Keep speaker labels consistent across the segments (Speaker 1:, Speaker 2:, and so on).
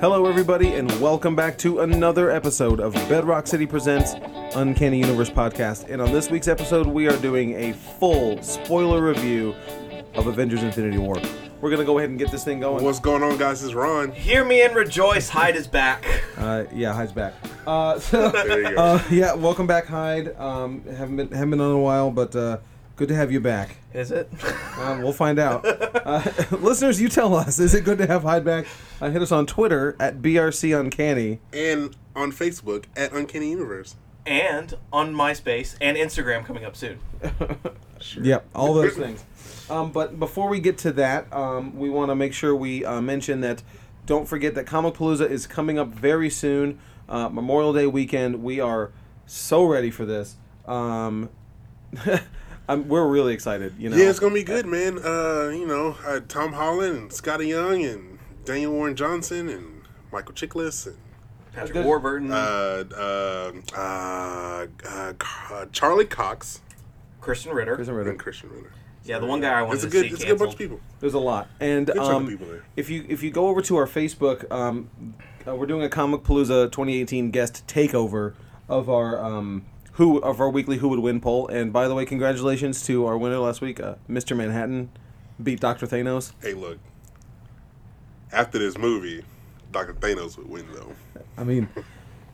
Speaker 1: Hello, everybody, and welcome back to another episode of Bedrock City Presents Uncanny Universe Podcast. And on this week's episode, we are doing a full spoiler review of Avengers Infinity War. We're going to go ahead and get this thing going.
Speaker 2: What's going on, guys? It's Ron.
Speaker 3: Hear me and rejoice. Hyde is back.
Speaker 1: Uh, yeah, Hyde's back. Uh, so,
Speaker 2: There you go.
Speaker 1: uh, yeah, welcome back, Hyde. Um, haven't, been, haven't been on in a while, but uh, good to have you back.
Speaker 3: Is it?
Speaker 1: Um, we'll find out. Uh, listeners, you tell us. Is it good to have Hyde back? Uh, hit us on Twitter at BRC Uncanny.
Speaker 2: and on Facebook at Uncanny Universe.
Speaker 3: and on MySpace and Instagram coming up soon.
Speaker 1: Yep, all those things. Um, but before we get to that, um, we want to make sure we uh, mention that don't forget that Comic Palooza is coming up very soon. Uh, Memorial Day weekend. We are so ready for this. Um, I'm, we're really excited. You know.
Speaker 2: Yeah, it's gonna be good, man. Uh, you know, uh, Tom Holland and Scotty Young and Daniel Warren Johnson and Michael Chiklis and
Speaker 3: Patrick
Speaker 1: There's-
Speaker 3: Warburton,
Speaker 2: uh, uh, uh, uh, uh, Charlie Cox
Speaker 3: Kristen Ritter.
Speaker 1: There's a rhythm.
Speaker 2: and Christian Ritter.
Speaker 3: Yeah, the one guy I wanted
Speaker 2: It's a
Speaker 3: to
Speaker 2: good,
Speaker 3: see
Speaker 2: it's a good bunch
Speaker 3: canceled.
Speaker 2: of people.
Speaker 1: There's a lot, and
Speaker 2: chunk of
Speaker 1: um,
Speaker 2: people there.
Speaker 1: if you if you go over to our Facebook, um, uh, we're doing a Comic Palooza 2018 guest takeover of our um, who of our weekly Who Would Win poll. And by the way, congratulations to our winner last week, uh, Mr. Manhattan, beat Dr. Thanos.
Speaker 2: Hey, look. After this movie, Doctor Thanos would win though.
Speaker 1: I mean,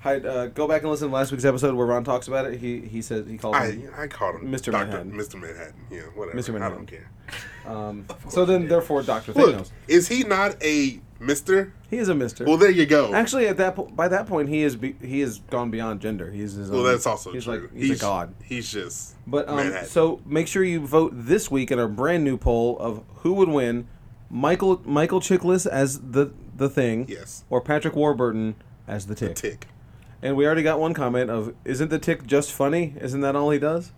Speaker 1: Hyde, uh, go back and listen to last week's episode where Ron talks about it. He he says he calls.
Speaker 2: I
Speaker 1: him.
Speaker 2: I called him
Speaker 1: Mr.
Speaker 2: Dr.
Speaker 1: Manhattan.
Speaker 2: Mr. Manhattan. Yeah, whatever.
Speaker 1: Mr.
Speaker 2: I
Speaker 1: Manhattan.
Speaker 2: don't care.
Speaker 1: So then, therefore, Dr.
Speaker 2: Look,
Speaker 1: Thanos.
Speaker 2: is he not a Mister?
Speaker 1: He is a Mister.
Speaker 2: Well, there you go.
Speaker 1: Actually, at that po- by that point, he is be- he is gone beyond gender. He's his
Speaker 2: well,
Speaker 1: own-
Speaker 2: that's also
Speaker 1: he's
Speaker 2: true.
Speaker 1: Like, he's, a god.
Speaker 2: He's just.
Speaker 1: But um,
Speaker 2: Manhattan.
Speaker 1: so make sure you vote this week in our brand new poll of who would win, Michael Michael Chiklis as the the thing,
Speaker 2: Yes.
Speaker 1: or Patrick Warburton as the tick.
Speaker 2: tick.
Speaker 1: And we already got one comment of, "Isn't the tick just funny? Isn't that all he does?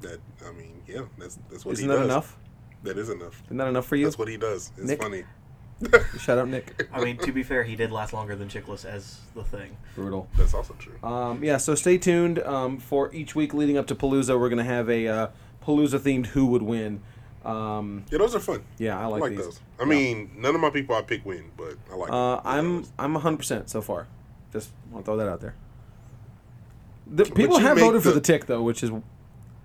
Speaker 2: That I mean, yeah, that's that's what
Speaker 1: Isn't
Speaker 2: he
Speaker 1: that
Speaker 2: does.
Speaker 1: enough?
Speaker 2: That is enough.
Speaker 1: Isn't that enough for you?"
Speaker 2: That's what he does. It's
Speaker 1: Nick?
Speaker 2: funny.
Speaker 1: Shout out Nick.
Speaker 3: I mean, to be fair, he did last longer than Chickless as the thing.
Speaker 1: Brutal.
Speaker 2: That's also true.
Speaker 1: Um, yeah, so stay tuned um, for each week leading up to Palooza. We're gonna have a uh, Palooza themed Who Would Win. Um,
Speaker 2: yeah, those are fun.
Speaker 1: yeah, I
Speaker 2: I
Speaker 1: like,
Speaker 2: like
Speaker 1: these.
Speaker 2: those. I mean, none of my people I pick win, but I like.
Speaker 1: Uh,
Speaker 2: them.
Speaker 1: I'm I'm 100% so far. Just want to throw that out there. The, people
Speaker 2: you
Speaker 1: have
Speaker 2: make
Speaker 1: voted for
Speaker 2: the-
Speaker 1: the tick though, which is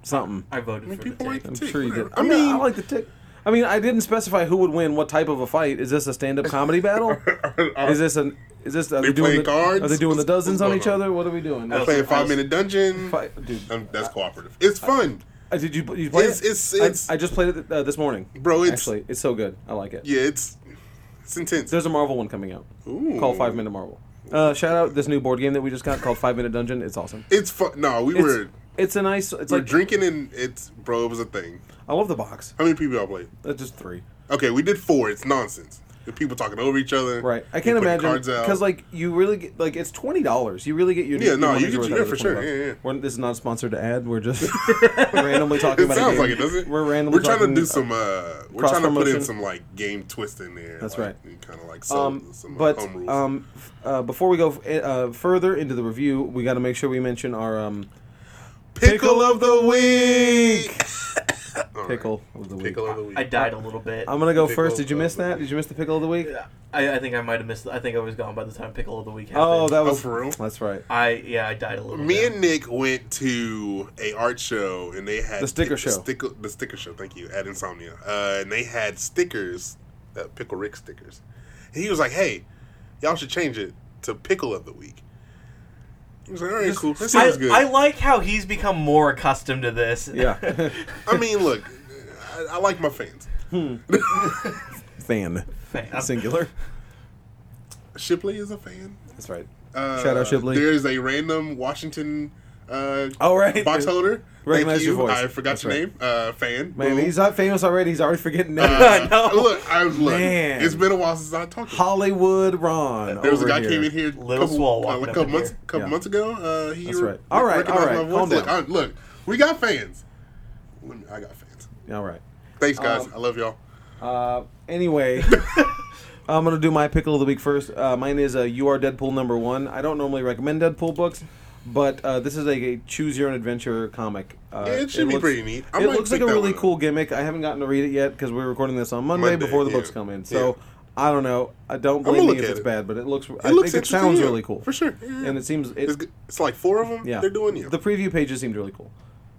Speaker 1: something.
Speaker 3: I voted
Speaker 2: I mean,
Speaker 3: for the
Speaker 2: people like
Speaker 3: tick.
Speaker 2: the
Speaker 1: I'm
Speaker 2: tick.
Speaker 1: sure you did.
Speaker 2: whatever.
Speaker 1: I mean, I
Speaker 2: like.
Speaker 1: like the tick. I mean, I didn't specify who would win, what type of a fight. Is this a stand-up comedy battle? is this an is this are they, doing
Speaker 2: playing
Speaker 1: the,
Speaker 2: cards?
Speaker 1: Are they doing the
Speaker 2: What's-
Speaker 1: dozens
Speaker 2: what's
Speaker 1: on
Speaker 2: going
Speaker 1: each
Speaker 2: on?
Speaker 1: other? What are we doing?
Speaker 3: I was-
Speaker 2: Playing five minute dungeon.
Speaker 1: Fi- dude.
Speaker 2: Um, that's cooperative. It's fun.
Speaker 1: Uh, Did you you play
Speaker 2: It's-
Speaker 1: it?
Speaker 2: it's-
Speaker 1: I-
Speaker 2: it's-
Speaker 1: I, just played it uh, this morning.
Speaker 2: Bro, it's-
Speaker 1: actually it's so good. I like it.
Speaker 2: Yeah, it's it's intense.
Speaker 1: There's a Marvel one coming out
Speaker 2: Ooh.
Speaker 1: called Five Minute Marvel. Uh, shout out this new board game that we just got called Five Minute Dungeon. It's awesome.
Speaker 2: It's fun. No, we
Speaker 1: It's,
Speaker 2: were
Speaker 1: it's a nice. It's
Speaker 2: we're
Speaker 1: like
Speaker 2: drinking and it's bro. It was a thing.
Speaker 1: I love the box.
Speaker 2: How many people y'all played?
Speaker 1: That's just three.
Speaker 2: Okay, we did four. It's nonsense. The people talking over each other.
Speaker 1: Right. I
Speaker 2: You
Speaker 1: can't
Speaker 2: putting
Speaker 1: imagine
Speaker 2: cards out.
Speaker 1: because like you really get like it's twenty dollars. You really get your
Speaker 2: Yeah,
Speaker 1: your
Speaker 2: no, you
Speaker 1: money's
Speaker 2: get-
Speaker 1: worth
Speaker 2: yeah,
Speaker 1: out of
Speaker 2: for
Speaker 1: the
Speaker 2: sure.
Speaker 1: $20.
Speaker 2: Yeah, yeah.
Speaker 1: We're, this is not a sponsored ad. We're just randomly talking
Speaker 2: it
Speaker 1: about.
Speaker 2: sounds
Speaker 1: a
Speaker 2: like
Speaker 1: game.
Speaker 2: it doesn't.
Speaker 1: We're randomly.
Speaker 2: We're trying to
Speaker 1: talking-
Speaker 2: do some. Uh, we're trying to put in
Speaker 1: cross-promotion.
Speaker 2: some like game twist in there.
Speaker 1: That's
Speaker 2: like,
Speaker 1: right.
Speaker 2: Kind of like sell
Speaker 1: Um,
Speaker 2: some uh,
Speaker 1: but
Speaker 2: home rules.
Speaker 1: um, f- uh, before we go f- uh, further into the review, we got to make sure we mention our um,
Speaker 2: pickle of the week. All right.
Speaker 1: pickle of the week.
Speaker 2: Pickle of the week.
Speaker 3: I died a little bit.
Speaker 1: I'm gonna go
Speaker 2: Pickle
Speaker 1: first. Did you miss
Speaker 2: of the
Speaker 1: that?
Speaker 2: week.
Speaker 1: Did you miss the pickle of the week?
Speaker 3: I, I think I might have missed. I think I was gone by the time Pickle of the Week happened.
Speaker 1: Oh, that was
Speaker 2: for real?
Speaker 1: That's right.
Speaker 3: I yeah, I died a little.
Speaker 2: Me
Speaker 3: bit.
Speaker 2: and Nick went to a art show and they had
Speaker 1: The sticker show.
Speaker 2: sticker- the sticker show. Thank you at Insomnia, uh, and they had stickers, uh, Pickle Rick stickers. And he was like, "Hey, y'all should change it to Pickle of the Week." He was like, "All right, cool. That sounds
Speaker 3: I,
Speaker 2: good."
Speaker 3: I like how he's become more accustomed to this.
Speaker 1: Yeah,
Speaker 2: I mean, look, I, I like my fans.
Speaker 1: fan,
Speaker 3: Fan.
Speaker 1: singular.
Speaker 2: Shipley is a fan.
Speaker 1: That's right.
Speaker 2: Uh,
Speaker 1: Shout out Shipley.
Speaker 2: There's a random Washington uh,
Speaker 1: All right.
Speaker 2: box holder.
Speaker 1: Recognize
Speaker 2: Thank
Speaker 1: your
Speaker 2: you.
Speaker 1: voice.
Speaker 2: I forgot
Speaker 1: That's
Speaker 2: your
Speaker 1: right.
Speaker 2: name. Uh, fan.
Speaker 1: Man,
Speaker 2: Boom.
Speaker 1: he's not famous already. He's already forgetting names.
Speaker 2: Uh,
Speaker 3: I know.
Speaker 2: Look, I look.
Speaker 1: Man.
Speaker 2: It's been a while since I talked. to him.
Speaker 1: Hollywood Ron.
Speaker 2: There was a
Speaker 1: over
Speaker 2: guy
Speaker 1: here.
Speaker 2: came in here
Speaker 3: Little
Speaker 2: couple,
Speaker 3: Swole
Speaker 2: uh,
Speaker 3: walking
Speaker 2: like,
Speaker 3: up
Speaker 2: couple
Speaker 3: in
Speaker 2: months
Speaker 3: here.
Speaker 2: couple
Speaker 1: Yeah.
Speaker 2: months ago. Uh, he
Speaker 1: That's
Speaker 2: re-
Speaker 1: right. All right,
Speaker 2: recognized
Speaker 1: all right,
Speaker 2: my voice.
Speaker 1: calm
Speaker 2: Look,
Speaker 1: down.
Speaker 2: I- look, we got fans. Let me- I got fans.
Speaker 1: All right.
Speaker 2: Thanks, guys.
Speaker 1: Um,
Speaker 2: I love y'all.
Speaker 1: Uh, anyway, I'm gonna do my pickle of the week first. Uh, mine is uh, "You Are Deadpool" number one. I don't normally recommend Deadpool books, but uh, this is like a choose your own adventure comic. Uh,
Speaker 2: Yeah, it should be pretty neat. I
Speaker 1: it
Speaker 2: might
Speaker 1: looks like
Speaker 2: pick
Speaker 1: a
Speaker 2: that
Speaker 1: really
Speaker 2: one up.
Speaker 1: cool gimmick. I haven't gotten to read it yet because we're recording this on Monday,
Speaker 2: Monday,
Speaker 1: before the
Speaker 2: yeah.
Speaker 1: books come in. So I don't know. I don't
Speaker 2: gonna
Speaker 1: believe me
Speaker 2: look
Speaker 1: if
Speaker 2: at
Speaker 1: it's
Speaker 2: it.
Speaker 1: bad, but it looks. I
Speaker 2: It looks
Speaker 1: think it
Speaker 2: interesting,
Speaker 1: sounds
Speaker 2: yeah,
Speaker 1: really cool,
Speaker 2: for sure. Yeah, yeah.
Speaker 1: and it seems
Speaker 2: it's,
Speaker 1: it.
Speaker 2: g- it's like four of them.
Speaker 1: Yeah,
Speaker 2: they're doing you.
Speaker 1: The preview pages seem really cool,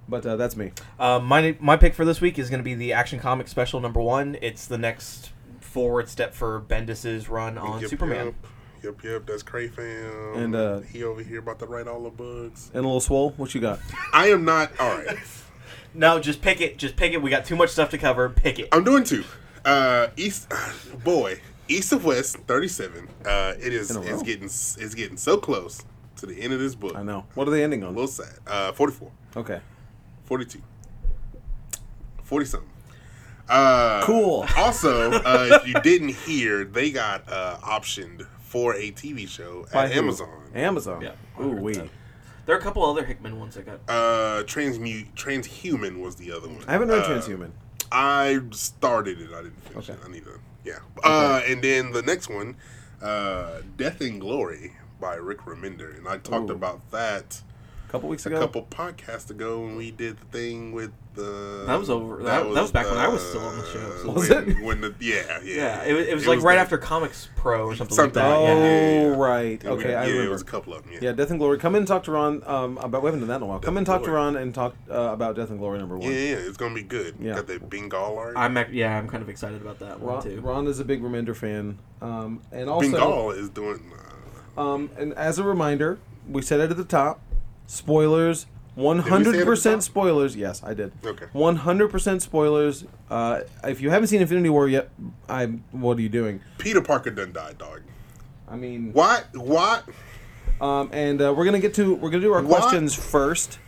Speaker 1: but uh, that's me.
Speaker 3: Uh, my my pick for this week is going to be the Action Comic Special number one. It's the next forward step for Bendis's run on
Speaker 2: Yep,
Speaker 3: Superman.
Speaker 2: Yep, yep, yep that's Cray fam.
Speaker 1: And, uh,
Speaker 2: he over here about to write all the bugs.
Speaker 1: And a little swole. What you got?
Speaker 2: I am not all right.
Speaker 3: No, just pick it. Just pick it. We got too much stuff to cover. Pick it.
Speaker 2: I'm doing two. Uh, east, boy, east of west, 37. Uh, it is
Speaker 1: In a
Speaker 2: it's
Speaker 1: row.
Speaker 2: getting s- it's getting so close to the end of this book.
Speaker 1: I know. What are they ending
Speaker 2: A
Speaker 1: on?
Speaker 2: little sad. Uh, 44,
Speaker 1: Okay.
Speaker 2: 42, 40 something. Uh,
Speaker 1: Cool.
Speaker 2: Also, uh, if you didn't hear, they got uh, optioned for a TV show
Speaker 1: By
Speaker 2: at
Speaker 1: who?
Speaker 2: Amazon.
Speaker 1: Amazon.
Speaker 3: Yeah.
Speaker 1: Ooh wee.
Speaker 3: There are a couple other Hickman ones I got.
Speaker 2: Uh, transmute, transhuman was the other one.
Speaker 1: I haven't read
Speaker 2: Uh,
Speaker 1: Transhuman.
Speaker 2: I started it. I didn't finish
Speaker 1: Okay.
Speaker 2: it. I need to. Yeah. Uh, and then the next one, uh, Death and Glory by Rick Remender, and I talked
Speaker 1: Ooh.
Speaker 2: about that
Speaker 1: A couple weeks
Speaker 2: a
Speaker 1: ago.
Speaker 2: couple podcasts ago when we did the thing with the. uh,
Speaker 3: That was over- that- that was back when I was still on the show, so-
Speaker 1: Was
Speaker 2: when,
Speaker 1: it?
Speaker 2: When the yeah yeah
Speaker 3: Yeah, it was, it was like right
Speaker 2: the-
Speaker 3: after Comics Pro or something,
Speaker 2: Something.
Speaker 3: like that.
Speaker 1: Oh
Speaker 3: yeah.
Speaker 2: yeah, yeah.
Speaker 1: right.
Speaker 2: it was-
Speaker 1: Okay, I
Speaker 2: yeah,
Speaker 1: remember.
Speaker 2: it was a couple of them. Yeah.
Speaker 1: Yeah, Death and Glory. Come in and talk to Ron um, about. We haven't done that in a while. Come in and talk to
Speaker 2: Glory.
Speaker 1: Ron and talk uh, about Death and Glory number
Speaker 2: Yeah,
Speaker 1: one.
Speaker 2: yeah, it's gonna be good.
Speaker 1: Yeah.
Speaker 2: Got that Bengal art.
Speaker 3: I'm ac- yeah, I'm kind of excited about that one
Speaker 1: Ron,
Speaker 3: too.
Speaker 1: Ron is a big Remender fan, um, and also,
Speaker 2: Bengal is doing. Uh,
Speaker 1: um, and as a reminder, we said it at the top. Spoilers. One
Speaker 2: say it at the
Speaker 1: hundred percent
Speaker 2: top?
Speaker 1: spoilers. Yes, I did.
Speaker 2: Okay.
Speaker 1: One hundred percent spoilers. Uh, if you haven't seen Infinity War yet, I what are you doing?
Speaker 2: Peter Parker done died, dog.
Speaker 1: I mean,
Speaker 2: Why? Why?
Speaker 1: Um, and uh, we're gonna get to we're gonna do our
Speaker 2: Why-
Speaker 1: questions first.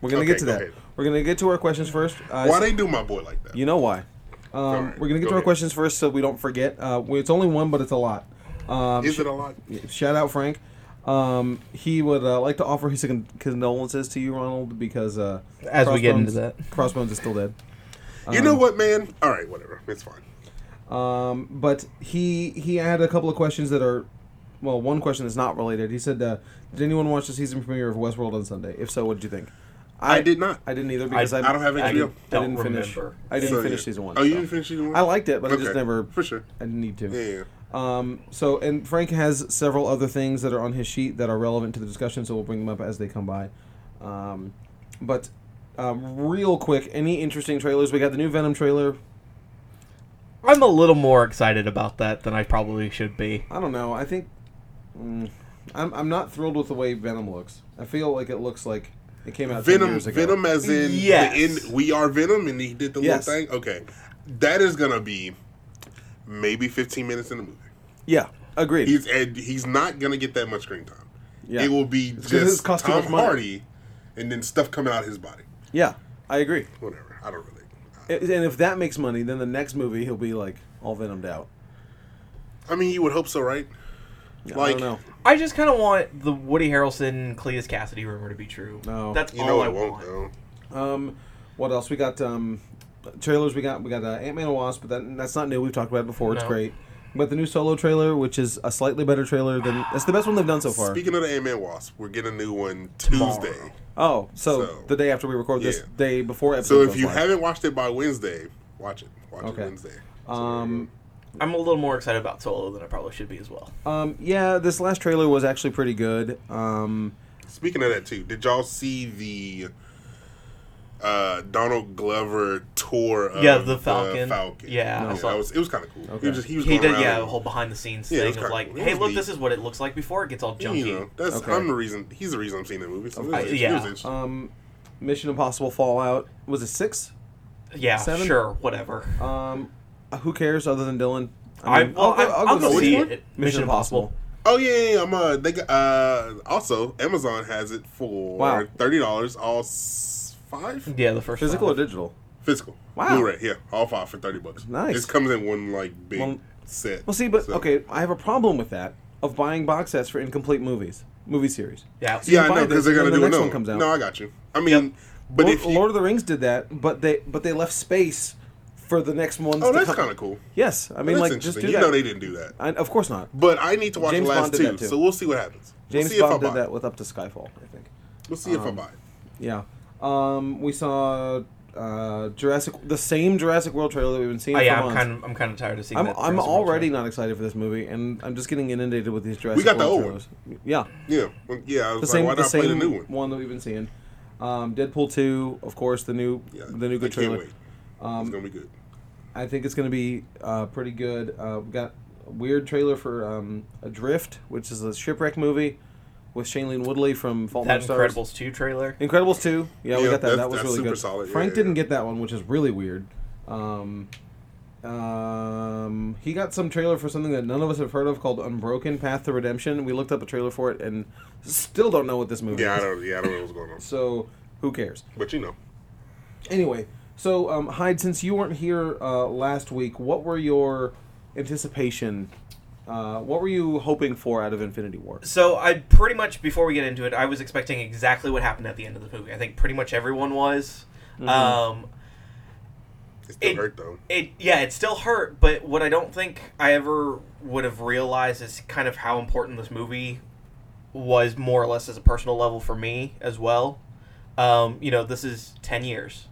Speaker 1: We're gonna
Speaker 2: Okay,
Speaker 1: get to
Speaker 2: go
Speaker 1: that.
Speaker 2: ahead.
Speaker 1: We're gonna get to our questions first. Uh,
Speaker 2: Why they do my boy like that?
Speaker 1: you know why? Um,
Speaker 2: right,
Speaker 1: we're gonna get
Speaker 2: go
Speaker 1: to our
Speaker 2: ahead.
Speaker 1: questions first, so we don't forget. Uh, we, it's only one, but it's a lot. Um,
Speaker 2: Is it a lot?
Speaker 1: shout out Frank. Um, he would uh, like to offer his con- condolences to you, Ronald, because uh,
Speaker 3: As we get into
Speaker 1: Crossbones-
Speaker 3: that.
Speaker 1: Crossbones is still dead.
Speaker 2: You know what, man? All right, whatever. It's fine.
Speaker 1: Um, but he he had a couple of questions that are, well, one question is not related. He said, uh, "Did anyone watch the season premiere of Westworld on Sunday? If so, what did you think?"
Speaker 2: I, did not.
Speaker 1: I didn't either because I,
Speaker 2: I don't have
Speaker 1: I,
Speaker 2: HBO.
Speaker 1: didn't- I didn't
Speaker 3: Don't
Speaker 1: finish.
Speaker 3: remember.
Speaker 1: I didn't
Speaker 2: So,
Speaker 1: finish
Speaker 2: yeah.
Speaker 1: season one.
Speaker 2: Oh, you
Speaker 1: so.
Speaker 2: didn't finish season one.
Speaker 1: I liked it, but I just
Speaker 2: Okay.
Speaker 1: never.
Speaker 2: For sure.
Speaker 1: I didn't need to.
Speaker 2: Yeah, yeah.
Speaker 1: Um, so, and Frank has several other things that are on his sheet that are relevant to the discussion, so we'll bring them up as they come by. Um, but um, real quick, any interesting trailers? We got the new Venom trailer.
Speaker 3: I'm a little more excited about that than I probably should be.
Speaker 1: I don't know. I think mm, I'm, I'm not thrilled with the way Venom looks. I feel like it looks like it came out 10
Speaker 2: Venom,
Speaker 1: years ago.
Speaker 2: Venom, as in
Speaker 3: Yes.
Speaker 2: the end, we are Venom, and he did the
Speaker 1: Yes.
Speaker 2: little thing. Okay, that is gonna be maybe 15 minutes in the movie.
Speaker 1: Yeah, agreed.
Speaker 2: He's and he's not gonna get that much screen time.
Speaker 1: Yeah.
Speaker 2: It will be
Speaker 1: 'cause it's
Speaker 2: just
Speaker 1: cost too
Speaker 2: Tom
Speaker 1: much money.
Speaker 2: Hardy, and then stuff coming out of his body.
Speaker 1: yeah, I agree.
Speaker 2: Whatever. I don't really.
Speaker 1: I- And if that makes money, then the next movie he'll be like all venomed out.
Speaker 2: I mean, you would hope so, right?
Speaker 1: I don't know.
Speaker 3: I just kind of want the Woody Harrelson, Cletus Cassidy rumor to be true.
Speaker 1: No.
Speaker 3: that's
Speaker 2: You
Speaker 3: all
Speaker 2: know
Speaker 3: I
Speaker 2: it won't
Speaker 3: want.
Speaker 2: though.
Speaker 1: Um, what else? We got um, trailers. We got we got uh, Ant Man and Wasp, but that, that's not new. We've talked about it before. It's
Speaker 3: No.
Speaker 1: great. But the new Solo trailer, which is a slightly better trailer than that's the best one they've done so far.
Speaker 2: Speaking of the Ant Man Wasp, we're getting a new one
Speaker 3: Tomorrow.
Speaker 2: Tuesday.
Speaker 1: oh, so,
Speaker 2: So-
Speaker 1: the day after we record this,
Speaker 2: Yeah.
Speaker 1: day before episode.
Speaker 2: So if
Speaker 1: goes
Speaker 2: you
Speaker 1: live.
Speaker 2: haven't watched it by Wednesday, watch it. Watch
Speaker 1: Okay.
Speaker 2: it Wednesday.
Speaker 1: um,
Speaker 3: I'm a little more excited about Solo than I probably should be as well.
Speaker 1: um, yeah, this last trailer was actually pretty good. Um,
Speaker 2: Speaking of that too, did y'all see the uh, Donald Glover tour? Of
Speaker 3: Yeah, the Falcon. Yeah, I
Speaker 2: I
Speaker 3: saw
Speaker 2: that
Speaker 3: it.
Speaker 2: was it was kind of cool. He was just, he was
Speaker 3: He
Speaker 2: going
Speaker 3: did,
Speaker 2: around
Speaker 3: yeah, a
Speaker 2: and-
Speaker 3: whole behind the scenes
Speaker 2: Yeah, it was
Speaker 3: thing of
Speaker 2: kinda
Speaker 3: like,
Speaker 2: cool. It
Speaker 3: hey,
Speaker 2: was
Speaker 3: look,
Speaker 2: neat.
Speaker 3: this is what it looks like before it gets all junky.
Speaker 2: You know, that's
Speaker 1: Okay.
Speaker 2: I'm the reason. He's the reason I'm seeing that movie. So it was,
Speaker 3: I-
Speaker 2: it was
Speaker 3: yeah.
Speaker 2: interesting.
Speaker 1: um, Mission Impossible Fallout was it six?
Speaker 3: Yeah,
Speaker 1: Seven?
Speaker 3: sure, whatever.
Speaker 2: Uh,
Speaker 1: Um, who cares other than Dylan?
Speaker 3: I
Speaker 1: mean,
Speaker 3: well, i
Speaker 1: I'll
Speaker 3: I'll,
Speaker 1: go
Speaker 3: go
Speaker 1: with
Speaker 3: see
Speaker 2: which
Speaker 3: it.
Speaker 2: one?
Speaker 1: Mission Impossible.
Speaker 2: oh yeah, yeah, yeah, I'm uh, they got, uh, also Amazon has it for
Speaker 1: Wow.
Speaker 2: thirty dollars all s- five
Speaker 3: Yeah, the first
Speaker 1: Physical or
Speaker 3: one.
Speaker 1: digital?
Speaker 2: physical.
Speaker 1: Wow.
Speaker 2: Blu-ray, yeah, all five for thirty bucks.
Speaker 1: Nice.
Speaker 2: This comes in one like big
Speaker 1: One-
Speaker 2: set.
Speaker 1: Well, see, but
Speaker 2: So-
Speaker 1: okay, I have a problem with that of buying box sets for incomplete movies, movie series.
Speaker 3: Yeah,
Speaker 1: you
Speaker 2: Yeah, I
Speaker 1: buy
Speaker 2: know
Speaker 1: this,
Speaker 2: because they're
Speaker 1: and
Speaker 2: gonna
Speaker 1: then
Speaker 2: do
Speaker 1: the
Speaker 2: another
Speaker 1: next one
Speaker 2: one.
Speaker 1: comes out.
Speaker 2: No, I got you. I mean, but
Speaker 1: Lord,
Speaker 2: if you,
Speaker 1: Lord of the Rings did that, but they but they left space for the next ones.
Speaker 2: oh,
Speaker 1: to
Speaker 2: that's
Speaker 1: come.
Speaker 2: kind of cool.
Speaker 1: Yes, I mean,
Speaker 2: that's
Speaker 1: like just do
Speaker 2: interesting. you
Speaker 1: that.
Speaker 2: know they didn't do that.
Speaker 1: I, of course not.
Speaker 2: But I need to watch
Speaker 1: James
Speaker 2: the
Speaker 1: Bond
Speaker 2: last
Speaker 1: did that
Speaker 2: two,
Speaker 1: too.
Speaker 2: so we'll see what happens.
Speaker 1: James
Speaker 2: we'll see
Speaker 1: Bond
Speaker 2: if I
Speaker 1: did
Speaker 2: buy
Speaker 1: that um,
Speaker 2: It.
Speaker 1: with Up to Skyfall, I think.
Speaker 2: We'll see if I buy it.
Speaker 1: Yeah, um, we saw uh, Jurassic, the same Jurassic World trailer that we've been seeing.
Speaker 3: Oh,
Speaker 1: for
Speaker 3: yeah, I'm
Speaker 1: months.
Speaker 3: kind of I'm kind of tired of seeing.
Speaker 1: I'm, I'm
Speaker 3: that Jurassic World
Speaker 1: already
Speaker 3: trailer.
Speaker 1: not excited for this movie, and I'm just getting inundated with these Jurassic
Speaker 2: got the
Speaker 1: World
Speaker 2: old
Speaker 1: trailers. Yeah,
Speaker 2: Yeah, well, yeah. I was
Speaker 1: the
Speaker 2: like,
Speaker 1: same,
Speaker 2: why
Speaker 1: the
Speaker 2: not play the
Speaker 1: same
Speaker 2: new one?
Speaker 1: that we've been seeing. Um, Deadpool two, of course, the new
Speaker 2: Yeah,
Speaker 1: the new
Speaker 2: I
Speaker 1: good
Speaker 2: can't
Speaker 1: trailer. Um,
Speaker 2: wait. it's gonna be good.
Speaker 1: I think it's going to be uh, pretty good. Uh, we got a weird trailer for um, Adrift, which is a shipwreck movie with Shailene Woodley from Fault in Our
Speaker 3: that
Speaker 1: Stars.
Speaker 3: Incredibles two trailer.
Speaker 1: Incredibles two. Yeah, we
Speaker 2: Yeah,
Speaker 1: got that.
Speaker 2: that's-
Speaker 1: That was
Speaker 2: that's
Speaker 1: really
Speaker 2: super
Speaker 1: good.
Speaker 2: solid, yeah,
Speaker 1: Frank
Speaker 2: yeah.
Speaker 1: didn't get that one, which is really weird. Um, um, he got some trailer for something that none of us have heard of called Unbroken: Path to Redemption. We looked up a trailer for it and still don't know what this movie
Speaker 2: Yeah, I
Speaker 1: is.
Speaker 2: don't. Yeah, I don't know what's going on.
Speaker 1: So who cares?
Speaker 2: But you know,
Speaker 1: Anyway, so um, Hyde, since you weren't here uh, last week, what were your anticipation? Uh, what were you hoping for out of Infinity War?
Speaker 3: So I pretty much before we get into it, I was expecting exactly what happened at the end of the movie. I think pretty much everyone was.
Speaker 2: Mm-hmm.
Speaker 3: Um,
Speaker 2: it's still
Speaker 3: It-
Speaker 2: hurt though.
Speaker 3: it yeah, it still hurt, but what I don't think I ever would have realized is kind of how important this movie was, more or less, as a personal level for me as well. Um, you know, this is ten years.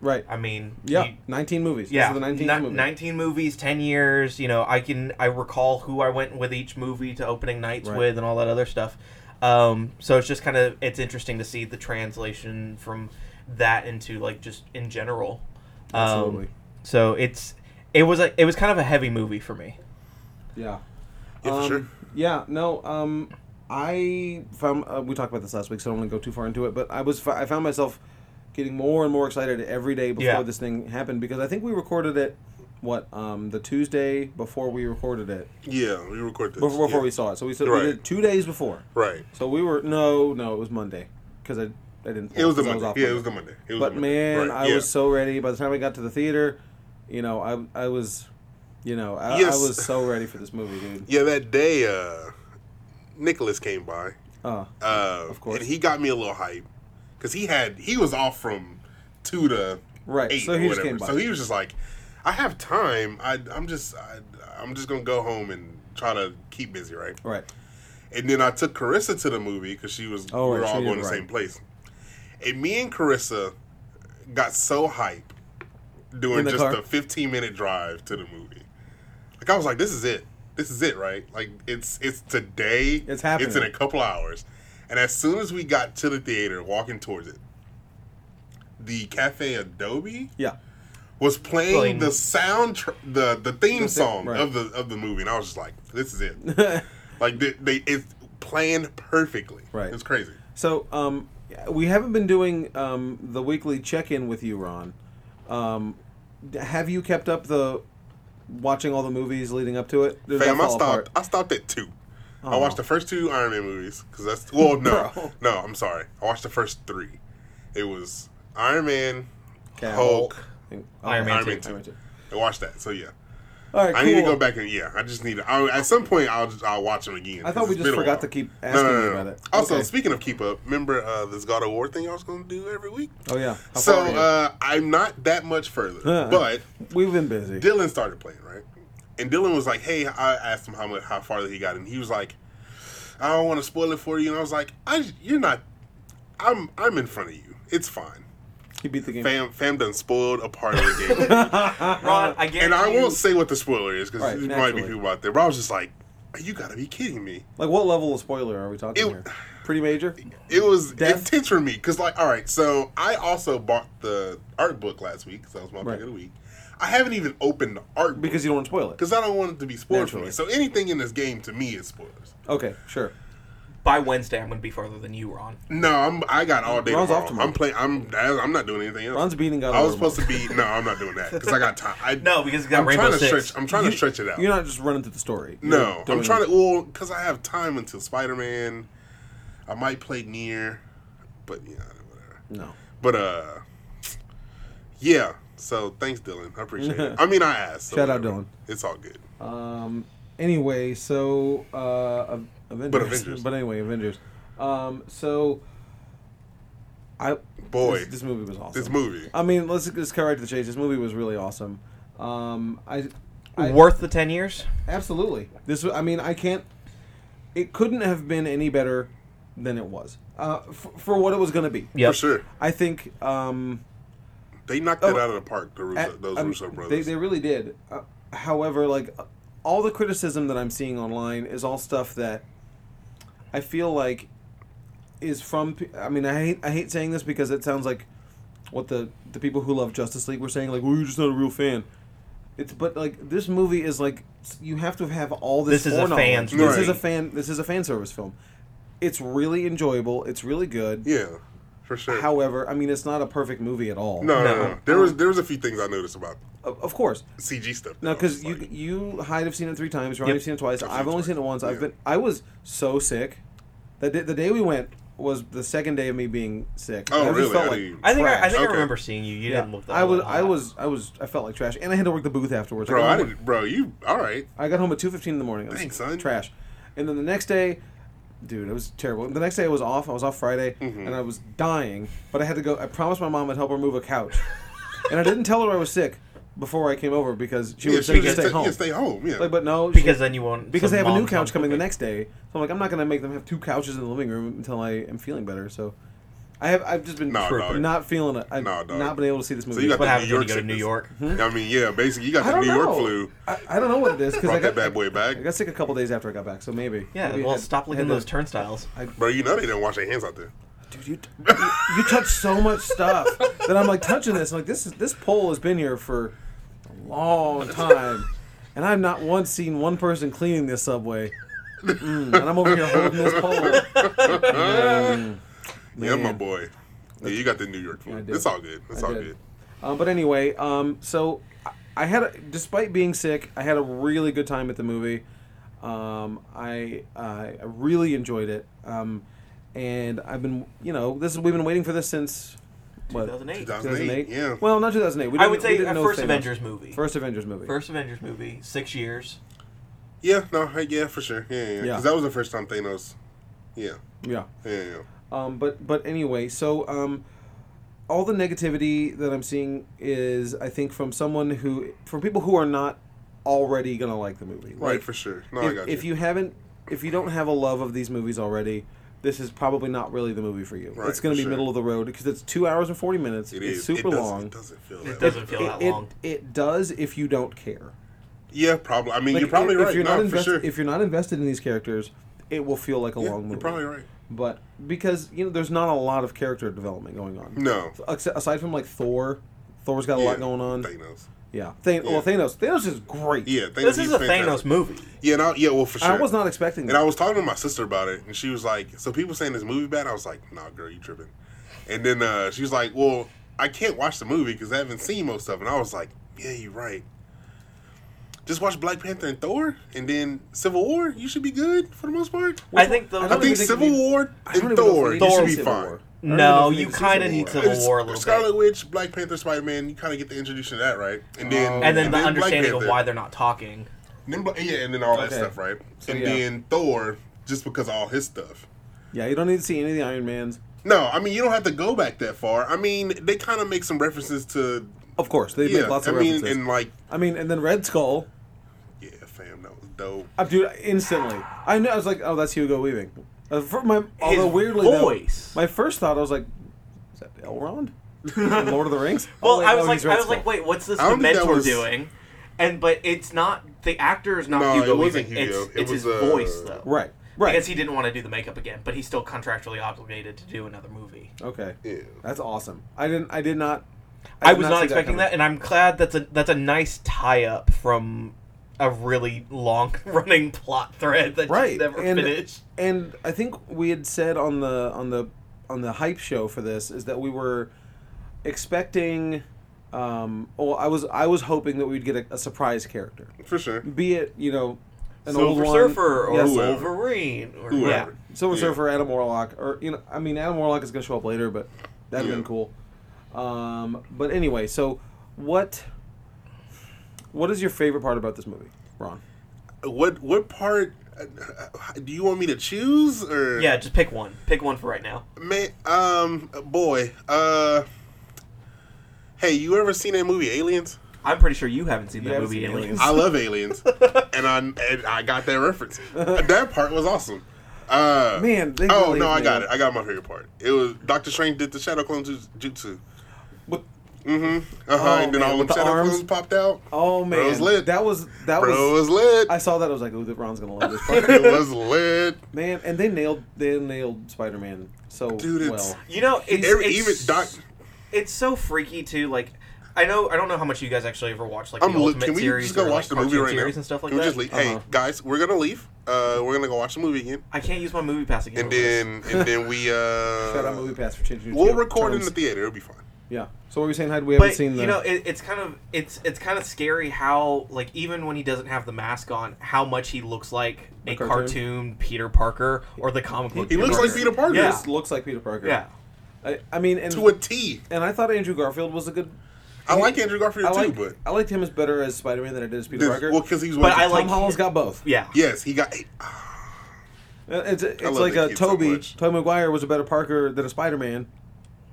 Speaker 1: Right.
Speaker 3: I mean,
Speaker 1: Yeah,
Speaker 3: you-
Speaker 1: nineteen movies.
Speaker 3: yeah,
Speaker 1: this is the nineteenth
Speaker 3: ni-
Speaker 1: movie.
Speaker 3: 19 movies, 10 years. You know, I can I recall who I went with each movie to opening nights
Speaker 1: Right.
Speaker 3: with and all that other stuff. Um, so it's just kind of it's interesting to see the translation from that into like just in general. Um,
Speaker 1: Absolutely.
Speaker 3: so it's it was a, it was kind of a heavy movie for me.
Speaker 1: yeah.
Speaker 2: Yeah, for
Speaker 1: Um,
Speaker 2: sure.
Speaker 1: Yeah, no. Um, I found uh, we talked about this last week, so I don't want to go too far into it. But I was I found myself getting more and more excited every day before
Speaker 3: Yeah.
Speaker 1: this thing happened because I think we recorded it what um, the Tuesday before we recorded it
Speaker 2: Yeah, we record this
Speaker 1: before, before
Speaker 2: yeah.
Speaker 1: we saw it. So we said
Speaker 2: Right.
Speaker 1: we did two days before.
Speaker 2: Right.
Speaker 1: So we were no no it was Monday because I I didn't.
Speaker 2: It was the
Speaker 1: 'cause I
Speaker 2: Monday.
Speaker 1: off
Speaker 2: yeah, it was the Monday. It was
Speaker 1: but
Speaker 2: the Monday.
Speaker 1: man,
Speaker 2: Right,
Speaker 1: I
Speaker 2: yeah.
Speaker 1: was so ready. By the time I got to the theater, you know, I I was, you know, I,
Speaker 2: Yes.
Speaker 1: I was so ready for this movie, dude.
Speaker 2: Yeah, that day, uh, Nicholas came by.
Speaker 1: Uh,
Speaker 2: Uh,
Speaker 1: Of course.
Speaker 2: And he got me a little hype because he had he was off from two to
Speaker 1: Right,
Speaker 2: eight
Speaker 1: so
Speaker 2: or
Speaker 1: he just
Speaker 2: whatever.
Speaker 1: came by.
Speaker 2: So he was just like, I have time. I, I'm just I, I'm just gonna go home and try to keep busy, right?
Speaker 1: right.
Speaker 2: And then I took Carissa to the movie because she was
Speaker 1: Oh,
Speaker 2: we were
Speaker 1: right,
Speaker 2: all
Speaker 1: she
Speaker 2: going to
Speaker 1: did,
Speaker 2: the
Speaker 1: right.
Speaker 2: same place. And me and Carissa got so hype
Speaker 1: In
Speaker 2: doing
Speaker 1: the
Speaker 2: just
Speaker 1: car?
Speaker 2: a 15 minute drive to the movie. Like I was like, this is it. This is it, right? Like it's it's today.
Speaker 1: It's happening.
Speaker 2: It's in a couple hours. And as soon as we got to the theater, walking towards it, the Cafe Adobe
Speaker 1: Yeah.
Speaker 2: was playing
Speaker 3: Playing-
Speaker 2: the soundtrack, the the theme
Speaker 1: The thi-
Speaker 2: song
Speaker 1: right.
Speaker 2: of the of the movie, and I was just like, "This is it." Like they, they it's planned perfectly.
Speaker 1: Right.
Speaker 2: It's crazy.
Speaker 1: So, um, we haven't been doing um, the weekly check-in with you, Ron. Um, d- have you kept up the watching all the movies leading up to it? Did that
Speaker 2: Fam, I
Speaker 1: fall
Speaker 2: stopped.
Speaker 1: apart? Oh.
Speaker 2: I stopped at two. I watched the first two Iron Man movies because that's well, no,
Speaker 1: Bro.
Speaker 2: no. I'm sorry. I watched the first three. It was Iron Man,
Speaker 1: Okay.
Speaker 2: Hulk.
Speaker 1: Think-
Speaker 3: Iron Man
Speaker 2: Iron Man
Speaker 1: Iron Man two.
Speaker 2: I watched that. So yeah,
Speaker 1: All right,
Speaker 2: I need to
Speaker 1: cool.
Speaker 2: go back and yeah. I just need. To, I, at some point, I'll just, I'll watch them again.
Speaker 1: I
Speaker 2: 'cause
Speaker 1: thought we
Speaker 2: it's
Speaker 1: just
Speaker 2: been a
Speaker 1: forgot
Speaker 2: while.
Speaker 1: to keep
Speaker 2: No,
Speaker 1: asking
Speaker 2: no,
Speaker 1: you
Speaker 2: no, no.
Speaker 1: about it.
Speaker 2: Also,
Speaker 1: Okay.
Speaker 2: speaking of keep up, remember uh, this God of War thing I was going to do every week?
Speaker 1: Oh yeah. How
Speaker 2: so
Speaker 1: far are you?
Speaker 2: uh, I'm not that much further,
Speaker 1: Uh-uh.
Speaker 2: but
Speaker 1: we've been busy.
Speaker 2: Dylan started playing, right? And Dylan was like, "Hey," I asked him how much, how far that he got, and he was like, "I don't want to spoil it for you." And I was like, "I, you're not. I'm, I'm in front of you. It's fine."
Speaker 1: he beat the game.
Speaker 2: Fam, fam, done spoiled a part of the game,
Speaker 1: Uh,
Speaker 3: Ron, I guarantee
Speaker 2: and I
Speaker 3: you-
Speaker 2: won't say what the spoiler is because
Speaker 1: Right,
Speaker 2: there might
Speaker 1: naturally.
Speaker 2: be people out there. But I was just like, "You gotta be kidding me!"
Speaker 1: Like, what level of spoiler are we talking
Speaker 2: It-
Speaker 1: here? Pretty major.
Speaker 2: It was
Speaker 1: Death?
Speaker 2: intense for me because, like, all right, so I also bought the art book last week, so that was my
Speaker 1: Right.
Speaker 2: pick of the week. I haven't even opened the art book.
Speaker 1: Because you don't want to spoil it.
Speaker 2: because I don't want it to be spoiled for
Speaker 1: Naturally.
Speaker 2: me. So anything in this game to me is spoilers.
Speaker 1: Okay, sure.
Speaker 3: by Wednesday I'm going to be farther than you, Ron.
Speaker 2: No, I'm I got all day.
Speaker 1: Ron's
Speaker 2: tomorrow.
Speaker 1: off tomorrow.
Speaker 2: I'm playing. I'm I'm not doing anything else.
Speaker 1: Ron's beating God
Speaker 2: I
Speaker 1: of
Speaker 2: was
Speaker 1: War
Speaker 2: supposed to be. No, I'm not doing that because I got time. I,
Speaker 3: No, because it's got
Speaker 2: I'm
Speaker 3: Rainbow
Speaker 2: trying to
Speaker 3: Six.
Speaker 2: stretch. I'm trying to stretch it out.
Speaker 1: You're not just running through the story. You're
Speaker 2: no, I'm
Speaker 1: doing-
Speaker 2: trying to. Well, because I have time until Spider Man. I might play near, but yeah, whatever.
Speaker 1: No.
Speaker 2: But uh, yeah. So thanks, Dylan. I appreciate it. I mean, I asked. So
Speaker 1: Shout out,
Speaker 2: whatever.
Speaker 1: Dylan.
Speaker 2: It's all good.
Speaker 1: Um. Anyway, so uh, Av- Avengers.
Speaker 2: Avengers.
Speaker 1: But anyway, Avengers. Um. So. I
Speaker 2: Boy,
Speaker 1: this, this movie was awesome.
Speaker 2: This movie.
Speaker 1: I mean, let's just cut right to the chase. This movie was really awesome. Um. I. I
Speaker 3: Worth the 10 years?
Speaker 1: absolutely. This. wa- I mean, I can't. It couldn't have been any better than it was. Uh, for, for what it was going to be.
Speaker 3: Yep.
Speaker 2: For sure.
Speaker 1: I think um,
Speaker 2: They knocked it out of the park. The Russo,
Speaker 1: At-
Speaker 2: those
Speaker 1: I'm-
Speaker 2: Russo
Speaker 1: They,
Speaker 2: brothers.
Speaker 1: they really did. Uh, however, like uh, all the criticism that I'm seeing online is all stuff that I feel like is from. pe- I mean, I hate I hate saying this because it sounds like what the the people who love Justice League were saying, like, "Well, you're just not a real fan." It's but like this movie is like s- you have to have all this.
Speaker 3: This is a
Speaker 1: foreknowledge.
Speaker 3: fan's
Speaker 1: This is
Speaker 2: movie.
Speaker 1: a fan. This is a fan service film. It's really enjoyable. It's really good.
Speaker 2: yeah, for sure.
Speaker 1: However, I mean, it's not a perfect movie at all.
Speaker 2: no, no,
Speaker 3: No.
Speaker 2: no, There was there was a few things I noticed about
Speaker 1: of, of course.
Speaker 2: CG stuff.
Speaker 1: No,
Speaker 2: I was
Speaker 1: because
Speaker 2: just
Speaker 1: you
Speaker 2: like,
Speaker 1: you Hyde have seen it three times. Ryan,
Speaker 3: Yep.
Speaker 1: have seen it twice.
Speaker 2: I've
Speaker 1: I've,
Speaker 2: seen it
Speaker 1: only seen it
Speaker 2: twice.
Speaker 1: once. I've
Speaker 2: Yeah.
Speaker 1: been. I was so sick. That day, the day we went was the second day of me being sick.
Speaker 2: Oh,
Speaker 1: I just
Speaker 2: really?
Speaker 1: felt
Speaker 2: I
Speaker 1: like
Speaker 2: didn't-
Speaker 3: I think I, I
Speaker 1: trash.
Speaker 3: think
Speaker 2: Okay.
Speaker 3: I remember seeing you. You
Speaker 1: Yeah.
Speaker 3: didn't look that.
Speaker 1: I was
Speaker 3: hot.
Speaker 1: I was I was I felt like trash, and I had to work the booth afterwards.
Speaker 2: bro,
Speaker 1: got
Speaker 2: I
Speaker 1: home-
Speaker 2: didn't, bro, you all right?
Speaker 1: I got home at two fifteen in the morning. I was
Speaker 2: Thanks, son.
Speaker 1: Trash, and then the next day, dude, it was terrible. The next day I was off. I was off Friday,
Speaker 2: Mm-hmm.
Speaker 1: and I was dying. But I had to go. I promised my mom I'd help her move a couch, and I didn't tell her I was sick before I came over because she
Speaker 2: Yeah,
Speaker 1: was
Speaker 2: she
Speaker 1: saying
Speaker 2: just
Speaker 1: stay
Speaker 2: sta-
Speaker 1: home.
Speaker 2: Yeah, stay home. Yeah,
Speaker 1: Like, but no, she-
Speaker 3: because then you won't
Speaker 1: because
Speaker 3: so
Speaker 1: they have a new
Speaker 3: mom's
Speaker 1: couch
Speaker 3: not
Speaker 1: coming the
Speaker 3: cooking.
Speaker 1: next day. So I'm like, I'm not gonna make them have two couches in the living room until I am feeling better. So I have I've just been
Speaker 2: Nah,
Speaker 1: tripping.
Speaker 2: dog.
Speaker 1: not feeling it. I've
Speaker 2: Nah, dog.
Speaker 1: not been able to see this movie.
Speaker 2: so you got
Speaker 3: What
Speaker 2: the
Speaker 3: happens
Speaker 2: New York
Speaker 3: when you go to New
Speaker 2: sickness. Hmm?
Speaker 3: York?
Speaker 2: I mean, yeah, basically you got
Speaker 1: I
Speaker 2: the
Speaker 1: don't
Speaker 2: New
Speaker 1: know.
Speaker 2: York flu.
Speaker 1: I, I don't know what it is because I
Speaker 2: Brought
Speaker 1: got
Speaker 2: that bad boy back,
Speaker 1: I got sick a couple days after I got back. So maybe
Speaker 3: Yeah,
Speaker 1: maybe I
Speaker 3: well,
Speaker 1: had-
Speaker 3: stop looking at
Speaker 1: had to-
Speaker 3: those turnstiles.
Speaker 2: bro. You know they didn't wash their hands out there.
Speaker 1: Dude, you, t- you, you touch so much stuff that I'm like touching this. I'm like this is this pole has been here for a long time, and I've not once seen one person cleaning this subway. Mm, and I'm over here holding this pole. Mm,
Speaker 2: Yeah, my
Speaker 1: man.
Speaker 2: boy. Yeah, you got the New York
Speaker 1: I
Speaker 2: flu.
Speaker 1: did.
Speaker 2: It's all good. It's
Speaker 1: I
Speaker 2: all
Speaker 1: did.
Speaker 2: good.
Speaker 1: Uh, but anyway, um, so I- I had, a, despite being sick, I had a really good time at the movie. Um, I I I really enjoyed it, um, and I've been, you know, this is we've been waiting for this since what
Speaker 3: 2008.
Speaker 2: 2008. Yeah.
Speaker 1: Well, not 2008. We
Speaker 3: I
Speaker 1: didn't-
Speaker 3: would
Speaker 1: we
Speaker 3: say
Speaker 1: didn't
Speaker 3: a
Speaker 1: know
Speaker 3: first
Speaker 1: Thanos.
Speaker 3: Avengers movie.
Speaker 1: First Avengers movie.
Speaker 3: First Avengers movie. Six years.
Speaker 2: Yeah, no, hey, yeah, for sure. Yeah, yeah.
Speaker 1: Yeah.
Speaker 2: Because that was the first time Thanos. Yeah,
Speaker 1: Yeah.
Speaker 2: yeah, yeah.
Speaker 1: Um, but but anyway, so um, all the negativity that I'm seeing is I think from someone who from people who are not already gonna like the movie.
Speaker 2: Right,
Speaker 1: Like,
Speaker 2: for sure. No, I
Speaker 1: if,
Speaker 2: got
Speaker 1: if you haven't if you don't have a love of these movies already this is probably not really the movie for you
Speaker 2: Right,
Speaker 1: it's going
Speaker 2: for
Speaker 1: to be
Speaker 2: sure.
Speaker 1: middle of the road because it's two hours and 40 minutes
Speaker 2: It
Speaker 1: it's
Speaker 2: is.
Speaker 1: super
Speaker 2: it doesn't-
Speaker 1: long
Speaker 2: It doesn't feel that
Speaker 3: It
Speaker 2: way.
Speaker 3: doesn't feel that
Speaker 1: it, it-
Speaker 3: long.
Speaker 1: it does if you don't care
Speaker 2: Yeah, probably. I mean,
Speaker 1: Like,
Speaker 2: you're probably
Speaker 1: if,
Speaker 2: right.
Speaker 1: if you're
Speaker 2: no,
Speaker 1: not
Speaker 2: for
Speaker 1: invested
Speaker 2: sure.
Speaker 1: if you're not invested in these characters it will feel like a
Speaker 2: yeah,
Speaker 1: long movie
Speaker 2: you're probably right.
Speaker 1: but because you know there's not a lot of character development going on
Speaker 2: No.
Speaker 1: Ac- aside from like thor thor's got a
Speaker 2: Mm. yeah,
Speaker 1: lot going on
Speaker 2: Thanos.
Speaker 1: yeah, Than-
Speaker 2: Yeah.
Speaker 1: well thanos thanos is great
Speaker 2: Yeah, Thanos.
Speaker 3: This is
Speaker 2: he's
Speaker 3: a Thanos
Speaker 2: fantastic.
Speaker 3: movie.
Speaker 2: Yeah, no, yeah, well, for sure.
Speaker 1: i was not expecting that
Speaker 2: And I was talking to my sister about it, and she was like, "So people saying this movie bad?" I was like, "Nah, girl, you tripping." And then uh, she was like, "Well, I can't watch the movie because I haven't seen most of it." And I was like, "Yeah, you're right. Just watch Black Panther and Thor, and then Civil War. You should be good for the most part."
Speaker 1: Which
Speaker 3: I think
Speaker 1: one-
Speaker 3: the-
Speaker 2: I
Speaker 1: don't
Speaker 2: think
Speaker 1: even
Speaker 2: Civil
Speaker 1: we-
Speaker 2: War
Speaker 1: I don't
Speaker 2: and
Speaker 1: even know if
Speaker 2: Thor,
Speaker 1: we need
Speaker 2: you
Speaker 1: to
Speaker 2: should
Speaker 1: see
Speaker 2: be
Speaker 1: Civil
Speaker 2: fine.
Speaker 1: War. I don't even know
Speaker 3: No,
Speaker 1: if we
Speaker 3: you
Speaker 1: need to see
Speaker 3: kind of
Speaker 1: Civil
Speaker 3: need
Speaker 1: War.
Speaker 3: Civil
Speaker 2: It's
Speaker 3: War a little
Speaker 2: Scarlet
Speaker 3: bit,
Speaker 2: Witch, Black Panther, Spider Man. You kind of get the introduction to that, right? And then
Speaker 1: Oh.
Speaker 3: and then the
Speaker 2: Black
Speaker 3: understanding of
Speaker 2: Panther.
Speaker 3: why they're not talking.
Speaker 2: Then Bla- yeah, and then all that
Speaker 1: Okay.
Speaker 2: stuff, right?
Speaker 1: So,
Speaker 2: and
Speaker 1: yeah.
Speaker 2: then Thor, just because of all his stuff.
Speaker 1: Yeah, you don't need to see any of the Iron Mans.
Speaker 2: No, I mean you don't have to go back that far. I mean they kind of make some references to
Speaker 1: Of course, they
Speaker 2: yeah.
Speaker 1: make lots
Speaker 2: I
Speaker 1: of
Speaker 2: mean
Speaker 1: references.
Speaker 2: and like
Speaker 1: I mean, and then Red Skull,
Speaker 2: yeah, fam, that was dope.
Speaker 1: uh, dude, instantly. I knew I was like, oh, that's Hugo Weaving. Uh, for my, although weirdly, though,
Speaker 3: voice.
Speaker 1: my first thought I was like, is that Elrond? From Lord of the Rings.
Speaker 3: Well,
Speaker 1: Oh, wait,
Speaker 3: I was
Speaker 1: no,
Speaker 3: like,
Speaker 1: he's Red
Speaker 3: I was
Speaker 1: Skull.
Speaker 3: like, wait, what's this
Speaker 2: I
Speaker 3: the
Speaker 2: don't think that
Speaker 3: mentor
Speaker 2: was-
Speaker 3: doing? And but it's not the actor is not
Speaker 2: No,
Speaker 3: Hugo
Speaker 2: it wasn't
Speaker 3: Weaving.
Speaker 2: Hugo.
Speaker 3: It's,
Speaker 2: It
Speaker 3: it's
Speaker 2: was,
Speaker 3: his
Speaker 2: uh,
Speaker 3: voice though.
Speaker 1: right, right.
Speaker 3: Because he didn't want to do the makeup again, but he's still contractually obligated to do another movie.
Speaker 1: okay,
Speaker 2: Yeah.
Speaker 1: that's awesome. I didn't, I did not.
Speaker 3: I,
Speaker 1: did
Speaker 3: was not,
Speaker 1: see
Speaker 3: expecting
Speaker 1: coming.
Speaker 3: that, and I'm glad that's a that's a nice tie up from a really long running plot thread that
Speaker 1: Right,
Speaker 3: just never
Speaker 1: and-
Speaker 3: finished.
Speaker 1: and I think we had said on the on the on the hype show for this is that we were expecting. Um, well, I was I was hoping that we'd get a, a surprise character,
Speaker 2: For sure.
Speaker 1: be it you know an old
Speaker 3: Silver
Speaker 1: one,
Speaker 3: Surfer or
Speaker 1: yes,
Speaker 2: whoever.
Speaker 3: Wolverine or
Speaker 2: Whoever.
Speaker 3: yeah.
Speaker 1: Silver
Speaker 2: Yeah.
Speaker 1: Surfer, Adam Warlock, or you know, I mean, Adam Warlock is going to show up later, but that'd
Speaker 2: Yeah.
Speaker 1: been cool. Um, but anyway, so what what is your favorite part about this movie, Ron?
Speaker 2: What what part uh, uh, do you want me to choose or
Speaker 3: Yeah, just pick one. Pick one for right now.
Speaker 2: man um boy uh hey you ever seen that movie Aliens?
Speaker 3: I'm pretty sure you haven't seen
Speaker 1: You
Speaker 3: that
Speaker 1: haven't
Speaker 3: movie
Speaker 1: seen Aliens.
Speaker 3: Aliens.
Speaker 2: I love aliens, and I and I got that reference. That part was awesome. Uh,
Speaker 1: Man, they
Speaker 2: oh
Speaker 1: really-
Speaker 2: no, I got
Speaker 1: man.
Speaker 2: it. I got my favorite part. It was Doctor Strange did the Shadow Clone Jutsu.
Speaker 1: What
Speaker 2: Mm-hmm. Uh huh.
Speaker 1: Oh,
Speaker 2: and then
Speaker 1: man,
Speaker 2: all
Speaker 1: with
Speaker 2: the
Speaker 1: the
Speaker 2: shadow
Speaker 1: arms.
Speaker 2: films popped out.
Speaker 1: Oh man,
Speaker 2: Bro's lit.
Speaker 1: that was that
Speaker 2: Bro
Speaker 1: was.
Speaker 2: was lit.
Speaker 1: I saw that. I was like, "Ooh, Ron's gonna love this part,
Speaker 2: it was lit.
Speaker 1: man!" And they nailed they nailed Spider Man so
Speaker 2: Dude, it's-
Speaker 1: well.
Speaker 3: You know, it's,
Speaker 2: Every,
Speaker 3: it's-
Speaker 2: even Doc.
Speaker 3: It's so freaky too. Like, I know I don't know how much you guys actually ever watch like
Speaker 2: I'm
Speaker 3: the
Speaker 2: li-
Speaker 3: Ultimate
Speaker 2: Can we
Speaker 3: series
Speaker 2: just go
Speaker 3: or
Speaker 2: watch
Speaker 3: like,
Speaker 2: the movie
Speaker 3: cartoon
Speaker 2: right now?
Speaker 3: series and stuff like
Speaker 2: Can we
Speaker 3: that.
Speaker 2: just leave? Hey
Speaker 1: Uh-huh.
Speaker 2: guys, we're gonna leave. Uh, we're gonna go watch the movie again,
Speaker 3: I can't use my movie pass again.
Speaker 2: and then and then we
Speaker 1: Shout out Movie
Speaker 2: uh,
Speaker 1: Pass for changing.
Speaker 2: we'll
Speaker 1: your
Speaker 2: record in
Speaker 1: terms.
Speaker 2: the theater. It'll be fun.
Speaker 1: yeah. So what were you saying? Hyde? We haven't
Speaker 3: But
Speaker 1: seen the.
Speaker 3: you know, it, it's kind of it's it's kind of scary how like even when he doesn't have the mask on, how much he looks like
Speaker 1: The
Speaker 3: a
Speaker 1: cartoon?
Speaker 3: cartoon. Peter Parker or the comic book.
Speaker 2: He looks like Peter Parker.
Speaker 1: It
Speaker 3: Yeah.
Speaker 1: just looks like Peter Parker.
Speaker 3: Yeah,
Speaker 1: I, I mean, and
Speaker 2: To a T.
Speaker 1: and I thought Andrew Garfield was a good.
Speaker 2: I like Andrew Garfield
Speaker 1: I like
Speaker 2: too, but
Speaker 1: I liked him as better as Spider Man than I did as Peter
Speaker 2: this,
Speaker 1: Parker.
Speaker 2: well, because he's.
Speaker 3: But I
Speaker 1: Tom
Speaker 3: like-
Speaker 1: Holland's got both.
Speaker 3: yeah.
Speaker 2: Yes, he got.
Speaker 1: Uh, It's it's
Speaker 2: love
Speaker 1: like
Speaker 2: that
Speaker 1: a
Speaker 2: kid so
Speaker 1: Toby.
Speaker 2: much.
Speaker 1: Toby Maguire was a better Parker than a Spider Man.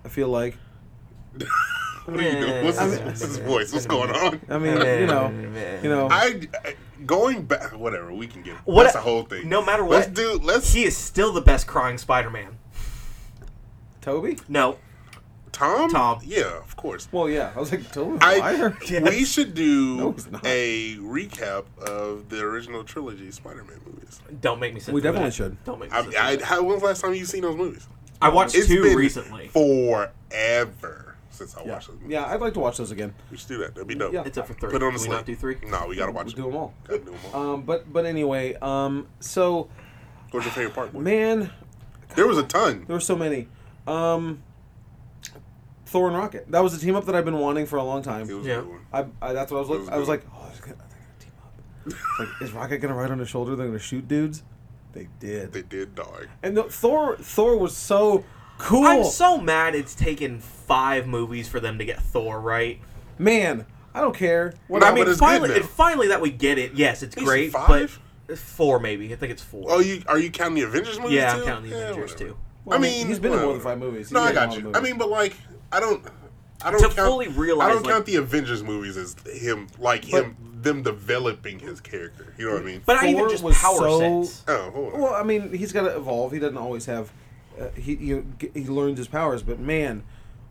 Speaker 1: I feel like.
Speaker 2: What are you doing? What's his, what's his voice? What's going on?
Speaker 1: I mean, you know, you know.
Speaker 2: I I- going back. Whatever we can get.
Speaker 3: What-
Speaker 2: that's the whole thing.
Speaker 3: no matter
Speaker 2: Let's
Speaker 3: what,
Speaker 2: do. Let's.
Speaker 3: He is still the best crying Spider-Man.
Speaker 1: Toby.
Speaker 3: No,
Speaker 2: Tom.
Speaker 3: Tom.
Speaker 2: Yeah, of course.
Speaker 1: Well, yeah. I was like Toby
Speaker 2: I,
Speaker 1: Maguire.
Speaker 2: We should do
Speaker 1: No, he's not.
Speaker 2: a recap of the original trilogy Spider-Man movies.
Speaker 3: don't make me sit.
Speaker 1: We
Speaker 3: through
Speaker 1: definitely
Speaker 3: that.
Speaker 1: should.
Speaker 3: Don't make me.
Speaker 2: I,
Speaker 3: sit through
Speaker 2: I,
Speaker 3: that.
Speaker 2: how, when was the last time you seen those movies?
Speaker 3: I watched
Speaker 2: It's
Speaker 3: two
Speaker 2: been
Speaker 3: recently.
Speaker 2: Forever since I
Speaker 1: Yeah.
Speaker 2: watched those movies.
Speaker 1: yeah, I'd like to watch those again.
Speaker 2: we should do that. That'd be dope.
Speaker 1: Yeah.
Speaker 3: It's up for three.
Speaker 2: Put it on the
Speaker 3: Can
Speaker 2: slate.
Speaker 3: we not do three?
Speaker 2: No, we gotta
Speaker 1: We'll
Speaker 2: watch it.
Speaker 1: do them all.
Speaker 2: Gotta do 'em all.
Speaker 1: Um, but but anyway, um, so
Speaker 2: What's your favorite part? boy?
Speaker 1: man,
Speaker 2: There was a ton.
Speaker 1: There were so many. Um, Thor and Rocket. That was a team up that I've been wanting for a long
Speaker 2: It
Speaker 1: time.
Speaker 2: was
Speaker 3: Yeah.
Speaker 2: a good one.
Speaker 1: I, I that's what I was
Speaker 2: was
Speaker 1: looking. I was
Speaker 2: good.
Speaker 1: like, oh, they're gonna, they're gonna team up. It's like, is Rocket gonna ride on his shoulder? They're gonna shoot dudes. They
Speaker 2: They
Speaker 1: did.
Speaker 2: did, dog.
Speaker 1: And the, Thor Thor was so cool.
Speaker 3: I'm so mad it's taken five movies for them to get Thor right.
Speaker 1: Man, I don't care. What
Speaker 2: No,
Speaker 1: I mean,
Speaker 2: but it's good
Speaker 3: finally,
Speaker 2: now.
Speaker 3: and finally that we get it. Yes, it's
Speaker 2: least
Speaker 3: great,
Speaker 2: five?
Speaker 3: but four maybe. I think it's four.
Speaker 2: Oh, you are you counting the Avengers movies?
Speaker 3: yeah,
Speaker 2: too?
Speaker 3: I'm counting the
Speaker 2: Yeah,
Speaker 3: Avengers
Speaker 2: whatever.
Speaker 3: too.
Speaker 1: Well,
Speaker 2: I mean,
Speaker 1: he's been in more than
Speaker 2: whatever.
Speaker 1: five movies. He's
Speaker 2: No,
Speaker 1: been
Speaker 2: I
Speaker 1: in a
Speaker 2: got
Speaker 1: lot of
Speaker 2: you. I
Speaker 1: movies.
Speaker 2: mean, but like, I don't, I don't
Speaker 3: To
Speaker 2: count,
Speaker 3: fully realize,
Speaker 2: I don't
Speaker 3: like-
Speaker 2: count the Avengers movies as him, like him, them developing his character. You know what I mean?
Speaker 3: But I even
Speaker 1: Four
Speaker 3: just
Speaker 1: was
Speaker 3: power
Speaker 1: so-
Speaker 3: sense.
Speaker 2: oh, hold on.
Speaker 1: Well, I mean, he's got to evolve. He doesn't always have. Uh, he you, g- he learns his powers, but man,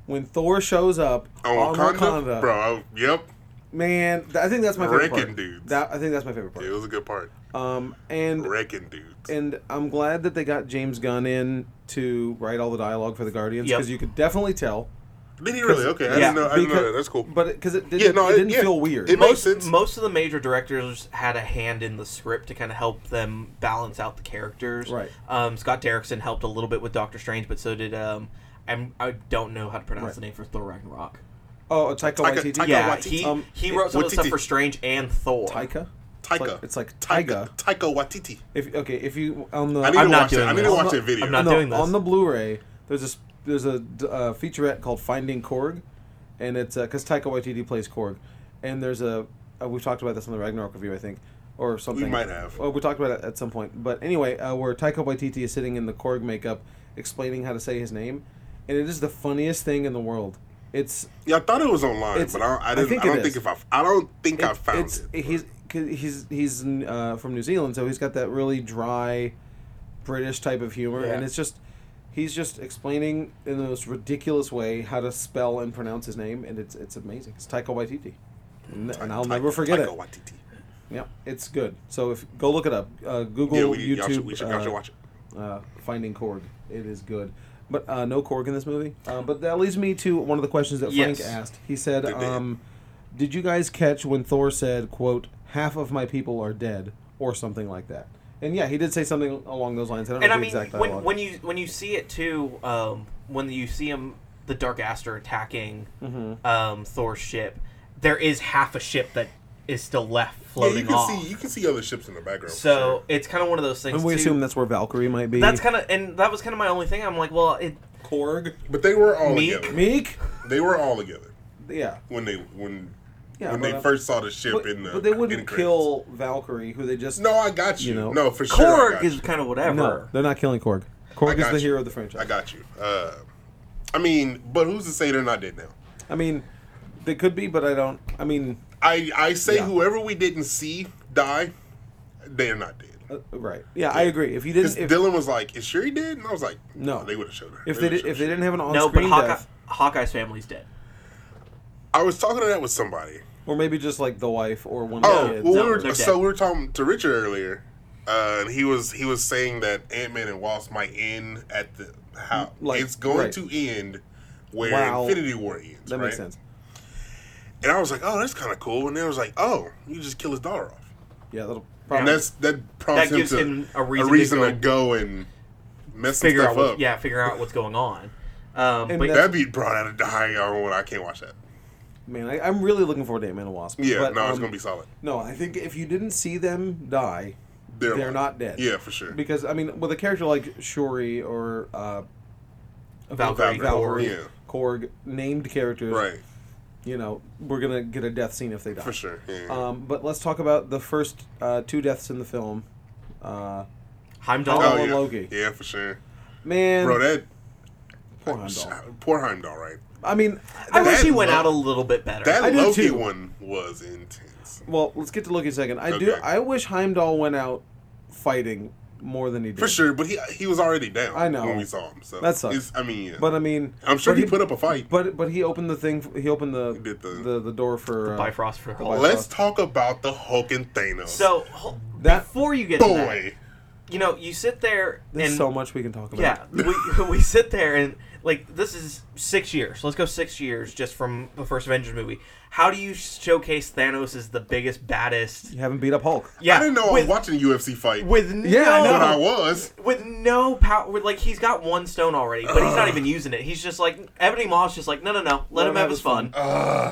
Speaker 1: when Thor shows up
Speaker 2: on
Speaker 1: on
Speaker 2: Oh, Wakanda,
Speaker 1: Oh, Wakanda,
Speaker 2: bro. I- yep,
Speaker 1: man, th- I think that's my favorite
Speaker 2: Wrecking
Speaker 1: part.
Speaker 2: dudes.
Speaker 1: That I think that's my favorite part.
Speaker 2: it was a good part.
Speaker 1: Um, and
Speaker 2: Wrecking dudes.
Speaker 1: and I'm glad that they got James Gunn in to write all the dialogue for the Guardians
Speaker 3: Yep.
Speaker 1: because you could definitely tell.
Speaker 2: Did he really? Okay, I
Speaker 3: yeah,
Speaker 2: didn't know. I didn't know
Speaker 1: because-
Speaker 2: that. That's cool.
Speaker 1: But because it, didn't
Speaker 2: Yeah, no,
Speaker 1: it
Speaker 2: it-
Speaker 1: didn't
Speaker 2: yeah.
Speaker 1: feel weird.
Speaker 2: It-
Speaker 3: Most
Speaker 2: makes sense.
Speaker 3: most of the major directors had a hand in the script to kind of help them balance out the characters.
Speaker 1: Right.
Speaker 3: Um, Scott Derrickson helped a little bit with Doctor Strange, but so did um, I'm, I don't know how to pronounce
Speaker 1: Right.
Speaker 3: the name for Thor Ragnarok.
Speaker 1: oh, Taika
Speaker 2: Taika-
Speaker 1: Waititi.
Speaker 2: Taika
Speaker 3: Yeah,
Speaker 2: Waititi.
Speaker 3: he,
Speaker 1: Um,
Speaker 3: he wrote some of the stuff
Speaker 2: Waititi.
Speaker 3: for Strange and Thor.
Speaker 1: Taika.
Speaker 2: Taika.
Speaker 1: It's like, it's like
Speaker 2: Taika.
Speaker 1: Taiga.
Speaker 2: Taika Waititi.
Speaker 1: If okay, if you on the
Speaker 2: I need
Speaker 3: I'm
Speaker 2: to
Speaker 3: not
Speaker 2: watch it.
Speaker 3: doing
Speaker 2: I need to
Speaker 3: this.
Speaker 2: watch
Speaker 1: I'm
Speaker 2: that
Speaker 1: not-
Speaker 2: video.
Speaker 3: I'm not-
Speaker 1: no,
Speaker 3: doing this.
Speaker 1: on the Blu-ray. There's a s- there's a d- uh, featurette called Finding Korg, and it's because Taika Waititi plays Korg, and there's a uh, we've talked about this on the Ragnarok review, I think, or something.
Speaker 2: might have.
Speaker 1: Well, we talked about it at some point, but anyway, uh, where Taika Waititi is sitting in the Korg makeup, explaining how to say his name, and it is the funniest thing in the world. It's
Speaker 2: Yeah, I thought it was online,
Speaker 1: It's-
Speaker 2: but I, don't- I
Speaker 1: I
Speaker 2: didn't. I,
Speaker 1: think it
Speaker 2: don't
Speaker 1: is.
Speaker 2: think if I, I don't think I
Speaker 1: it-
Speaker 2: found
Speaker 1: it's,
Speaker 2: it.
Speaker 1: He's 'cause he's he's uh, from New Zealand, so he's got that really dry British type of humor,
Speaker 3: Yeah.
Speaker 1: and it's just he's just explaining in the most ridiculous way how to spell and pronounce his name, and it's it's amazing. It's Taika Waititi, and, and I'll never forget it.
Speaker 2: Taika Waititi.
Speaker 1: Yeah, it's good. So if go look it up, uh, Google
Speaker 2: Yeah, we, y'all
Speaker 1: YouTube.
Speaker 2: should, we should, y'all
Speaker 1: uh,
Speaker 2: should watch it.
Speaker 1: uh, Finding Korg. It is good. But uh, no Korg in this movie. Uh, but that leads me to one of the questions that Frank
Speaker 3: Yes.
Speaker 1: asked. He said,
Speaker 2: Did they-
Speaker 1: um, "Did you guys catch when Thor said, quote, half of my people are dead, or something like that?" And yeah, he did say something along those lines. I don't
Speaker 3: and
Speaker 1: know
Speaker 3: I
Speaker 1: the
Speaker 3: mean,
Speaker 1: exact
Speaker 3: when,
Speaker 1: dialogue.
Speaker 3: when you when you see it too, um, when you see him, the Dark Aster attacking
Speaker 2: Mm-hmm.
Speaker 3: um, Thor's ship, there is half a ship that is still left
Speaker 2: Yeah, you
Speaker 3: floating
Speaker 2: can
Speaker 3: off.
Speaker 2: see you can see other ships in the background. for
Speaker 3: so
Speaker 2: sure.
Speaker 3: it's kind of one of those things.
Speaker 1: and we
Speaker 3: too-
Speaker 1: assume that's where Valkyrie might be.
Speaker 3: that's kind of and that was kind of my only thing. I'm like, well, it,
Speaker 1: Korg.
Speaker 2: but they were all
Speaker 3: Meek?
Speaker 2: together.
Speaker 1: Meek.
Speaker 2: They were all together
Speaker 1: Yeah.
Speaker 2: when they when
Speaker 1: Yeah,
Speaker 2: when
Speaker 1: but,
Speaker 2: they
Speaker 1: uh,
Speaker 2: first saw the ship
Speaker 1: But,
Speaker 2: in the.
Speaker 1: but they
Speaker 2: in
Speaker 1: wouldn't
Speaker 2: credits.
Speaker 1: kill Valkyrie, who they just
Speaker 2: No, I got you.
Speaker 1: You know.
Speaker 2: no, for sure. I
Speaker 3: Korg
Speaker 2: got
Speaker 3: is
Speaker 2: you.
Speaker 3: kind of whatever.
Speaker 1: No, they're not killing Korg. Korg is
Speaker 2: got
Speaker 1: the
Speaker 2: you.
Speaker 1: hero of the franchise.
Speaker 2: I got you. Uh, I mean, but who's to say they're not dead now?
Speaker 1: I mean, they could be, but I don't. I mean,
Speaker 2: I I say
Speaker 1: Yeah.
Speaker 2: whoever we didn't see die, they're not dead.
Speaker 1: uh, right? Yeah, I agree. If you didn't, if,
Speaker 2: Because Dylan was like, "Is sure he dead?" And I was like,
Speaker 1: No.
Speaker 2: they would have showed her."
Speaker 1: if they did,
Speaker 2: would've
Speaker 1: if
Speaker 2: showed
Speaker 1: they
Speaker 2: her.
Speaker 1: didn't have an
Speaker 3: no, but
Speaker 1: on-screen
Speaker 3: Hawkeye,
Speaker 1: death,
Speaker 3: Hawkeye's family's dead.
Speaker 2: I was talking to that with somebody.
Speaker 1: Or maybe just like the wife or one
Speaker 2: Oh,
Speaker 1: of the kids.
Speaker 2: well,
Speaker 3: no,
Speaker 2: we were,
Speaker 3: they're
Speaker 2: so
Speaker 3: dead.
Speaker 2: we were talking to Richard earlier, uh, and he was he was saying that Ant Man and Wasp might end at the how
Speaker 1: Like,
Speaker 2: it's going
Speaker 1: right.
Speaker 2: to end where
Speaker 1: Wow.
Speaker 2: Infinity War ends.
Speaker 1: that makes
Speaker 2: right?
Speaker 1: sense.
Speaker 2: And I was like, oh, that's kind of cool. And then I was like, oh, you just kill his daughter off.
Speaker 1: Yeah, that'll
Speaker 2: And
Speaker 1: probably
Speaker 2: that's that prompts
Speaker 3: That gives
Speaker 2: him to
Speaker 3: him a reason to
Speaker 2: to, go. and mess some
Speaker 3: figure
Speaker 2: stuff
Speaker 3: out what,
Speaker 2: up.
Speaker 3: yeah, figure out what's going on. Um,
Speaker 1: And
Speaker 3: but
Speaker 1: that's-
Speaker 2: That beat brought out a dying hour. I can't watch that.
Speaker 1: man. I, I'm really looking forward to Ant Man and Wasp.
Speaker 2: Yeah,
Speaker 1: But,
Speaker 2: no, it's
Speaker 1: um,
Speaker 2: gonna be solid.
Speaker 1: No, I think if you didn't see them die,
Speaker 2: They're,
Speaker 1: they're
Speaker 2: alive.
Speaker 1: not dead.
Speaker 2: Yeah, for sure.
Speaker 1: because I mean, with a character like Shuri or uh,
Speaker 3: Valkyrie,
Speaker 1: Valkyrie,
Speaker 2: yeah.
Speaker 1: Korg, named characters,
Speaker 2: right,
Speaker 1: You know, we're gonna get a death scene if they die.
Speaker 2: for sure. Yeah.
Speaker 1: Um, but let's talk about the first uh, two deaths in the film. Uh,
Speaker 3: Heimdall.
Speaker 1: Oh,
Speaker 2: yeah.
Speaker 1: Loki.
Speaker 2: Yeah, for sure.
Speaker 1: man,
Speaker 2: Bro, that
Speaker 1: poor Heimdall.
Speaker 2: poor Heimdall, right?
Speaker 1: I mean,
Speaker 3: I wish
Speaker 2: That
Speaker 3: he went
Speaker 2: Lo-
Speaker 3: out a little bit better.
Speaker 2: That
Speaker 1: I do
Speaker 2: Loki
Speaker 1: too.
Speaker 2: one was intense.
Speaker 1: well, let's get to Loki in a second. I do.
Speaker 2: Okay.
Speaker 1: I wish Heimdall went out fighting more than he did.
Speaker 2: For sure, but he he was already down.
Speaker 1: I know.
Speaker 2: when we saw him. So
Speaker 1: That sucks.
Speaker 2: It's- I mean, yeah.
Speaker 1: But uh, I mean,
Speaker 2: I'm sure
Speaker 1: but
Speaker 2: he, put up a fight.
Speaker 1: But but he opened the thing. He opened the
Speaker 2: did the-
Speaker 1: the, the, door for uh,
Speaker 3: Bifrost for Hulk.
Speaker 2: Let's talk about the Hulk and Thanos.
Speaker 3: So Hul-
Speaker 1: That-
Speaker 3: before you get to that,
Speaker 2: boy,
Speaker 3: you know, you sit there
Speaker 1: There's
Speaker 3: and
Speaker 1: so much we can talk about.
Speaker 3: yeah, we, we sit there and like this is six years. Let's go six years just from the first Avengers movie. How do you showcase Thanos as the biggest, baddest?
Speaker 1: you haven't beat up Hulk.
Speaker 3: Yeah,
Speaker 2: I didn't know I was
Speaker 3: with,
Speaker 2: watching a UFC fight.
Speaker 3: with no
Speaker 1: Yeah, I
Speaker 2: but
Speaker 1: know.
Speaker 2: I was.
Speaker 3: with no power. With, like he's got one stone already, but he's not even using it. He's just like Ebony Maw's just like no, no, no. Let, him have his fun.
Speaker 2: Uh,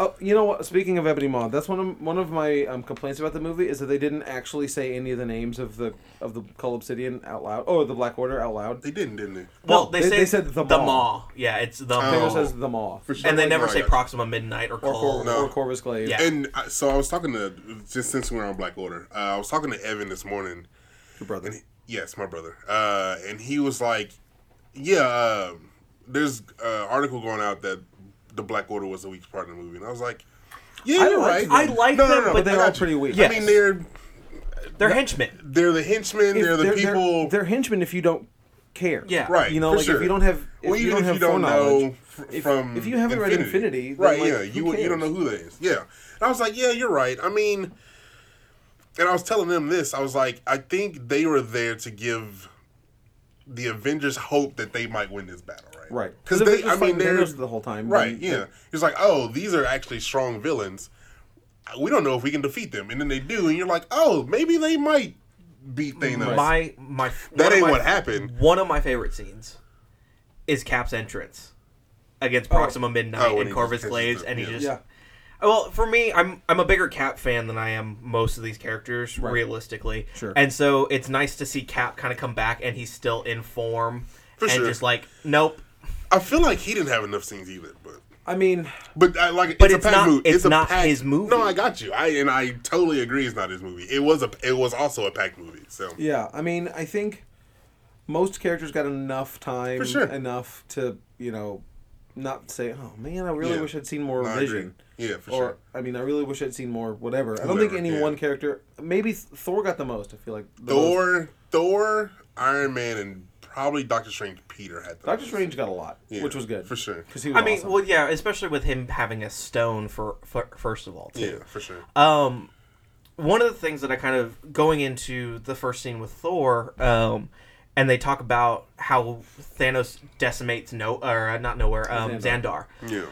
Speaker 1: Oh, you know what? Speaking of Ebony Maw, that's one of one of my um, complaints about the movie is that they didn't actually say any of the names of the of the Cull Obsidian out loud or the Black Order out loud.
Speaker 2: They didn't, didn't they?
Speaker 3: Well,
Speaker 1: No,
Speaker 3: they,
Speaker 1: they-
Speaker 3: say
Speaker 1: they said the
Speaker 3: the
Speaker 1: Maw.
Speaker 3: Maw. Yeah, it's the Maw.
Speaker 1: Thanos says the Maw
Speaker 2: For sure.
Speaker 3: and they
Speaker 2: Like,
Speaker 3: never
Speaker 2: no,
Speaker 3: say
Speaker 2: Oh. yeah.
Speaker 3: Proxima Midnight or
Speaker 1: or,
Speaker 3: Cole.
Speaker 1: Cor-
Speaker 2: No.
Speaker 1: or Corvus Glaive.
Speaker 3: Oh. Yeah.
Speaker 2: And I, so I was talking to just since we were on Black Order, uh, I was talking to Evan this morning.
Speaker 1: Your brother.
Speaker 2: Yes, my brother. Uh, and he was like, "Yeah, uh, there's an article going out that the Black Order was the weakest part of the movie." And I was like, "Yeah,
Speaker 1: I
Speaker 2: you're
Speaker 1: like
Speaker 2: right.
Speaker 1: them. I
Speaker 3: like them, but
Speaker 1: But
Speaker 2: I
Speaker 1: they're
Speaker 2: got
Speaker 1: all
Speaker 2: you.
Speaker 1: pretty weak.
Speaker 3: Yeah.
Speaker 2: I mean,
Speaker 3: Yes.
Speaker 2: they're
Speaker 3: They're henchmen.
Speaker 2: they're the henchmen.
Speaker 1: If
Speaker 2: they're the people.
Speaker 1: They're, henchmen if you don't care.
Speaker 3: Yeah.
Speaker 2: right.
Speaker 1: You know,
Speaker 2: for
Speaker 1: like
Speaker 2: sure.
Speaker 1: if you don't have if
Speaker 2: Well,
Speaker 1: you don't
Speaker 2: even if
Speaker 1: have
Speaker 2: you don't
Speaker 1: foreknowledge,
Speaker 2: know f-
Speaker 1: if,
Speaker 2: from
Speaker 1: if you haven't read Infinity, then,
Speaker 2: right?
Speaker 1: like,
Speaker 2: yeah,
Speaker 1: who
Speaker 2: you you
Speaker 1: cares?
Speaker 2: don't know who that is. Yeah, and I was like, yeah, you're right. I mean, and I was telling them this. I was like, I think they were there to give the Avengers hope that they might win this battle, right?
Speaker 1: Right.
Speaker 2: Because
Speaker 1: The
Speaker 2: they,
Speaker 1: Avengers
Speaker 2: I mean,
Speaker 1: fighting
Speaker 2: they're
Speaker 1: Thanos the whole time.
Speaker 2: right.
Speaker 1: They-
Speaker 2: Yeah, it's like, oh, these are actually strong villains. We don't know if we can defeat them, and then they do, and you're like, oh, maybe they might beat Thanos.
Speaker 3: My my.
Speaker 2: that
Speaker 3: one of
Speaker 2: ain't
Speaker 3: my-
Speaker 2: what happened.
Speaker 3: One of my favorite scenes is Cap's entrance against Proxima Midnight
Speaker 2: Oh, when
Speaker 3: and
Speaker 2: he just
Speaker 3: Corvus
Speaker 2: catches
Speaker 3: Glaives,
Speaker 2: the-
Speaker 3: and he
Speaker 2: yeah.
Speaker 3: just.
Speaker 1: Yeah.
Speaker 3: Well, for me, I'm I'm a bigger Cap fan than I am most of these characters, realistically.
Speaker 1: Sure.
Speaker 3: And so it's nice to see Cap kind of come back, and he's still in form,
Speaker 2: For
Speaker 3: and
Speaker 2: sure.
Speaker 3: just like nope.
Speaker 2: I feel like he didn't have enough scenes either, but
Speaker 1: I mean,
Speaker 2: but I, like
Speaker 3: But
Speaker 2: it's,
Speaker 3: it's
Speaker 2: a packed
Speaker 3: not-
Speaker 2: movie.
Speaker 3: it's
Speaker 2: a
Speaker 3: not
Speaker 2: packed-
Speaker 3: his movie.
Speaker 2: No, I got you. I and I totally agree. It's not his movie. It was a it was also a packed movie. So
Speaker 1: yeah. I mean, I think most characters got enough time,
Speaker 2: For sure.
Speaker 1: enough to you know, not say, oh man, I really
Speaker 2: Yeah.
Speaker 1: wish I'd seen more
Speaker 2: I agree.
Speaker 1: Vision.
Speaker 2: Yeah, for
Speaker 1: or
Speaker 2: sure.
Speaker 1: I mean, I really wish I'd seen more. Whatever. I don't think
Speaker 2: Whoever,
Speaker 1: any
Speaker 2: yeah.
Speaker 1: one character. Maybe Th- Thor got the most. I feel like the most.
Speaker 2: Thor, Thor, Iron Man, and probably Doctor Strange. Peter had the
Speaker 1: Doctor
Speaker 2: most.
Speaker 1: Strange got a lot,
Speaker 2: Yeah,
Speaker 1: which was good
Speaker 2: for sure.
Speaker 1: Because he was
Speaker 3: I mean,
Speaker 1: awesome.
Speaker 3: well, yeah, especially with him having a stone for, for first of all, too.
Speaker 2: Yeah, for sure.
Speaker 3: Um, one of the things that I kind of going into the first scene with Thor, um, and they talk about how Thanos decimates no or uh, not nowhere um,
Speaker 1: Xandar.
Speaker 3: Xandar.
Speaker 2: yeah,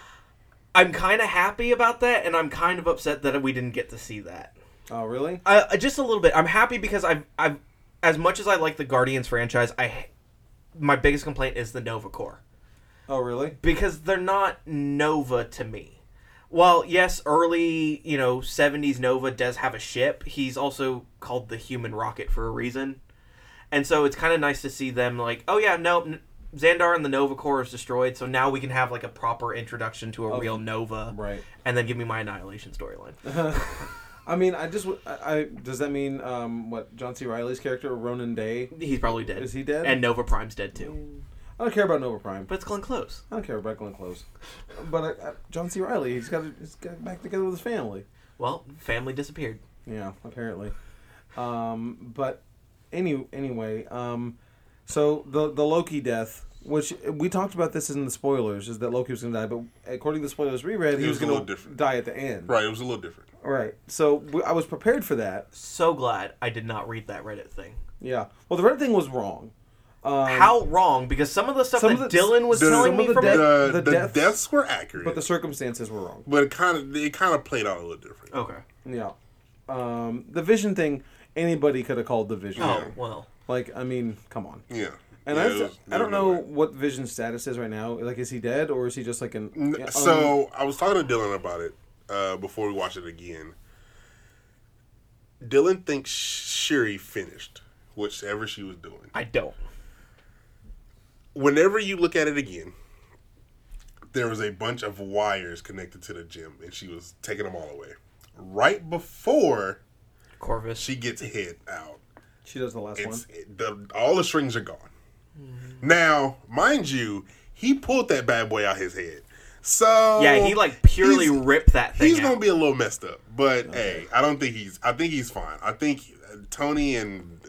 Speaker 3: I'm kind of happy about that, and I'm kind of upset that we didn't get to see that.
Speaker 1: oh really?
Speaker 3: I, I- just a little bit. I'm happy because I've I've as much as I like the Guardians franchise, I my biggest complaint is the Nova Corps
Speaker 1: Oh really?
Speaker 3: because they're not Nova to me. While yes, early you know '70s Nova does have a ship, he's also called the Human Rocket for a reason, and so it's kind of nice to see them like, oh yeah, no, n- Xandar and the Nova Corps is destroyed, so now we can have like a proper introduction to a real Nova,
Speaker 1: Right.
Speaker 3: And then give me my Annihilation storyline.
Speaker 1: I mean, I just w- I, I- does that mean um what John C. Riley's character Ronan Day?
Speaker 3: he's probably dead.
Speaker 1: Is he dead?
Speaker 3: And Nova Prime's dead too,
Speaker 1: I don't care about Nova Prime.
Speaker 3: but it's Glenn Close.
Speaker 1: I don't care about Glenn Close. But I, I, John C. Riley, he's got he's got back together with his family.
Speaker 3: Well, family disappeared.
Speaker 1: Yeah, apparently. Um, but any anyway, um, so the the Loki death which we talked about this in the spoilers, is that Loki was going to die, but according to the spoilers we read, he,
Speaker 2: It
Speaker 1: was,
Speaker 2: was a little
Speaker 1: going to
Speaker 2: different.
Speaker 1: die at the end.
Speaker 2: Right, it was a little different.
Speaker 1: Right. So we, I was prepared for that.
Speaker 3: So glad I did not read that Reddit thing.
Speaker 1: Yeah. Well, the red thing was wrong. Um,
Speaker 3: How wrong? Because some of the stuff
Speaker 1: some
Speaker 3: that
Speaker 1: of the-
Speaker 3: Dylan was
Speaker 1: the-
Speaker 3: telling
Speaker 1: some
Speaker 3: me
Speaker 1: of the uh,
Speaker 3: from
Speaker 1: death-
Speaker 3: it.
Speaker 2: The,
Speaker 1: the
Speaker 2: the,
Speaker 1: deaths-
Speaker 2: deaths, were accurate,
Speaker 1: But
Speaker 2: but,
Speaker 1: the circumstances were wrong.
Speaker 2: it kind of it kind of played out a little different.
Speaker 1: Oh.
Speaker 3: Okay.
Speaker 1: Yeah. Um, the vision thing, anybody could have called the vision.
Speaker 3: Oh well.
Speaker 1: Like, I mean, come on.
Speaker 2: Yeah,
Speaker 1: And
Speaker 2: Yeah,
Speaker 1: I,
Speaker 2: it
Speaker 1: just-
Speaker 2: was-
Speaker 1: I don't
Speaker 2: there
Speaker 1: know
Speaker 2: was no
Speaker 1: what Vision's status is right now. Like, is he dead or is he just like an.
Speaker 2: way.
Speaker 1: yeah,
Speaker 2: N-
Speaker 3: oh,
Speaker 1: um,
Speaker 2: So I was talking to Dylan about it uh, before we watched it again. Dylan thinks Shuri finished whichever she was doing.
Speaker 3: I don't.
Speaker 2: Whenever you look at it again, there was a bunch of wires connected to the gym, and she was taking them all away. Right before
Speaker 3: Corvus.
Speaker 2: she gets hit out,
Speaker 1: she does the last one.
Speaker 2: it's it, the, all the strings are gone.
Speaker 3: Mm-hmm.
Speaker 2: Now, mind you, he pulled that bad boy out his head. So
Speaker 3: yeah, he like purely
Speaker 2: he's-
Speaker 3: ripped that thing.
Speaker 2: he's
Speaker 3: out.
Speaker 2: gonna be a little messed up,
Speaker 1: Oh,
Speaker 2: but hey, I don't think he's. I think he's fine. I think uh, Tony and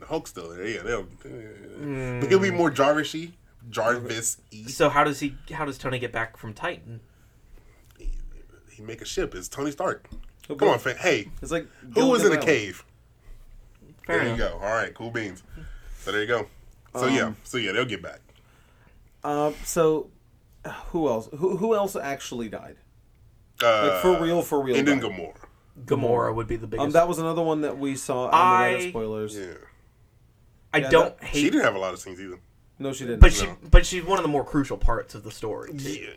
Speaker 2: uh, Hulk still there. Yeah, they'll.
Speaker 1: Hmm.
Speaker 2: But he'll be more Jarvisy, Jarvis.
Speaker 3: So how does he? How does Tony get back from Titan?
Speaker 2: He make a ship. It's Tony Stark.
Speaker 1: He'll
Speaker 2: Come
Speaker 1: be-
Speaker 2: on, fan. Hey,
Speaker 1: It's like.
Speaker 2: who was in a
Speaker 1: Gilligan Island.
Speaker 2: cave?
Speaker 3: Fair
Speaker 2: there
Speaker 3: enough.
Speaker 2: you go. All right, cool beans. So there you go. So yeah, so yeah, they'll get back.
Speaker 1: Um, so, who else? Who, who else actually died?
Speaker 2: Uh,
Speaker 1: Like, for real, for real.
Speaker 2: And then
Speaker 1: died.
Speaker 2: Gamora.
Speaker 3: Gamora would be the biggest.
Speaker 1: Um, that was another one that we saw on the
Speaker 3: I-
Speaker 1: Reddit spoilers.
Speaker 2: Yeah,
Speaker 3: I
Speaker 1: yeah,
Speaker 3: don't
Speaker 1: that-
Speaker 2: she
Speaker 3: hate,
Speaker 2: didn't have a lot of scenes either.
Speaker 1: No, she didn't.
Speaker 3: but she, but she's one of the more crucial parts of the story. too.
Speaker 2: Yeah,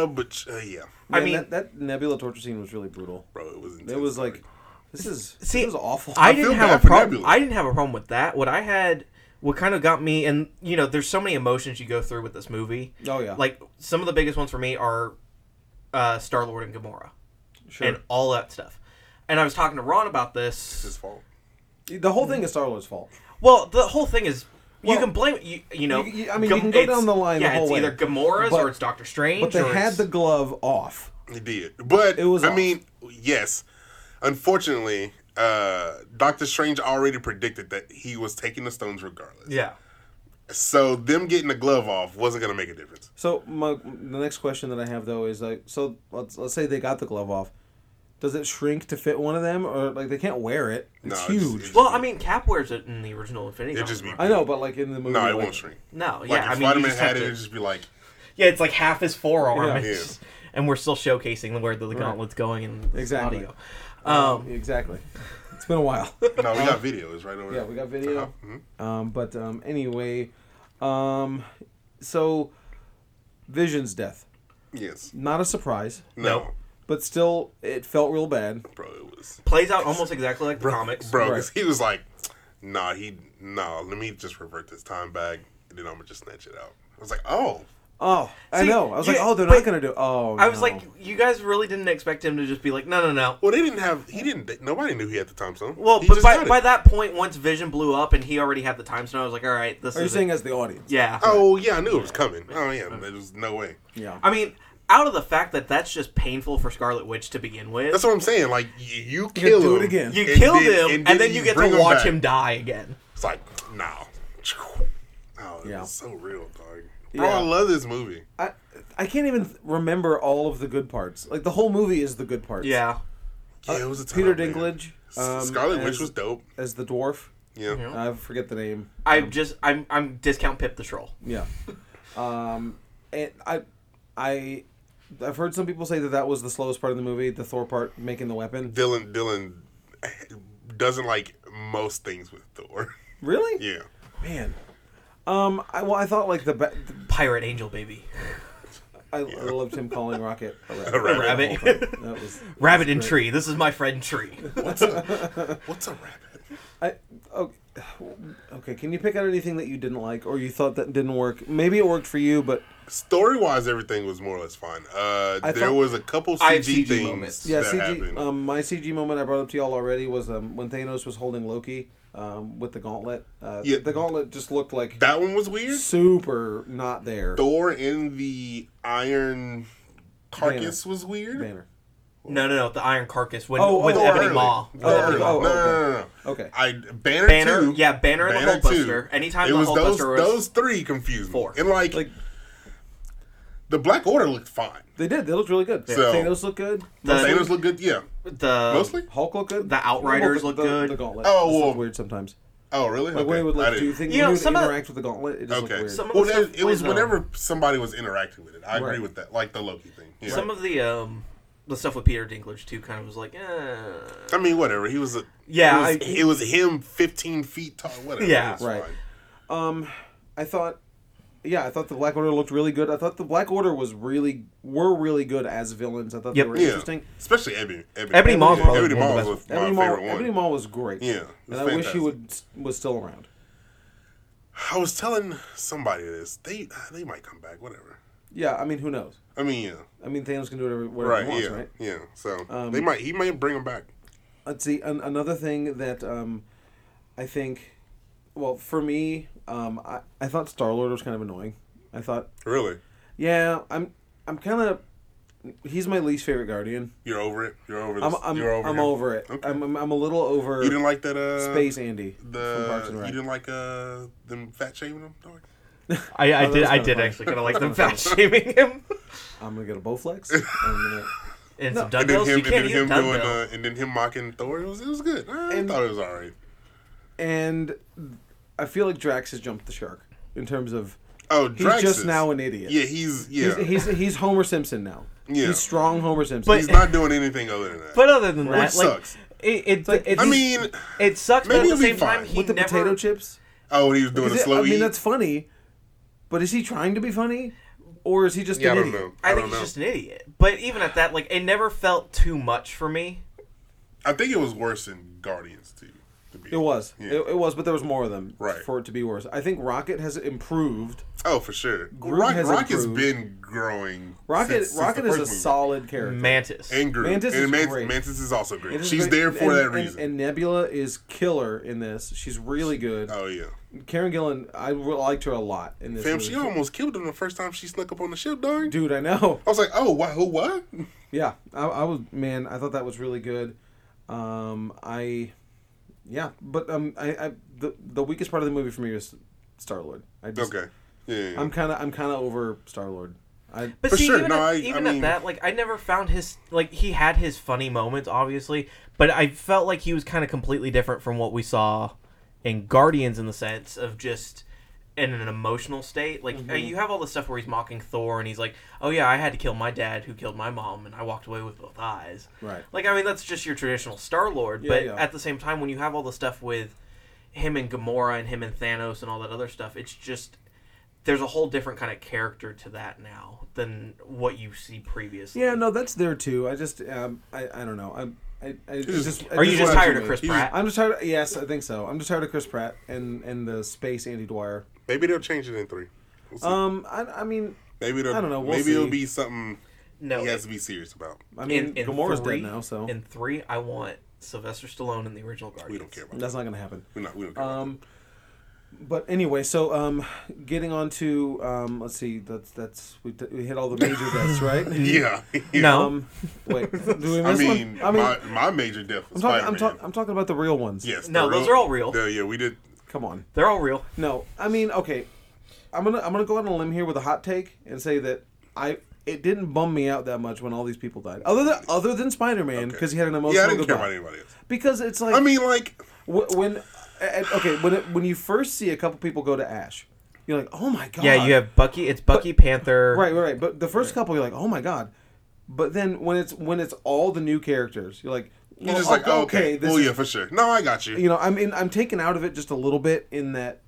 Speaker 2: yeah but uh, yeah,
Speaker 1: Man,
Speaker 3: I mean-
Speaker 1: that, that Nebula torture scene was really brutal.
Speaker 2: bro, it was. Intense,
Speaker 1: It was
Speaker 2: bro.
Speaker 1: like, this is
Speaker 3: See,
Speaker 1: this is awful.
Speaker 3: I,
Speaker 2: feel
Speaker 3: didn't
Speaker 2: bad
Speaker 3: have a
Speaker 2: for
Speaker 3: problem.
Speaker 2: Nebula.
Speaker 3: I didn't have a problem with that. What I had, what kind of got me, and you know, there's so many emotions you go through with this movie.
Speaker 1: Oh, yeah.
Speaker 3: Like some of the biggest ones for me are uh, Star Lord and Gamora,
Speaker 1: sure.
Speaker 3: and all that stuff. And I was talking to Ron about this.
Speaker 2: It's his fault.
Speaker 1: the whole thing is Star Lord's fault.
Speaker 3: Well, the whole thing is
Speaker 1: Well,
Speaker 3: you can blame you. You know,
Speaker 1: you- you- I mean, you can go
Speaker 3: it's-
Speaker 1: down the line the
Speaker 3: Yeah,
Speaker 1: whole
Speaker 3: it's
Speaker 1: way.
Speaker 3: either Gamora's
Speaker 1: But-
Speaker 3: or it's Doctor Strange.
Speaker 1: But they
Speaker 3: or
Speaker 1: had
Speaker 3: it's-
Speaker 1: the glove off.
Speaker 2: He did, but
Speaker 1: It was
Speaker 2: I
Speaker 1: off.
Speaker 2: mean, yes. Unfortunately, uh, Doctor Strange already predicted that he was taking the stones regardless.
Speaker 3: yeah.
Speaker 2: So them getting the glove off wasn't gonna make a difference.
Speaker 1: So my the next question that I have though is like, so let's let's say they got the glove off. Does it shrink to fit one of them, or like they can't wear it?
Speaker 2: No,
Speaker 1: It's
Speaker 2: it's-
Speaker 1: huge.
Speaker 2: it's-
Speaker 3: Well, I mean, Cap wears it in the original Infinity.
Speaker 2: It'd
Speaker 3: Gauntlet,
Speaker 2: just be-
Speaker 1: I know, but like in the movie,
Speaker 2: No, it
Speaker 1: like-
Speaker 2: won't shrink.
Speaker 3: No, yeah,
Speaker 2: Like
Speaker 3: I
Speaker 2: if
Speaker 3: mean, you
Speaker 2: Spider Man
Speaker 3: just have
Speaker 2: had it,
Speaker 3: to-
Speaker 2: it'd just be like,
Speaker 3: Yeah, it's like half his forearm.
Speaker 1: Yeah.
Speaker 3: It's- And we're still showcasing where the gauntlet's going in this
Speaker 1: Exactly.
Speaker 3: audio. Um,
Speaker 1: exactly. It's been a while.
Speaker 2: no, we
Speaker 3: Uh-huh.
Speaker 2: got videos right over there.
Speaker 1: yeah, we got video.
Speaker 2: Uh-huh. Mhm.
Speaker 1: Um, but um, anyway, um, so Vision's death,
Speaker 2: Yes.
Speaker 1: not a surprise,
Speaker 2: No,
Speaker 3: Nope.
Speaker 1: but still it felt real bad.
Speaker 2: bro, it was
Speaker 3: plays out almost exactly like the comics.
Speaker 2: bro.
Speaker 1: Right.
Speaker 2: 'cause he was like, nah, he nah. Let me just revert this time back, and then I'm gonna just snatch it out. I was like, oh,
Speaker 1: Oh, I
Speaker 3: See,
Speaker 1: know. I was like,
Speaker 3: yeah,
Speaker 1: oh, they're
Speaker 3: but
Speaker 1: not gonna do. Oh,
Speaker 3: I was
Speaker 1: no.
Speaker 3: like, you guys really didn't expect him to just be like, no, no, no.
Speaker 2: well, they didn't have. He didn't. Nobody knew he had the time stone.
Speaker 3: Well,
Speaker 2: He
Speaker 3: but
Speaker 2: just
Speaker 3: by,
Speaker 2: got it.
Speaker 3: by that point, once Vision blew up and he already had the time stone, I was like, all right, this
Speaker 1: are you
Speaker 3: is.
Speaker 1: saying as the audience?
Speaker 3: yeah.
Speaker 2: Oh yeah, I knew it was coming. Oh yeah, there was no way.
Speaker 1: Yeah.
Speaker 3: I mean, out of the fact that that's just painful for Scarlet Witch to begin with,
Speaker 2: That's what I'm saying. Like y- you kill
Speaker 1: do
Speaker 2: him,
Speaker 1: it again.
Speaker 3: you
Speaker 2: and
Speaker 3: kill
Speaker 2: then-
Speaker 3: him, and, then you get
Speaker 2: bring
Speaker 3: to watch
Speaker 2: back.
Speaker 3: him die again.
Speaker 2: It's like nah. Oh,
Speaker 1: Yeah.
Speaker 2: yeah. so real, dog. Bro,
Speaker 1: Yeah.
Speaker 2: I love this movie.
Speaker 1: I I can't even th- remember all of the good parts. Like the whole movie is the good parts.
Speaker 3: Yeah.
Speaker 2: Yeah, it was a time,
Speaker 1: Uh, Peter
Speaker 2: man.
Speaker 1: Dinklage.
Speaker 2: S-
Speaker 1: Um,
Speaker 2: Scarlet
Speaker 1: as,
Speaker 2: Witch was dope.
Speaker 1: as the dwarf.
Speaker 2: Yeah.
Speaker 3: Yeah.
Speaker 1: I forget the name.
Speaker 3: I'm just, I'm, I'm discount Pip the Troll.
Speaker 1: Yeah. Um, and I, I, I've heard some people say that that was the slowest part of the movie, the Thor part, making the weapon.
Speaker 2: Dylan Dylan eh, doesn't like most things with Thor.
Speaker 1: Really?
Speaker 2: yeah.
Speaker 1: Man. Um, I well, I thought like the, ba-
Speaker 3: Pirate Angel, baby.
Speaker 1: I, I loved him calling Rocket a rabbit.
Speaker 2: A rabbit.
Speaker 3: rabbit.
Speaker 1: the whole time. That was
Speaker 3: Rabbit and Tree. This is my friend Tree.
Speaker 2: What's a, what's a rabbit?
Speaker 1: I. oh, Okay, can you pick out anything that you didn't like or you thought that didn't work? Maybe it worked for you, but
Speaker 2: Story wise, everything was more or less fine. Uh,
Speaker 1: I
Speaker 2: there
Speaker 1: thought-
Speaker 2: was a couple
Speaker 3: I have
Speaker 2: CG,
Speaker 3: CG
Speaker 2: things
Speaker 3: moments.
Speaker 1: Yeah,
Speaker 2: that
Speaker 1: CG.
Speaker 2: happened.
Speaker 1: Um, my CG moment I brought up to y'all already was um, when Thanos was holding Loki um, with the gauntlet. Uh,
Speaker 2: Yeah.
Speaker 1: The gauntlet just looked like
Speaker 2: that one was weird.
Speaker 1: super not there.
Speaker 2: Thor in the iron carcass was weird.
Speaker 1: Banner.
Speaker 3: No, no, no. The Iron Carcass when,
Speaker 1: Oh,
Speaker 3: with
Speaker 1: oh,
Speaker 3: Ebony
Speaker 2: early.
Speaker 3: Maw.
Speaker 2: Go
Speaker 3: With Ebony
Speaker 2: early.
Speaker 3: Maw.
Speaker 1: oh,
Speaker 2: no, no, no, no.
Speaker 1: Okay.
Speaker 2: I Banner,
Speaker 3: Banner,
Speaker 2: two.
Speaker 3: yeah, Banner and the
Speaker 2: Banner two.
Speaker 3: Hulkbuster. Anytime
Speaker 2: it
Speaker 3: the
Speaker 2: was those
Speaker 3: Hulkbuster was-
Speaker 2: those three confused
Speaker 3: Four.
Speaker 2: me. And like,
Speaker 1: Like
Speaker 2: the Black Order looked fine.
Speaker 1: they did. They looked really good.
Speaker 2: So-
Speaker 1: Thanos looked good.
Speaker 3: The- Um,
Speaker 2: Thanos looked good. Yeah,
Speaker 3: the
Speaker 2: mostly.
Speaker 1: Hulk looked good.
Speaker 3: The Outriders
Speaker 1: Well, the-
Speaker 3: looked good.
Speaker 1: The, the gauntlet.
Speaker 2: Oh,
Speaker 1: It's
Speaker 2: well-
Speaker 1: looked weird sometimes.
Speaker 2: Oh, really?
Speaker 1: Like when he would
Speaker 2: I
Speaker 1: like
Speaker 2: didn't-
Speaker 1: do things, when
Speaker 3: You know,
Speaker 1: he would
Speaker 3: some of-
Speaker 1: interact with the gauntlet. It just looked
Speaker 2: Okay.
Speaker 1: weird.
Speaker 3: Some of
Speaker 2: well,
Speaker 3: the
Speaker 2: that,
Speaker 3: stuff
Speaker 2: it was
Speaker 3: with, um,
Speaker 2: whenever somebody was interacting with it. I agree
Speaker 1: Right.
Speaker 2: with that. Like the Loki thing. Yeah.
Speaker 3: some of the um the stuff with Peter Dinklage too kind of was like, eh.
Speaker 2: I mean, whatever. He was a.
Speaker 3: Yeah,
Speaker 2: It was,
Speaker 3: I-
Speaker 2: it was him, fifteen feet tall. Whatever.
Speaker 3: Yeah.
Speaker 2: It's
Speaker 1: Right.
Speaker 2: fine.
Speaker 1: Um, I thought, yeah, I thought the Black Order looked really good. I thought the Black Order was really were really good as villains. I thought
Speaker 3: Yep.
Speaker 1: they were
Speaker 2: Yeah.
Speaker 1: interesting.
Speaker 2: Especially Ebony. Ebony,
Speaker 3: Ebony Maw's
Speaker 2: Yeah,
Speaker 3: probably
Speaker 2: Ebony
Speaker 3: one of
Speaker 2: Maw
Speaker 3: the
Speaker 2: was,
Speaker 3: best.
Speaker 2: my
Speaker 1: Ebony Maul,
Speaker 2: favorite one.
Speaker 1: Ebony Maul was great.
Speaker 2: Yeah, it was
Speaker 1: and I wish he
Speaker 2: fantastic.
Speaker 1: would was still around.
Speaker 2: I was telling somebody this. They uh, they might come back. Whatever.
Speaker 1: Yeah, I mean, who knows?
Speaker 2: I mean, yeah.
Speaker 1: I mean, Thanos can do whatever, whatever
Speaker 2: Right.
Speaker 1: he wants,
Speaker 2: yeah.
Speaker 1: right? Um,
Speaker 2: Yeah. So they might. He might bring him back.
Speaker 1: Let's see. An- another thing that um, I think, well, for me, um, I, I thought Star Lord was kind of annoying. I thought,
Speaker 2: Really.
Speaker 1: yeah, I'm I'm kind of he's my least favorite Guardian.
Speaker 2: You're over it. You're over. This.
Speaker 1: I'm I'm
Speaker 2: You're over.
Speaker 1: I'm
Speaker 2: him.
Speaker 1: over it.
Speaker 2: Okay.
Speaker 1: I'm, I'm I'm a little over
Speaker 2: You didn't like that. Uh,
Speaker 1: Space Andy from Parks
Speaker 2: The
Speaker 1: and
Speaker 2: you
Speaker 1: Rec.
Speaker 2: didn't like uh them fat shaming them. Dog?
Speaker 3: I, I
Speaker 2: Oh,
Speaker 1: that
Speaker 3: did
Speaker 1: was
Speaker 3: I
Speaker 1: kinda
Speaker 3: did
Speaker 1: funny.
Speaker 3: actually kind of like them fat shaming him
Speaker 1: I'm gonna get a Bowflex. I'm gonna,
Speaker 3: and some
Speaker 2: And then
Speaker 3: dumbbells.
Speaker 2: him, and
Speaker 3: you can't
Speaker 2: then
Speaker 3: eat a
Speaker 2: him
Speaker 3: dumbbell.
Speaker 2: doing, uh, and then him mocking Thor. It was, it was good. I
Speaker 1: And-
Speaker 2: thought it was all right.
Speaker 1: and I feel like Drax has jumped the shark in terms of
Speaker 2: Oh,
Speaker 1: he's
Speaker 2: Drax
Speaker 1: just
Speaker 2: is-
Speaker 1: now an idiot.
Speaker 2: Yeah, he's yeah. He's,
Speaker 1: He's, he's he's Homer Simpson now.
Speaker 2: Yeah.
Speaker 1: He's strong Homer Simpson.
Speaker 3: But-
Speaker 1: He's-
Speaker 2: not doing anything other than that.
Speaker 3: but other than
Speaker 2: Which
Speaker 3: that, like,
Speaker 2: sucks.
Speaker 3: It, it,
Speaker 1: like-
Speaker 3: it,
Speaker 2: I
Speaker 1: uh, he's-
Speaker 2: mean,
Speaker 3: it sucks, but
Speaker 2: maybe
Speaker 3: at the
Speaker 2: it'll be
Speaker 3: same time,
Speaker 2: fine.
Speaker 3: he
Speaker 1: with the
Speaker 3: never.
Speaker 1: potato chips.
Speaker 2: oh, and he was doing
Speaker 1: Is
Speaker 2: a
Speaker 1: it-
Speaker 2: slow
Speaker 1: I mean,
Speaker 2: eat.
Speaker 1: that's funny, but is he trying to be funny, or is he just
Speaker 2: yeah, I
Speaker 1: an
Speaker 2: don't
Speaker 1: idiot?
Speaker 2: know. I,
Speaker 3: I
Speaker 2: don't
Speaker 3: think
Speaker 2: know.
Speaker 3: he's just an idiot. But even at that, like, it never felt too much for me.
Speaker 2: I think it was worse than Guardians too. To be
Speaker 1: It was.
Speaker 2: Yeah.
Speaker 1: It, it was, but there was more of them
Speaker 2: Right.
Speaker 1: for it to be worse. I think Rocket has improved.
Speaker 2: Oh, for sure.
Speaker 1: Groot
Speaker 2: Rock,
Speaker 1: has
Speaker 2: Rocket's
Speaker 1: improved.
Speaker 2: been growing.
Speaker 1: Rocket
Speaker 2: since- since
Speaker 1: Rocket
Speaker 2: the
Speaker 1: is a
Speaker 2: first movie.
Speaker 1: solid character.
Speaker 3: Mantis.
Speaker 2: And Groot.
Speaker 1: Mantis
Speaker 2: and
Speaker 1: is
Speaker 2: Mantis,
Speaker 1: great.
Speaker 2: Mantis is also great.
Speaker 1: It is
Speaker 2: She's
Speaker 1: great-
Speaker 2: there for
Speaker 1: and-
Speaker 2: that
Speaker 1: and-
Speaker 2: reason.
Speaker 1: And Nebula is killer in this. She's really good.
Speaker 2: oh yeah,
Speaker 1: Karen Gillan, I re- liked her a lot in this.
Speaker 2: fam.
Speaker 1: movie.
Speaker 2: She almost killed him the first time she snuck up on the ship, dog.
Speaker 1: Dude, I know.
Speaker 2: I was like, oh, what? Who? What?
Speaker 1: Yeah, I, I was man. I thought that was really good. Um, I, yeah, but um, I, I the the weakest part of the movie for me was Star Lord. I just,
Speaker 2: Okay. Yeah. yeah, yeah.
Speaker 1: I'm kind of I'm kind of over Star Lord. I
Speaker 3: But
Speaker 2: For
Speaker 3: see,
Speaker 2: sure,
Speaker 3: even,
Speaker 2: no,
Speaker 3: at,
Speaker 2: I- I
Speaker 3: even
Speaker 2: mean-
Speaker 3: at that, like, I never found his like he had his funny moments, obviously, but I felt like he was kind of completely different from what we saw in Guardians in the sense of just in an emotional state. Like,
Speaker 2: Mm-hmm.
Speaker 3: uh, you have all the stuff where he's mocking Thor and he's like, "Oh yeah, I had to kill my dad who killed my mom, and I walked away with both eyes."
Speaker 1: Right.
Speaker 3: Like, I mean, that's just your traditional Star Lord.
Speaker 1: Yeah,
Speaker 3: but
Speaker 1: yeah.
Speaker 3: at the same time, when you have all the stuff with him and Gamora and him and Thanos and all that other stuff, it's just there's a whole different kind of character to that now than what you see previously.
Speaker 1: yeah, no, that's there too. I just um, I I don't know. I'm. I, I, it's
Speaker 2: just-
Speaker 1: just, it
Speaker 3: Are you just
Speaker 1: wasn't
Speaker 3: tired
Speaker 1: for
Speaker 3: of
Speaker 1: me.
Speaker 3: Chris
Speaker 2: He's-
Speaker 3: Pratt?
Speaker 1: I'm just tired. Of, yes, I think so. I'm just tired of Chris Pratt and and the space Andy Dwyer.
Speaker 2: Maybe they'll change it in three. We'll see.
Speaker 1: Um, I, I mean,
Speaker 2: maybe they'll,
Speaker 1: I don't know, we'll
Speaker 2: maybe
Speaker 1: see.
Speaker 2: it'll be something
Speaker 3: no.
Speaker 2: he has to be serious about.
Speaker 1: I
Speaker 3: in,
Speaker 1: mean,
Speaker 3: in
Speaker 1: Gamora's
Speaker 3: three,
Speaker 1: dead now, so
Speaker 3: in three, I want Sylvester Stallone in the original Guardians.
Speaker 2: We don't care about. That.
Speaker 1: that's not gonna happen.
Speaker 2: We're not. We don't care. about
Speaker 1: Um, but anyway, so um, getting on to um, let's see, that's that's we, t- we hit all the major deaths, right?
Speaker 2: that. yeah. yeah.
Speaker 3: No.
Speaker 1: Um, wait, do we
Speaker 2: I
Speaker 1: miss
Speaker 2: mean,
Speaker 1: one? I mean,
Speaker 2: my, my major death was
Speaker 1: I'm
Speaker 2: Spider
Speaker 1: talking,
Speaker 2: Man.
Speaker 1: I'm, talk, I'm talking about the real ones.
Speaker 2: yes.
Speaker 3: No,
Speaker 2: the
Speaker 3: those are all real.
Speaker 2: Yeah, yeah, we did.
Speaker 1: Come on.
Speaker 3: They're all real.
Speaker 1: No, I mean, okay, I'm gonna I'm gonna go out on a limb here with a hot take and say that I. It didn't bum me out that much when all these people died. Other than other than Spider Man, because he had an emotional
Speaker 2: Yeah, I didn't
Speaker 1: goodbye.
Speaker 2: care about anybody else.
Speaker 1: Because it's like
Speaker 2: I mean, like,
Speaker 1: wh- when uh, okay when it, when you first see a couple people go to Ash, you're like, oh my god.
Speaker 3: Yeah, you have Bucky. It's Bucky Panther.
Speaker 1: Right, right, right. But the first couple, you're like, oh my god. But then when it's when it's all the new characters, you're like,
Speaker 2: you're
Speaker 1: well,
Speaker 2: just like,
Speaker 1: o-
Speaker 2: oh, okay.
Speaker 1: this
Speaker 2: well,
Speaker 1: is-
Speaker 2: yeah, for sure. No, I got you.
Speaker 1: you know, I'm in, I'm taken out of it just a little bit in that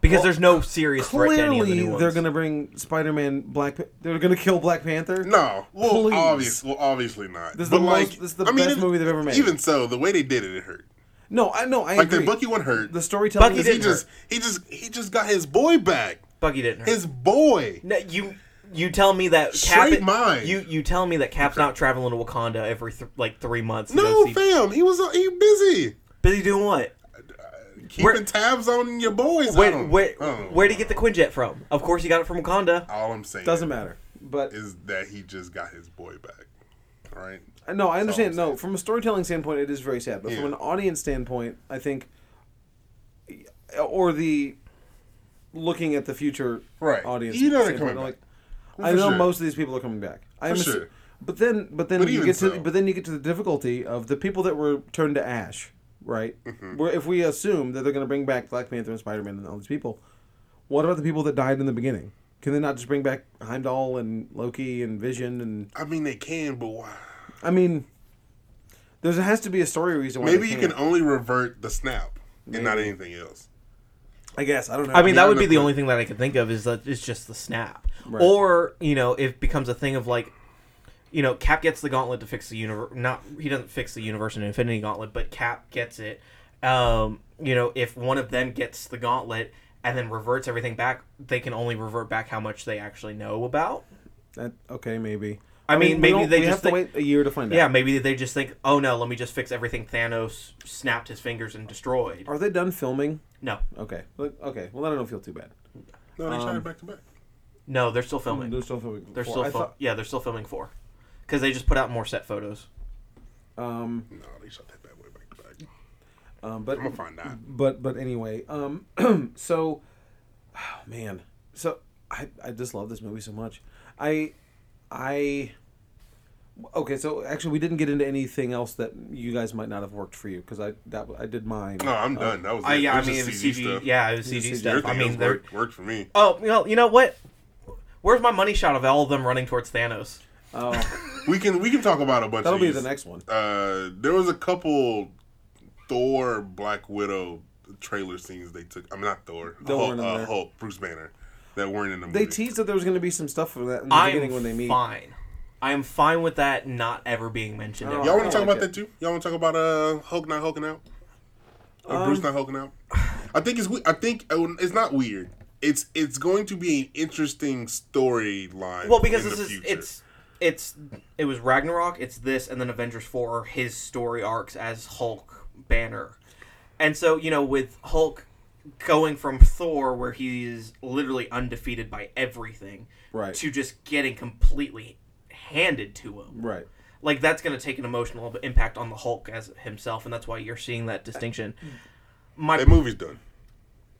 Speaker 3: Because there's no serious threat to any of the
Speaker 1: clearly
Speaker 3: new ones.
Speaker 1: they're gonna bring Spider-Man Black, Pa- they're gonna kill Black Panther.
Speaker 2: No, well,
Speaker 1: Please.
Speaker 2: obvious, well, obviously not.
Speaker 1: This is
Speaker 2: but
Speaker 1: the most-
Speaker 2: like,
Speaker 1: this is the
Speaker 2: I mean,
Speaker 1: best
Speaker 2: it-
Speaker 1: movie they've ever made.
Speaker 2: Even so, the way they did it, it hurt.
Speaker 1: no, I no, I
Speaker 2: Like
Speaker 1: agree.
Speaker 2: the Bucky one hurt.
Speaker 1: the storytelling
Speaker 3: Bucky
Speaker 1: is
Speaker 2: he
Speaker 3: didn't
Speaker 2: just, he just, he just got his boy back.
Speaker 3: Bucky didn't. Hurt.
Speaker 2: His boy.
Speaker 3: No, you you tell me that Cap
Speaker 2: Straight mind.
Speaker 3: You you tell me that Cap's not traveling to Wakanda every th- like three months. to
Speaker 2: No,
Speaker 3: go see-
Speaker 2: fam, he was he busy
Speaker 3: busy doing what?
Speaker 2: keeping
Speaker 3: Where-
Speaker 2: tabs on your boys. I
Speaker 3: Where
Speaker 2: don't-
Speaker 3: where
Speaker 2: I don't know.
Speaker 3: where did he get the Quinjet from? Of course, he got it from Wakanda.
Speaker 2: All I'm saying
Speaker 1: doesn't matter. But
Speaker 2: is that he just got his boy back. right?
Speaker 1: No, I understand.
Speaker 2: I'm
Speaker 1: No, from a storytelling standpoint, it is very sad. But from
Speaker 2: Yeah.
Speaker 1: an audience standpoint, I think, or the looking at the future
Speaker 2: Right.
Speaker 1: audience,
Speaker 2: You know they're
Speaker 1: standpoint,
Speaker 2: coming
Speaker 1: like,
Speaker 2: back.
Speaker 1: I
Speaker 2: For
Speaker 1: know
Speaker 2: sure.
Speaker 1: most of these people are coming back. I am
Speaker 2: For
Speaker 1: assu-
Speaker 2: sure.
Speaker 1: But then, but then
Speaker 2: But
Speaker 1: you
Speaker 2: even
Speaker 1: get to,
Speaker 2: so.
Speaker 1: but then you get to the difficulty of the people that were turned to ash, right?
Speaker 2: Mm-hmm.
Speaker 1: Where if we assume that they're going to bring back Black Panther and Spider Man and all these people, what about the people that died in the beginning? Can they not just bring back Heimdall and Loki and Vision and
Speaker 2: I mean, they can, but why?
Speaker 1: I mean, there has to be a story reason why.
Speaker 2: Maybe
Speaker 1: they
Speaker 2: you can
Speaker 1: can't.
Speaker 2: only revert the snap and not anything else.
Speaker 1: I guess I don't know.
Speaker 3: I mean, that would be the
Speaker 2: Yeah.
Speaker 3: only thing that I could think of is that it's just the snap,
Speaker 1: Right.
Speaker 3: or you know, it becomes a thing of like, you know, Cap gets the gauntlet to fix the universe. Not he doesn't fix the universe in Infinity Gauntlet, but Cap gets it. Um, you know, if one of them gets the gauntlet and then reverts everything back, they can only revert back how much they actually know about.
Speaker 1: that, okay, maybe.
Speaker 3: I mean, maybe
Speaker 1: we don't-
Speaker 3: they
Speaker 1: we
Speaker 3: just
Speaker 1: have to
Speaker 3: think-
Speaker 1: wait a year to find
Speaker 3: Yeah,
Speaker 1: out.
Speaker 3: maybe they just think, oh no, let me just fix everything Thanos snapped his fingers and destroyed.
Speaker 1: Are they done filming?
Speaker 3: No,
Speaker 1: Okay. Look- Okay. Well, I don't feel too bad.
Speaker 2: No, they tried it back to back.
Speaker 3: no, they're still filming.
Speaker 1: They're still filming.
Speaker 3: They're
Speaker 1: four.
Speaker 3: still
Speaker 1: I
Speaker 3: fil-
Speaker 1: thought-
Speaker 3: yeah, they're still filming four because they just put out more set photos.
Speaker 1: um,
Speaker 2: No, they shot that bad boy back to back.
Speaker 1: um, but
Speaker 2: I'm gonna find out.
Speaker 1: but but anyway, um, so, oh, man, so I I just love this movie so much. I I okay. So actually, we didn't get into anything else that you guys might not have worked for you because I that I did mine.
Speaker 2: No, I'm done. That was.
Speaker 3: I,
Speaker 2: it.
Speaker 3: Uh, yeah,
Speaker 2: It
Speaker 3: I
Speaker 2: was
Speaker 3: mean, it
Speaker 2: just
Speaker 3: was CG. Yeah, it was CG,
Speaker 1: CG.
Speaker 2: Your
Speaker 3: stuff.
Speaker 2: thing
Speaker 3: I mean, they're.
Speaker 2: worked, worked for me.
Speaker 3: Oh, you know, you know what? Where's my money shot of all of them running towards Thanos?
Speaker 1: Oh,
Speaker 2: We can we can talk about a bunch.
Speaker 1: that'll
Speaker 2: of
Speaker 1: be
Speaker 2: these.
Speaker 1: the next one.
Speaker 2: Uh, there was a couple Thor, Black Widow trailer scenes they took. I'm mean, not Thor.
Speaker 1: They weren't
Speaker 2: Hulk,
Speaker 1: in
Speaker 2: uh,
Speaker 1: there.
Speaker 2: Hulk, Bruce Banner, that weren't in the movie.
Speaker 1: They teased that there was going to be some stuff for that in the
Speaker 3: I'm
Speaker 1: beginning when they meet.
Speaker 3: fine. I am fine with that not ever being mentioned.
Speaker 1: Oh.
Speaker 3: ever.
Speaker 2: Y'all want
Speaker 1: I
Speaker 2: to talk
Speaker 1: like
Speaker 2: about
Speaker 1: it.
Speaker 2: that too? Y'all want to talk about uh Hulk not hulking out? Or
Speaker 1: Um,
Speaker 2: Bruce not hulking out? I think it's we- I think uh, it's not weird. It's it's going to be an interesting storyline.
Speaker 3: Well, because
Speaker 2: in
Speaker 3: this
Speaker 2: the
Speaker 3: is
Speaker 2: future.
Speaker 3: it's it's it was Ragnarok, it's this, and then Avengers Four are his story arcs as Hulk, Banner, and so you know with Hulk going from Thor, where he is literally undefeated by everything,
Speaker 1: Right.
Speaker 3: to just getting completely handed to him,
Speaker 1: Right.
Speaker 3: like that's going to take an emotional impact on the Hulk as himself, and that's why you're seeing that distinction. My
Speaker 2: that movie's done.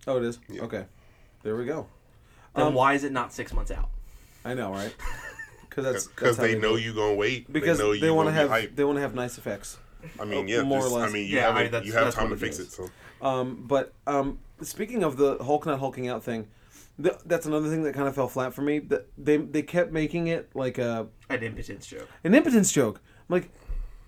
Speaker 1: Oh, it is. Okay. There we go.
Speaker 3: then why is it not six months out?
Speaker 1: I know, right? Because that's that's
Speaker 2: Because
Speaker 1: how
Speaker 2: they,
Speaker 1: do
Speaker 2: know
Speaker 1: it.
Speaker 2: you gonna wait.
Speaker 1: Because
Speaker 2: they, know
Speaker 1: they,
Speaker 2: you
Speaker 1: want to
Speaker 2: gonna
Speaker 1: have
Speaker 2: be hype.
Speaker 1: they want to have nice effects.
Speaker 2: I mean, yeah.
Speaker 1: more or
Speaker 2: this-
Speaker 1: less.
Speaker 2: I mean, you
Speaker 3: Yeah,
Speaker 2: have
Speaker 3: I-
Speaker 2: it-
Speaker 3: that's-
Speaker 2: you have
Speaker 3: that's
Speaker 2: time to
Speaker 3: what it
Speaker 2: fix
Speaker 3: is.
Speaker 2: it. So
Speaker 1: Um, but um, speaking of the Hulk not hulking out thing, th- that's another thing that kind of fell flat for me. That they they kept making it like a
Speaker 3: An impotence joke.
Speaker 1: an impotence joke. I'm like,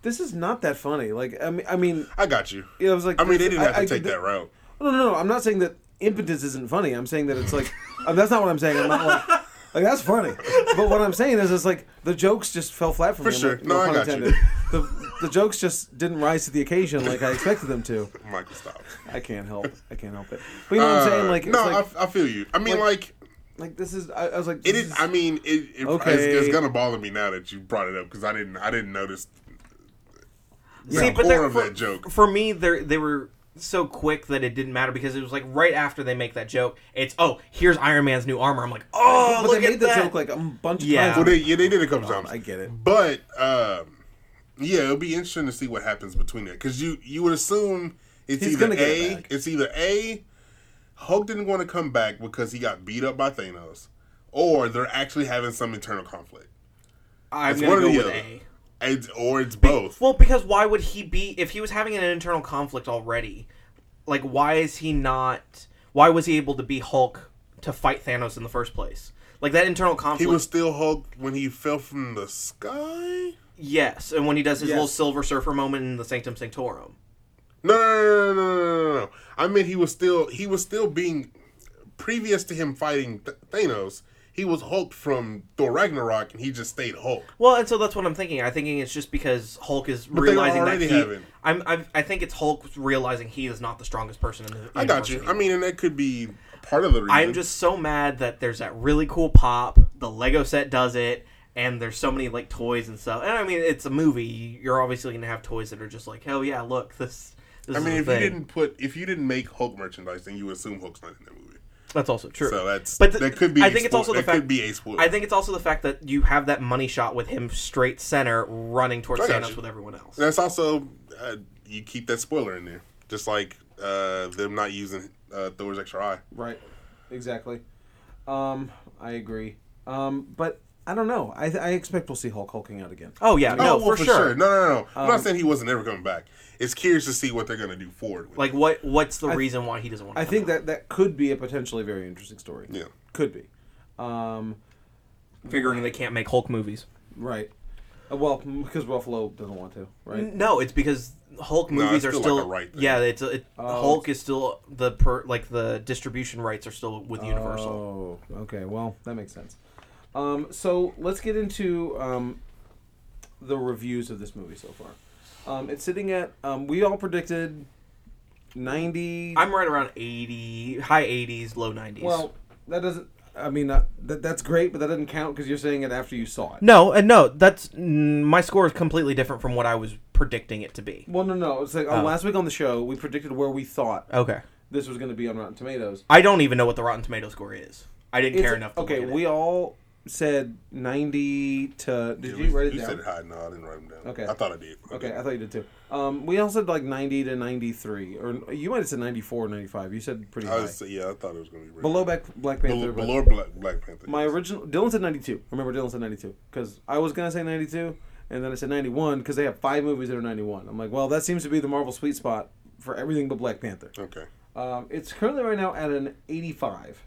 Speaker 1: this is not that funny. Like, I mean, I mean,
Speaker 2: I got you.
Speaker 1: it was like
Speaker 2: I mean, they didn't have to
Speaker 1: I-
Speaker 2: take
Speaker 1: I-
Speaker 2: that route.
Speaker 1: Oh, No, no, no. I'm not saying that impotence isn't funny. I'm saying that it's like uh, that's not what I'm saying. I'm not like like that's funny. But what I'm saying is, it's like the jokes just fell flat for, me. I'm
Speaker 2: sure.
Speaker 1: like,
Speaker 2: No, I
Speaker 1: pun
Speaker 2: got you.
Speaker 1: intended. The the jokes just didn't rise to the occasion like I expected them to.
Speaker 2: Michael, stop.
Speaker 1: I can't help. I can't help it. But you know what I'm saying?
Speaker 2: Uh,
Speaker 1: Like, it's
Speaker 2: no, I
Speaker 1: like,
Speaker 2: f- I, feel you. I mean,
Speaker 1: like-
Speaker 2: like,
Speaker 1: like this is. I, I was like,
Speaker 2: it
Speaker 1: this
Speaker 2: is. I mean, it, it
Speaker 1: Okay.
Speaker 2: it's, it's gonna bother me now that you brought it up because I didn't. I didn't notice. the
Speaker 3: See, but
Speaker 2: core
Speaker 3: they're-
Speaker 2: of
Speaker 3: for,
Speaker 2: that joke.
Speaker 3: for me, they they were so quick that it didn't matter because it was like right after they make that joke, it's oh here's Iron Man's new armor. I'm like oh
Speaker 1: But
Speaker 3: look
Speaker 1: they made
Speaker 3: at
Speaker 1: the
Speaker 3: that.
Speaker 1: joke like a bunch of
Speaker 3: Yeah.
Speaker 1: times.
Speaker 2: Well, they, yeah, they did a couple times.
Speaker 1: Oh, I get it.
Speaker 2: But um, yeah, it'll be interesting to see what happens between that because you you would assume it's
Speaker 1: He's
Speaker 2: either
Speaker 1: gonna get it
Speaker 2: a
Speaker 1: back.
Speaker 2: it's either a Hulk didn't want to come back because he got beat up by Thanos, or they're actually having some internal conflict.
Speaker 3: I'm
Speaker 2: It's
Speaker 3: gonna
Speaker 2: one
Speaker 3: go
Speaker 2: or the
Speaker 3: with
Speaker 2: other.
Speaker 3: A.
Speaker 2: It's, or it's both.
Speaker 3: Well, because why would he be if he was having an internal conflict already? Like why is he not? Why was he able to be Hulk to fight Thanos in the first place? Like that internal conflict.
Speaker 2: He was still Hulk when he fell from the sky.
Speaker 3: yes, and when he does his
Speaker 1: Yes.
Speaker 3: little Silver Surfer moment in the Sanctum Sanctorum.
Speaker 2: No, no, no, no, no, no, no, no. I mean, he was still he was still being previous to him fighting Th- Thanos. He was Hulk from Thor Ragnarok, and he just stayed Hulk.
Speaker 3: Well, and so that's what I'm thinking. I'm thinking it's just because Hulk is
Speaker 2: they
Speaker 3: realizing that
Speaker 2: already
Speaker 3: he.
Speaker 2: have him.
Speaker 3: I'm, I'm. I think it's Hulk realizing he is not the strongest person in the.
Speaker 2: I got you. I mean, and that could be part of the reason.
Speaker 3: I'm just so mad that there's that really cool pop. The Lego set does it, and there's so many like toys and stuff. And I mean, it's a movie. You're obviously gonna have toys that are just like, oh yeah, look this. this
Speaker 2: I mean,
Speaker 3: is
Speaker 2: if
Speaker 3: the
Speaker 2: you
Speaker 3: thing."
Speaker 2: didn't put if you didn't make Hulk merchandise, then you assume Hulk's not in the movie.
Speaker 3: That's also true.
Speaker 2: So uh, that's
Speaker 3: But
Speaker 2: but
Speaker 3: the-
Speaker 2: that could be.
Speaker 3: I
Speaker 2: a
Speaker 3: think it's
Speaker 2: spoil-
Speaker 3: also the
Speaker 2: that
Speaker 3: fact-
Speaker 2: could be a spoiler.
Speaker 3: I think it's also the fact that you have that money shot with him straight center running towards
Speaker 2: I got
Speaker 3: Thanos
Speaker 2: you.
Speaker 3: with everyone else.
Speaker 2: that's also uh, you keep that spoiler in there, just like uh, them not using uh, Thor's extra eye.
Speaker 1: Right. Exactly. Um, I agree. Um, but I don't know. I, I expect we'll see Hulk hulking out again.
Speaker 3: Oh yeah,
Speaker 2: oh,
Speaker 3: no,
Speaker 2: well,
Speaker 3: for, sure.
Speaker 2: No, no, no. I'm
Speaker 1: Um,
Speaker 2: not saying he wasn't ever coming back. It's curious to see what they're gonna do forward. With it.
Speaker 3: Like what? What's the reason why he doesn't want? to
Speaker 1: I think that that could be a potentially very interesting story.
Speaker 2: Yeah.
Speaker 1: Could be. Um,
Speaker 3: figuring they can't make Hulk movies.
Speaker 1: right. Uh, well, because Ruffalo doesn't want to, right?
Speaker 3: No, it's because Hulk
Speaker 2: No, it's
Speaker 3: movies are
Speaker 2: still
Speaker 3: still
Speaker 2: like a right thing.
Speaker 3: yeah. It's a, it,
Speaker 1: Oh,
Speaker 3: Hulk is still the per, like the distribution rights are still with Universal.
Speaker 1: Oh, okay. Well, that makes sense. Um, so let's get into um, the reviews of this movie so far. Um, it's sitting at um, we all predicted ninety.
Speaker 3: I'm right around eighty, high eighties, low nineties.
Speaker 1: well, that doesn't. I mean, uh, that that's great, but that doesn't count because you're saying it after you saw it.
Speaker 3: no, and no, that's mm, my score is completely different from what I was predicting it to be.
Speaker 1: Well, no, no. It's like uh, last week on the show, we predicted where we thought
Speaker 3: Okay,
Speaker 1: this was going to be on Rotten Tomatoes.
Speaker 3: I don't even know what the Rotten Tomato score is. I didn't care
Speaker 1: It's-
Speaker 3: enough. To
Speaker 1: okay,
Speaker 3: look at it.
Speaker 1: we all said ninety to. Did
Speaker 2: Yeah,
Speaker 1: you write it
Speaker 2: you
Speaker 1: down?
Speaker 2: said high. No, I didn't write them down.
Speaker 1: Okay.
Speaker 2: I thought I did.
Speaker 1: Okay, I thought you did too. Um, we all said like 90 to 93, or you might have said 94 or 95. You said pretty
Speaker 2: I
Speaker 1: high.
Speaker 2: was, yeah, I thought it was gonna be really
Speaker 1: Below Black, Black Panther.
Speaker 2: Bel-
Speaker 1: but
Speaker 2: below Black, Black Panther.
Speaker 1: my
Speaker 2: yes.
Speaker 1: original. Dylan said 92. Remember, Dylan said 92. Because I was going to say 92, and then I said 91 because they have five movies that are 91. I'm like, well, that seems to be the Marvel sweet spot for everything but Black Panther.
Speaker 2: Okay.
Speaker 1: Um, it's currently right now at an 85.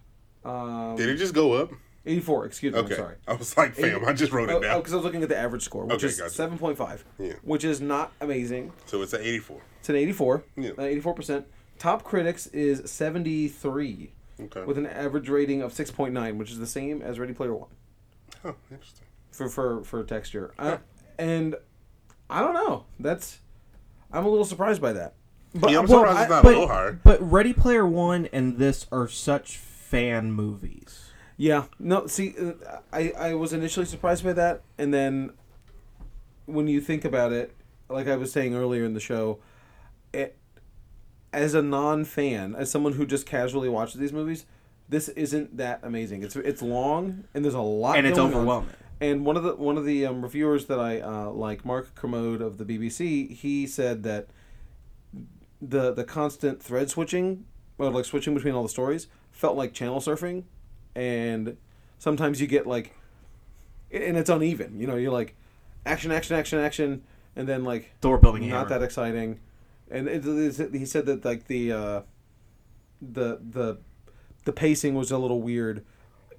Speaker 1: Um,
Speaker 2: Did it just go up?
Speaker 1: 84, excuse me.
Speaker 2: Okay.
Speaker 1: I'm sorry.
Speaker 2: I was like, fam, I just wrote
Speaker 1: Oh,
Speaker 2: it down.
Speaker 1: because I was looking at the average score, which
Speaker 2: Okay,
Speaker 1: is
Speaker 2: gotcha.
Speaker 1: 7.5,
Speaker 2: Yeah.
Speaker 1: which is not amazing.
Speaker 2: So it's at 84.
Speaker 1: It's an 84.
Speaker 2: Yeah.
Speaker 1: 84%. Top critics is 73
Speaker 2: Okay.
Speaker 1: with an average rating of 6.9, which is the same as Ready Player One
Speaker 2: Huh, interesting.
Speaker 1: for for for texture. Uh, and I don't know. That's I'm a little surprised by that.
Speaker 2: But, yeah, I'm
Speaker 4: Well,
Speaker 2: surprised it's
Speaker 4: I-
Speaker 2: not a
Speaker 4: but-
Speaker 2: little higher.
Speaker 4: But Ready Player One and this are such fan movies.
Speaker 1: Yeah. No, see uh, I I was initially surprised by that and then when you think about it, like I was saying earlier in the show, it as a non-fan, as someone who just casually watches these movies, this isn't that amazing. It's it's long and there's a lot,
Speaker 4: And it's
Speaker 1: going on.
Speaker 4: overwhelming.
Speaker 1: And one of the one of the um, reviewers that I uh, like, Mark Kermode of the BBC, he said that the the constant thread switching, or like switching between all the stories, felt like channel surfing, and sometimes you get like, and it's uneven. You know, you're like, action, action, action, action, and then like
Speaker 4: Thor building a
Speaker 1: not
Speaker 4: hammer.
Speaker 1: that exciting. And it, it- he said that like the uh, the the the pacing was a little weird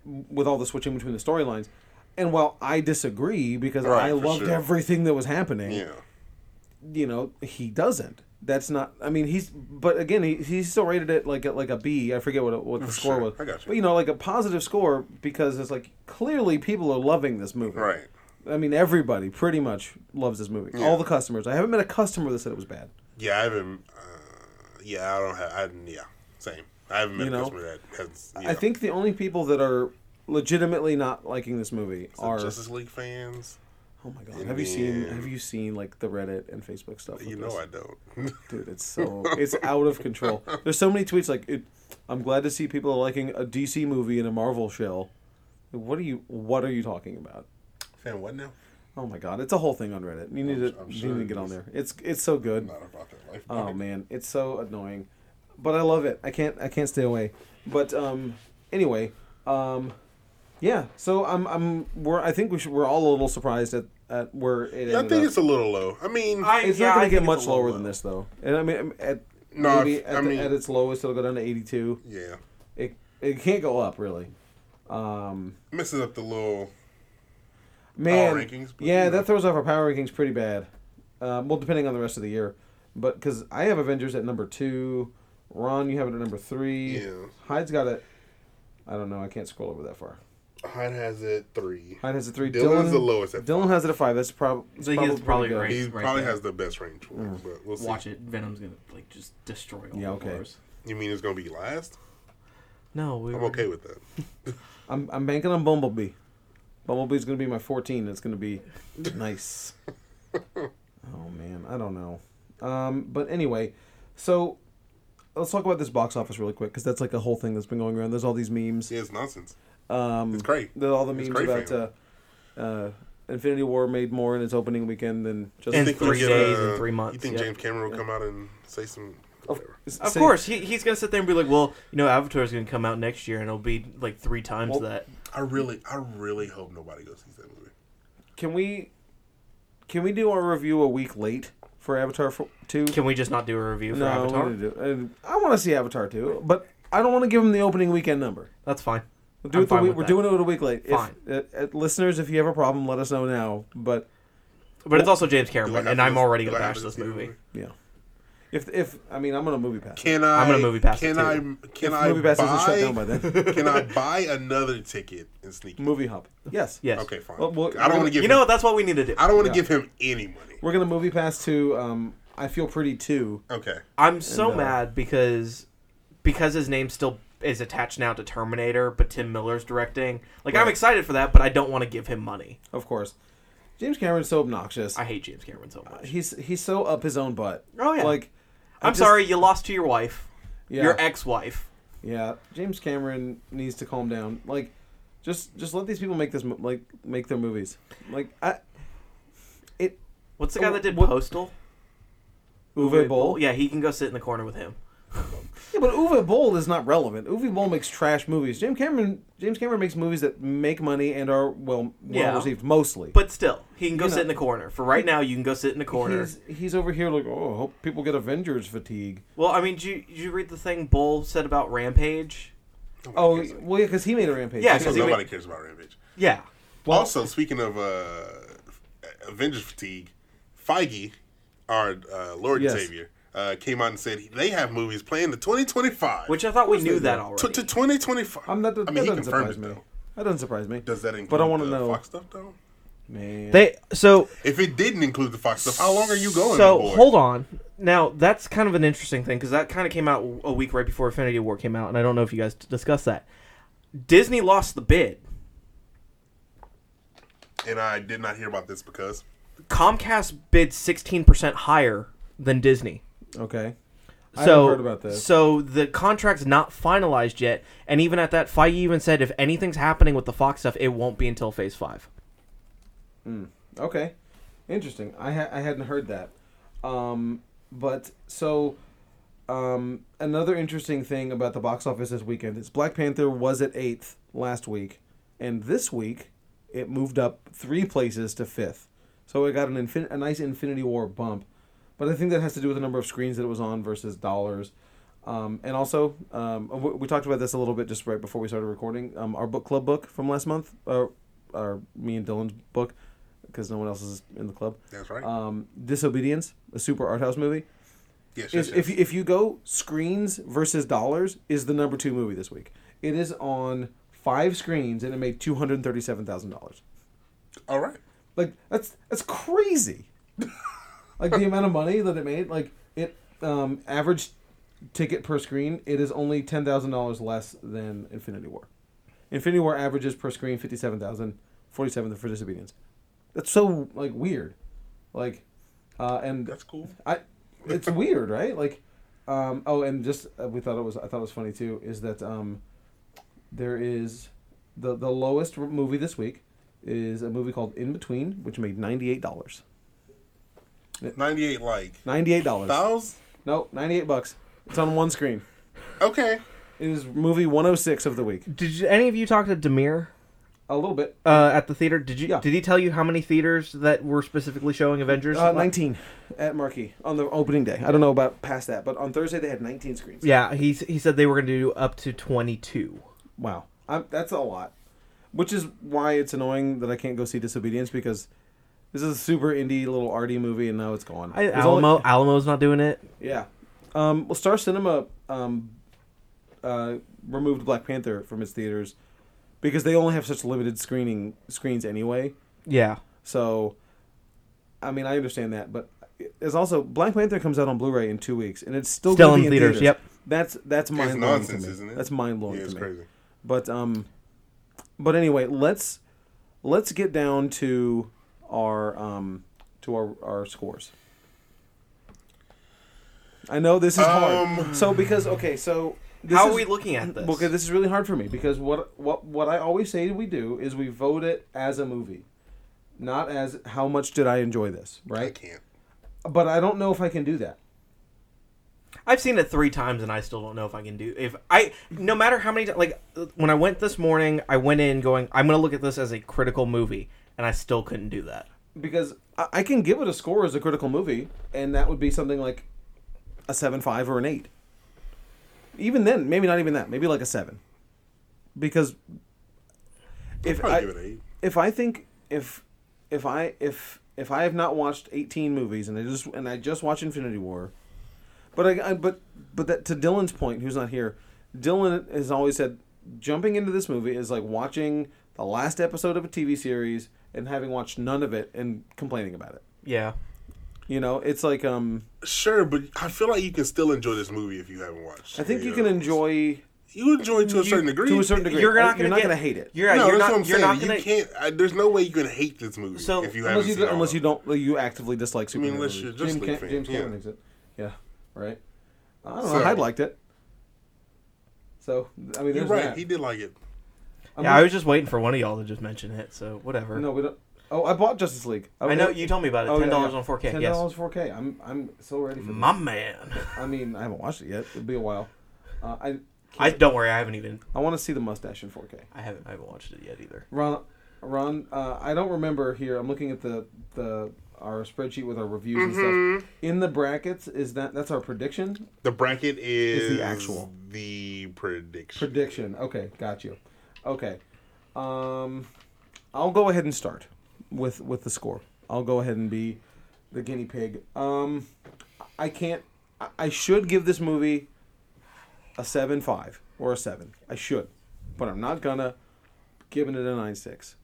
Speaker 1: with all the switching between the storylines. And while I disagree because
Speaker 2: Right,
Speaker 1: I
Speaker 2: for
Speaker 1: loved
Speaker 2: sure.
Speaker 1: everything that was happening,
Speaker 2: Yeah.
Speaker 1: you know, he doesn't. That's not. I mean, he's. But again, he, he still rated it like a, like a B. I forget what it, what the score
Speaker 2: Oh, sure.
Speaker 1: was.
Speaker 2: I got you.
Speaker 1: But you know, like a positive score because it's like clearly people are loving this movie.
Speaker 2: Right.
Speaker 1: I mean, everybody pretty much loves this movie. All the customers. I haven't met a customer that said it was bad.
Speaker 2: Yeah, I haven't. Uh, yeah, I don't have. I, yeah, same. I haven't met
Speaker 1: You
Speaker 2: a
Speaker 1: know?
Speaker 2: customer that has. You
Speaker 1: I
Speaker 2: know,
Speaker 1: think the only people that are legitimately not liking this movie
Speaker 2: the
Speaker 1: are.
Speaker 2: Justice League fans.
Speaker 1: oh my god! Have you seen?
Speaker 2: Yeah.
Speaker 1: Have you seen like the Reddit and Facebook stuff?
Speaker 2: You
Speaker 1: with
Speaker 2: know
Speaker 1: this?
Speaker 2: I don't.
Speaker 1: dude it's so it's out of control there's so many tweets like it, i'm glad to see people are liking a dc movie and a marvel shell what are you what are you talking about
Speaker 2: Fam, what now?
Speaker 1: oh my god it's a whole thing on reddit you need to
Speaker 2: I'm
Speaker 1: you
Speaker 2: sure
Speaker 1: need
Speaker 2: it
Speaker 1: to get on
Speaker 2: is.
Speaker 1: there it's it's so good
Speaker 2: Not about that life.
Speaker 1: oh man it's so annoying but i love it i can't i can't stay away but um anyway um yeah so i'm i'm we're i think we should we're all a little surprised at at where it ended
Speaker 2: I think
Speaker 1: up.
Speaker 2: it's a little low. I mean,
Speaker 3: I-
Speaker 1: It's
Speaker 3: yeah,
Speaker 1: not going
Speaker 3: I
Speaker 1: to
Speaker 3: think
Speaker 1: get
Speaker 3: it's
Speaker 1: much
Speaker 3: a little
Speaker 1: lower
Speaker 3: low.
Speaker 1: than this, though. And I mean, at
Speaker 2: No,
Speaker 1: maybe
Speaker 2: if-
Speaker 1: at,
Speaker 2: I
Speaker 1: the-
Speaker 2: mean-
Speaker 1: at its lowest, it'll go down to eighty-two.
Speaker 2: yeah,
Speaker 1: It it can't go up really. Um,
Speaker 2: messes up the little.
Speaker 1: man,
Speaker 2: rankings, but,
Speaker 1: yeah,
Speaker 2: you know.
Speaker 1: that throws off our power rankings pretty bad. Um, well, depending on the rest of the year, but because I have Avengers at number two, Ron, you have it at number three.
Speaker 2: Yeah.
Speaker 1: Hyde's got it. I don't know. I can't scroll over that far.
Speaker 2: Hyde has it three.
Speaker 1: Hyde has it three.
Speaker 2: Dylan's
Speaker 1: Dylan-
Speaker 2: the lowest at
Speaker 1: Dylan has it at five. That's prob- it's
Speaker 3: So he is
Speaker 1: probably
Speaker 3: probably
Speaker 1: pretty good.
Speaker 3: ranked.
Speaker 2: He
Speaker 3: Right
Speaker 2: probably
Speaker 3: there. Mm.
Speaker 2: has the best range for it, but we'll see.
Speaker 4: Watch it. Venom's gonna like just destroy all
Speaker 1: Yeah,
Speaker 4: the
Speaker 1: okay.
Speaker 4: doors.
Speaker 2: You mean it's gonna be last?
Speaker 4: No, we
Speaker 3: Mm-hmm.
Speaker 2: I'm
Speaker 4: were-
Speaker 2: okay with that.
Speaker 1: I'm I'm banking on Bumblebee. Bumblebee's gonna be my 14. It's gonna be nice. oh man, I don't know. Um, but anyway, so let's talk about this box office really quick because that's like a whole thing that's been going around. There's all these memes.
Speaker 2: Yeah, it's nonsense.
Speaker 1: Um,
Speaker 2: It's great.
Speaker 3: Mm.
Speaker 1: there's all the
Speaker 2: It's
Speaker 1: memes
Speaker 2: great
Speaker 1: about uh,
Speaker 2: fame.
Speaker 1: uh, Infinity War made more in its opening weekend than just
Speaker 3: And
Speaker 2: Think
Speaker 3: three
Speaker 2: we'll get,
Speaker 3: days
Speaker 2: uh,
Speaker 3: and three months,
Speaker 2: You think
Speaker 3: yeah.
Speaker 2: James Cameron will come out and say some? whatever.
Speaker 3: Of course, he, he's gonna sit there and be like, "Well, you know, Avatar's gonna come out next year, and it'll be like three times
Speaker 1: Well-
Speaker 3: that."
Speaker 2: I really, I really hope nobody goes see that movie.
Speaker 1: Can we can we do our review a week late for Avatar for, two?
Speaker 3: Can we just not do a review for
Speaker 1: no,
Speaker 3: Avatar?
Speaker 1: we need to do- Uh, I want to see Avatar two, but I don't want to give them the opening weekend number.
Speaker 3: That's fine.
Speaker 1: We'll do
Speaker 3: I'm
Speaker 1: it the
Speaker 3: fine
Speaker 1: week,
Speaker 3: with
Speaker 1: we're
Speaker 3: that.
Speaker 1: doing it a week late. If-
Speaker 3: Fine.
Speaker 1: uh, uh, listeners, if you have a problem, let us know now. But
Speaker 3: But it's also James Cameron,
Speaker 2: Do I have
Speaker 3: and
Speaker 2: to
Speaker 3: I'm
Speaker 2: go-
Speaker 3: already
Speaker 2: do
Speaker 3: gonna
Speaker 2: I have
Speaker 3: bash
Speaker 2: to
Speaker 3: this
Speaker 2: see the
Speaker 3: movie.
Speaker 1: yeah, if if I mean I'm on a movie pass.
Speaker 2: Can I?
Speaker 3: gonna movie pass it
Speaker 2: Can
Speaker 3: too.
Speaker 2: I? Can I
Speaker 1: movie pass
Speaker 2: buy?
Speaker 1: isn't shut down by then.
Speaker 2: can I buy another ticket and sneak? in?
Speaker 1: movie hop. Yes.
Speaker 3: Yes.
Speaker 2: Okay, fine.
Speaker 1: Well, well,
Speaker 2: I don't want to give.
Speaker 3: You know
Speaker 2: him,
Speaker 3: what? That's what we need to do.
Speaker 2: I don't want to
Speaker 1: Yeah.
Speaker 2: give him any money.
Speaker 1: We're gonna movie pass to um, I Feel Pretty two.
Speaker 2: Okay.
Speaker 3: I'm so
Speaker 1: uh,
Speaker 3: mad because because his name still is attached now to Terminator, but Tim Miller's directing. Like I'm
Speaker 1: Right.
Speaker 3: excited for that, but I don't want to give him money.
Speaker 1: Of course, James Cameron's so obnoxious.
Speaker 3: I hate James Cameron so much.
Speaker 1: he's he's so up his own butt.
Speaker 3: Oh, yeah.
Speaker 1: Like Uh, I
Speaker 3: I'm
Speaker 1: just-
Speaker 3: sorry you lost to your wife,
Speaker 1: Yeah.
Speaker 3: your ex-wife.
Speaker 1: Yeah, James Cameron needs to calm down. Like, just just let these people make this mo- like make their movies. Like, I, it
Speaker 3: What's the guy that did
Speaker 1: Oh, What-
Speaker 3: Postal?
Speaker 1: Uwe Boll.
Speaker 3: Yeah, he can go sit in the corner with him.
Speaker 1: Yeah, but Uwe Boll is not relevant. Uwe Boll makes trash movies. James Cameron James Cameron makes movies that make money and are well well
Speaker 3: Yeah.
Speaker 1: received mostly.
Speaker 3: But still, he can go
Speaker 1: You
Speaker 3: sit
Speaker 1: know-
Speaker 3: in the corner. For right now, you can go sit in the corner.
Speaker 1: he's he's over here like oh I hope people get Avengers fatigue.
Speaker 3: Well, I mean, did you, did you read the thing Bull said about Rampage?
Speaker 1: Oh
Speaker 2: Nobody cares.
Speaker 1: well, yeah, because he made a rampage.
Speaker 3: Yeah, 'cause
Speaker 2: Also,
Speaker 3: he
Speaker 2: nobody cares about Rampage.
Speaker 3: Yeah.
Speaker 2: also, speaking of uh, Avengers fatigue, Feige, our uh, Lord
Speaker 1: Yes.
Speaker 2: and Savior, uh, came out and said they have movies planned to 2025.
Speaker 3: Which I thought we
Speaker 1: they
Speaker 3: knew that
Speaker 1: do.
Speaker 2: to,
Speaker 3: already.
Speaker 2: to 2025.
Speaker 1: I'm not. That,
Speaker 2: I mean, he
Speaker 1: that doesn't
Speaker 2: confirmed
Speaker 1: surprise
Speaker 2: it
Speaker 1: me.
Speaker 2: though.
Speaker 1: That doesn't surprise me.
Speaker 2: Does that include
Speaker 1: But I want to
Speaker 2: the
Speaker 1: know.
Speaker 2: Fox stuff though?
Speaker 1: Man,
Speaker 3: They so
Speaker 2: If it didn't include the Fox stuff, how long are you going?
Speaker 3: So
Speaker 2: my boy?
Speaker 3: hold on. Now that's kind of an interesting thing because that kind of came out a week right before Infinity War came out, and I don't know if you guys discussed that. Disney lost the bid.
Speaker 2: And I did not hear about this because
Speaker 3: Comcast bid sixteen percent higher than Disney.
Speaker 1: okay. I haven't
Speaker 3: So
Speaker 1: heard about this.
Speaker 3: so the contract's not finalized yet, and even at that, Feige even said if anything's happening with the Fox stuff, it won't be until Phase Five.
Speaker 1: Okay, interesting. I ha- I hadn't heard that. Um, but so, um, another interesting thing about the box office this weekend is Black Panther was at eighth last week, and this week it moved up three places to fifth. So it got an infin- a nice Infinity War bump, but I think that has to do with the number of screens that it was on versus dollars. Um, and also, um, we, we talked about this a little bit just right before we started recording. Um, our book club book from last month, or, or me and Dylan's book, because no one else is in the club.
Speaker 2: that's right.
Speaker 1: Um, Disobedience, a super art house movie.
Speaker 2: yes, yes,
Speaker 1: Is,
Speaker 2: yes.
Speaker 1: if, you, if you go screens versus dollars, is the number two movie this week. It is on five screens and it made two hundred thirty-seven thousand dollars.
Speaker 2: All right.
Speaker 1: Like that's that's crazy. like the amount of money that it made. Like it um, average ticket per screen. It is only ten thousand dollars less than Infinity War. Infinity War averages per screen fifty-seven thousand, forty-seven for Disobedience. That's so like weird. Like, uh, and
Speaker 2: That's cool.
Speaker 1: I, it's weird, right? Like, um, oh, and just uh, we thought it was. I thought it was funny too. Is that um, there is the the lowest r- movie this week is a movie called In Between, which made ninety eight dollars.
Speaker 2: Ninety-eight, like
Speaker 1: Ninety eight dollars.
Speaker 2: thousand.
Speaker 1: No, ninety eight bucks. It's on one screen.
Speaker 2: Okay.
Speaker 1: It is movie one oh six of the week.
Speaker 3: Did you, any of you talk to Demir
Speaker 1: A little bit.
Speaker 3: uh, at the theater? Did you?
Speaker 1: Yeah.
Speaker 3: Did he tell you how many theaters that were specifically showing Avengers?
Speaker 1: Uh, nineteen at Marquee on the opening day. I don't know about past that, but on Thursday they had nineteen screens.
Speaker 3: Yeah, he he said they were going to do up to 22.
Speaker 1: Wow, I'm, that's a lot. Which is why it's annoying that I can't go see Disobedience because this is a super indie little arty movie, and now it's gone.
Speaker 3: I,
Speaker 1: There's
Speaker 3: Alamo
Speaker 1: only-
Speaker 3: Alamo's not doing it.
Speaker 1: yeah. Um, well, Star Cinema um, uh, removed Black Panther from its theaters because they only have such limited screening screens anyway.
Speaker 3: Yeah.
Speaker 1: So, I mean, I understand that, but there's also Black Panther comes out on Blu-ray in two weeks, and it's still
Speaker 3: Still
Speaker 1: gonna
Speaker 3: in
Speaker 1: be
Speaker 3: theaters, yep.
Speaker 1: that's that's mind blowing
Speaker 2: nonsense,
Speaker 1: to me.
Speaker 2: isn't it?
Speaker 1: That's mind
Speaker 2: Yeah,
Speaker 1: blowing
Speaker 2: it's
Speaker 1: to me.
Speaker 2: crazy.
Speaker 1: But um, but anyway, let's let's get down to our um to our our scores. I know this is
Speaker 2: Um.
Speaker 1: hard. So because okay, so this
Speaker 3: How
Speaker 1: is-
Speaker 3: are we looking at this?
Speaker 1: Okay, this is really hard for me because what what what I always say we do is we vote it as a movie, not as how much did I enjoy this,
Speaker 2: I
Speaker 1: right?
Speaker 2: can't.
Speaker 1: But I don't know if I can do that.
Speaker 3: I've seen it three times and I still don't know if I can do if I no matter how many times like uh, when I went this morning I went in going I'm gonna look at this as a critical movie and I still couldn't do that.
Speaker 1: because I, I can give it a score as a critical movie, and that would be something like a seven five or an eight. Even then, maybe not even that. Maybe like a seven, because if
Speaker 2: Probably
Speaker 1: I
Speaker 2: give it an eight.
Speaker 1: if I think if if I if if I have not watched eighteen movies and I just and I just watch Infinity War, but I, I but but that to Dylan's point, who's not here, Dylan has always said jumping into this movie is like watching the last episode of a TV series and having watched none of it and complaining about it.
Speaker 3: Yeah.
Speaker 1: You know, it's like um
Speaker 2: Sure, but I feel like you can still enjoy this movie if you haven't watched.
Speaker 1: I think
Speaker 2: any
Speaker 1: you
Speaker 2: of
Speaker 1: can
Speaker 2: those.
Speaker 1: enjoy
Speaker 2: You enjoy to a certain degree.
Speaker 1: to a certain degree.
Speaker 3: You're not
Speaker 1: I-
Speaker 3: gonna
Speaker 1: you're not
Speaker 3: get-
Speaker 1: gonna hate it.
Speaker 3: You're,
Speaker 2: no,
Speaker 3: you're
Speaker 2: that's
Speaker 3: not
Speaker 2: what I'm
Speaker 3: you're
Speaker 2: saying.
Speaker 3: not gonna
Speaker 2: You can't. I, there's no way you can hate this movie
Speaker 3: So-
Speaker 2: if you haven't
Speaker 1: unless you
Speaker 2: seen
Speaker 1: don't, unless
Speaker 2: all
Speaker 1: you
Speaker 2: of
Speaker 1: don't you actively dislike superhero
Speaker 2: mean, unless
Speaker 1: movies.
Speaker 2: you're just
Speaker 1: James,
Speaker 2: a
Speaker 1: Cam-
Speaker 2: fan,
Speaker 1: James
Speaker 2: yeah.
Speaker 1: Cameron thinks it. Yeah, right. I don't know.
Speaker 2: So-
Speaker 1: I liked it. So I mean,
Speaker 2: it. You're
Speaker 1: there's
Speaker 2: right.
Speaker 1: that.
Speaker 2: He did like it.
Speaker 1: I
Speaker 3: yeah, I was just waiting for one of y'all to just mention it, so whatever.
Speaker 1: no, we don't. Oh, I bought Justice League.
Speaker 3: I know you told me about it.
Speaker 1: Oh, yeah,
Speaker 3: Ten dollars
Speaker 1: yeah.
Speaker 3: on four K.
Speaker 1: Ten
Speaker 3: Yes,
Speaker 1: dollars four K. I'm I'm so ready for.
Speaker 3: my
Speaker 1: This.
Speaker 3: man.
Speaker 1: I mean, I haven't watched it yet. It'll be a while. Uh, I
Speaker 3: I don't worry. I haven't even.
Speaker 1: I want to see the mustache in four K.
Speaker 3: I haven't. I haven't watched it yet either.
Speaker 1: Ron, Ron, uh, I don't remember here. I'm looking at the the our spreadsheet with our reviews
Speaker 2: Mm-hmm.
Speaker 1: and stuff. In the brackets is that that's our prediction.
Speaker 2: The bracket is,
Speaker 1: the actual.
Speaker 2: the prediction.
Speaker 1: Prediction. Okay, got you. Okay, um, I'll go ahead and start with with the score. I'll go ahead and be the guinea pig. Um, I can't. I, I should give this movie a seven five or a seven. I should, but I'm not gonna. Giving it a nine six.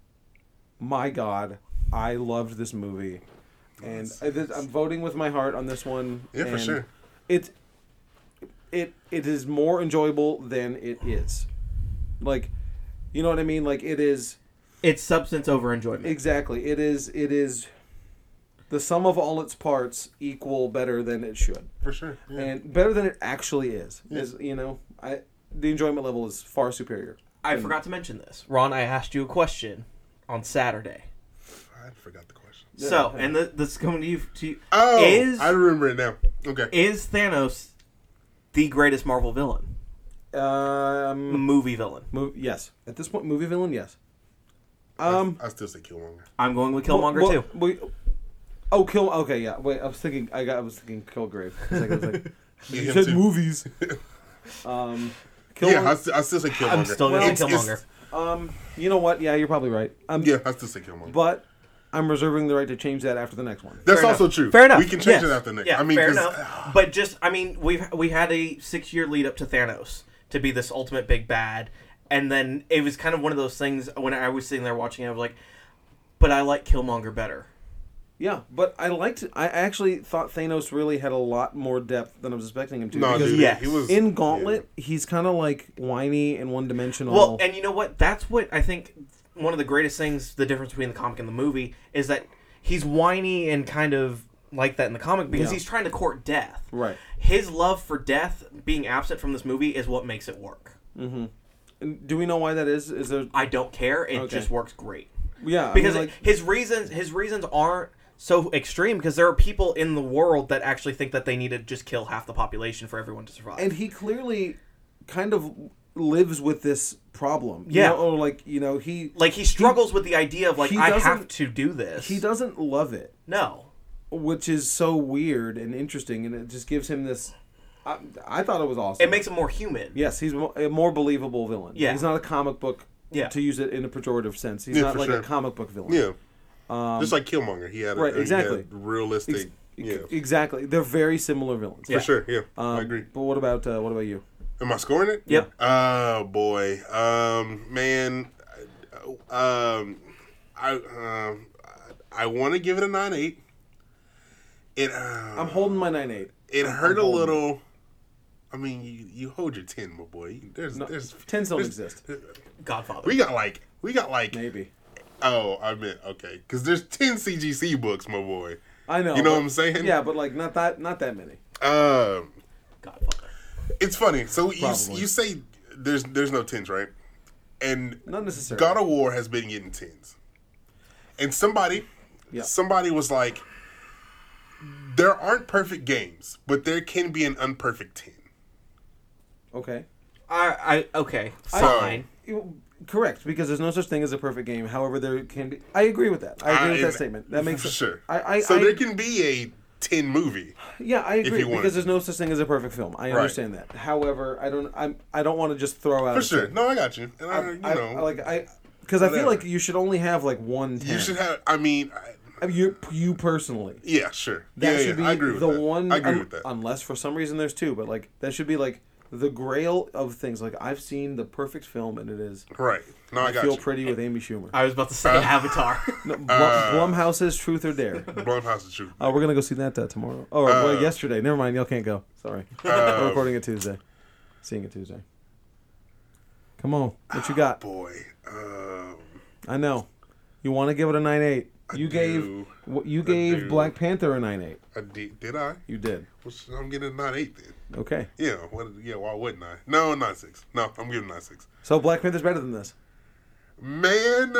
Speaker 1: My God, I loved this movie, and I, this, I'm voting with my heart on this one.
Speaker 2: Yeah, for
Speaker 1: and
Speaker 2: sure.
Speaker 1: It it it is more enjoyable than it is. Like, you know what I mean? Like it is
Speaker 3: It's substance over enjoyment.
Speaker 1: exactly. It is it is the sum of all its parts equal better than it should
Speaker 2: for sure. Yeah.
Speaker 1: and better than it actually is. Is you know I the enjoyment level is far superior.
Speaker 3: I forgot to mention this, Ron. I asked you a question on Saturday.
Speaker 2: I forgot the question.
Speaker 3: so, and th- this is coming to you. To you.
Speaker 2: Oh,
Speaker 3: is
Speaker 2: I remember it now. Okay.
Speaker 3: is Thanos the greatest Marvel villain?
Speaker 1: Um,
Speaker 3: Movie villain.
Speaker 1: mov- yes, at this point, movie villain, yes. Um,
Speaker 2: I still say Killmonger.
Speaker 3: I'm going with Killmonger
Speaker 1: well,
Speaker 3: too.
Speaker 1: we- oh, Kill. Okay, yeah. Wait, I was thinking. I got. I was thinking Killgrave. I was like, I was like,
Speaker 2: Yeah,
Speaker 1: you
Speaker 2: him
Speaker 1: said
Speaker 2: too.
Speaker 1: movies. Um, Killmonger.
Speaker 2: Yeah, I, st- I still say Killmonger.
Speaker 3: I'm still going
Speaker 2: It's-
Speaker 3: to
Speaker 2: it's-
Speaker 3: Killmonger.
Speaker 1: um, you know what? Yeah, you're probably right. Um,
Speaker 2: Yeah, I still say Killmonger.
Speaker 1: but I'm reserving the right to change that after the next one.
Speaker 2: That's
Speaker 3: Fair
Speaker 2: also
Speaker 3: enough.
Speaker 2: true.
Speaker 3: Fair enough.
Speaker 2: We can
Speaker 1: Yes.
Speaker 2: change it after next.
Speaker 3: Yeah,
Speaker 2: I mean,
Speaker 3: fair
Speaker 2: 'cause- uh,
Speaker 3: enough. But just, I mean, we've we had a six year lead up to Thanos to be this ultimate big bad, and then it was kind of one of those things when I was sitting there watching, it, I was like, but I like Killmonger better.
Speaker 1: Yeah, but I liked. I actually thought Thanos really had a lot more depth than I was expecting him to.
Speaker 2: No,
Speaker 1: because
Speaker 2: dude,
Speaker 3: yes.
Speaker 2: he was
Speaker 1: in Gauntlet, he's kind of like whiny and one dimensional.
Speaker 3: Well, and you know what? That's what I think. One of the greatest things, the difference between the comic and the movie, is that he's whiny and kind of like that in the comic because
Speaker 1: Yeah.
Speaker 3: he's trying to court death.
Speaker 1: Right.
Speaker 3: His love for death being absent from this movie is what makes it work.
Speaker 1: And do we know why that is? Is there?
Speaker 3: I don't care. It
Speaker 1: Okay.
Speaker 3: just works great.
Speaker 1: Yeah, I
Speaker 3: because
Speaker 1: mean, like,
Speaker 3: his reasons his reasons aren't so extreme because there are people in the world that actually think that they need to just kill half the population for everyone to survive.
Speaker 1: and he clearly kind of lives with this problem. You
Speaker 3: Yeah.
Speaker 1: know, or like you know he
Speaker 3: like he struggles with the idea of like
Speaker 1: he
Speaker 3: I
Speaker 1: doesn't-
Speaker 3: have to do this.
Speaker 1: he doesn't love it,
Speaker 3: no.
Speaker 1: which is so weird and interesting, and it just gives him this. I, I thought it was awesome.
Speaker 3: It makes him more human.
Speaker 1: Yes, he's mo- a more believable villain.
Speaker 3: Yeah.
Speaker 1: he's not a comic book.
Speaker 3: Yeah.
Speaker 1: to use it in a pejorative sense, he's
Speaker 2: Yeah,
Speaker 1: not
Speaker 2: for
Speaker 1: like a
Speaker 2: sure.
Speaker 1: comic book villain.
Speaker 2: Yeah. Just like Killmonger, he had a,
Speaker 1: Um, Right,
Speaker 2: he had
Speaker 1: exactly.
Speaker 2: realistic.
Speaker 1: Ex-
Speaker 2: yeah,
Speaker 1: exactly. They're very similar villains.
Speaker 3: Yeah.
Speaker 2: for sure. Yeah,
Speaker 1: Um,
Speaker 2: I agree.
Speaker 1: But what about uh, what about you?
Speaker 2: Am I scoring it?
Speaker 3: Yep.
Speaker 2: Oh boy, um, man, I- um, I um, I want to give it a nine eight. It
Speaker 1: I'm
Speaker 2: um,
Speaker 1: holding my nine eight.
Speaker 2: it hurt a
Speaker 1: holding.
Speaker 2: little. I mean, you, you hold your ten, my boy. You- There's there's
Speaker 1: Tens don't
Speaker 2: there's-
Speaker 1: exist.
Speaker 3: Godfather.
Speaker 2: We got like we got like
Speaker 1: Maybe.
Speaker 2: oh I meant okay because there's ten CGC books, my boy.
Speaker 1: I know.
Speaker 2: You know
Speaker 1: but-
Speaker 2: what I'm saying?
Speaker 1: Yeah, but like not that not that many.
Speaker 2: Um,
Speaker 3: Godfather.
Speaker 2: it's funny. So you,
Speaker 1: Probably.
Speaker 2: you say there's there's no tens, right? And
Speaker 1: Not necessarily.
Speaker 2: God of War has been getting tens, and somebody,
Speaker 1: Yeah.
Speaker 2: somebody was like, there aren't perfect games, but there can be an unperfect ten.
Speaker 1: okay.
Speaker 3: I, I okay. Fine.
Speaker 1: You- Correct, because there's no such thing as a perfect game. However, there can be. I agree with that. I agree with
Speaker 2: I-
Speaker 1: that statement. That makes
Speaker 2: for
Speaker 1: sense.
Speaker 2: sure.
Speaker 1: I, I,
Speaker 2: so
Speaker 1: I,
Speaker 2: there can be a ten movie.
Speaker 1: Yeah, I agree
Speaker 2: you wanted
Speaker 1: because
Speaker 2: to.
Speaker 1: there's no such thing as a perfect film. I understand that. However, I don't. I'm. I don't want to just throw out.
Speaker 2: For sure. No, I got you. And I, you
Speaker 1: I,
Speaker 2: know,
Speaker 1: I- like I, because I feel
Speaker 2: Whatever.
Speaker 1: like you should only have like one. 10.
Speaker 2: you should have. I mean, I,
Speaker 1: I mean, you you personally.
Speaker 2: yeah, sure.
Speaker 1: That
Speaker 2: yeah,
Speaker 1: should
Speaker 2: yeah,
Speaker 1: be
Speaker 2: I agree with
Speaker 1: the
Speaker 2: that.
Speaker 1: one.
Speaker 2: I agree
Speaker 1: un-
Speaker 2: with that.
Speaker 1: Unless for some reason there's two, but like that should be like the grail of things. Like I've seen the perfect film, and it is
Speaker 2: right. No, I, got
Speaker 1: Feel
Speaker 2: you.
Speaker 1: Pretty with Amy Schumer.
Speaker 3: I was about to say Avatar.
Speaker 1: No, Blum,
Speaker 2: Uh,
Speaker 1: Blumhouse's Truth or Dare.
Speaker 2: Blumhouse is true.
Speaker 1: Uh, we're gonna go see that uh, tomorrow. Oh, well, yesterday. Never mind. Y'all can't go. Sorry.
Speaker 2: Uh,
Speaker 1: We're recording it Tuesday. Seeing it Tuesday. Come on. What you got?
Speaker 2: Boy. Um,
Speaker 1: I know. You want to give it a nine eight. You gave
Speaker 2: do.
Speaker 1: wh- you gave
Speaker 2: do.
Speaker 1: Black Panther a nine eight.
Speaker 2: I did, did I?
Speaker 1: You did.
Speaker 2: Which- I'm getting a nine eight then.
Speaker 1: Okay.
Speaker 2: Yeah. What? Yeah. Why wouldn't I? No, nine six. No, I'm giving nine six.
Speaker 1: So Black Panther's better than this.
Speaker 2: Man,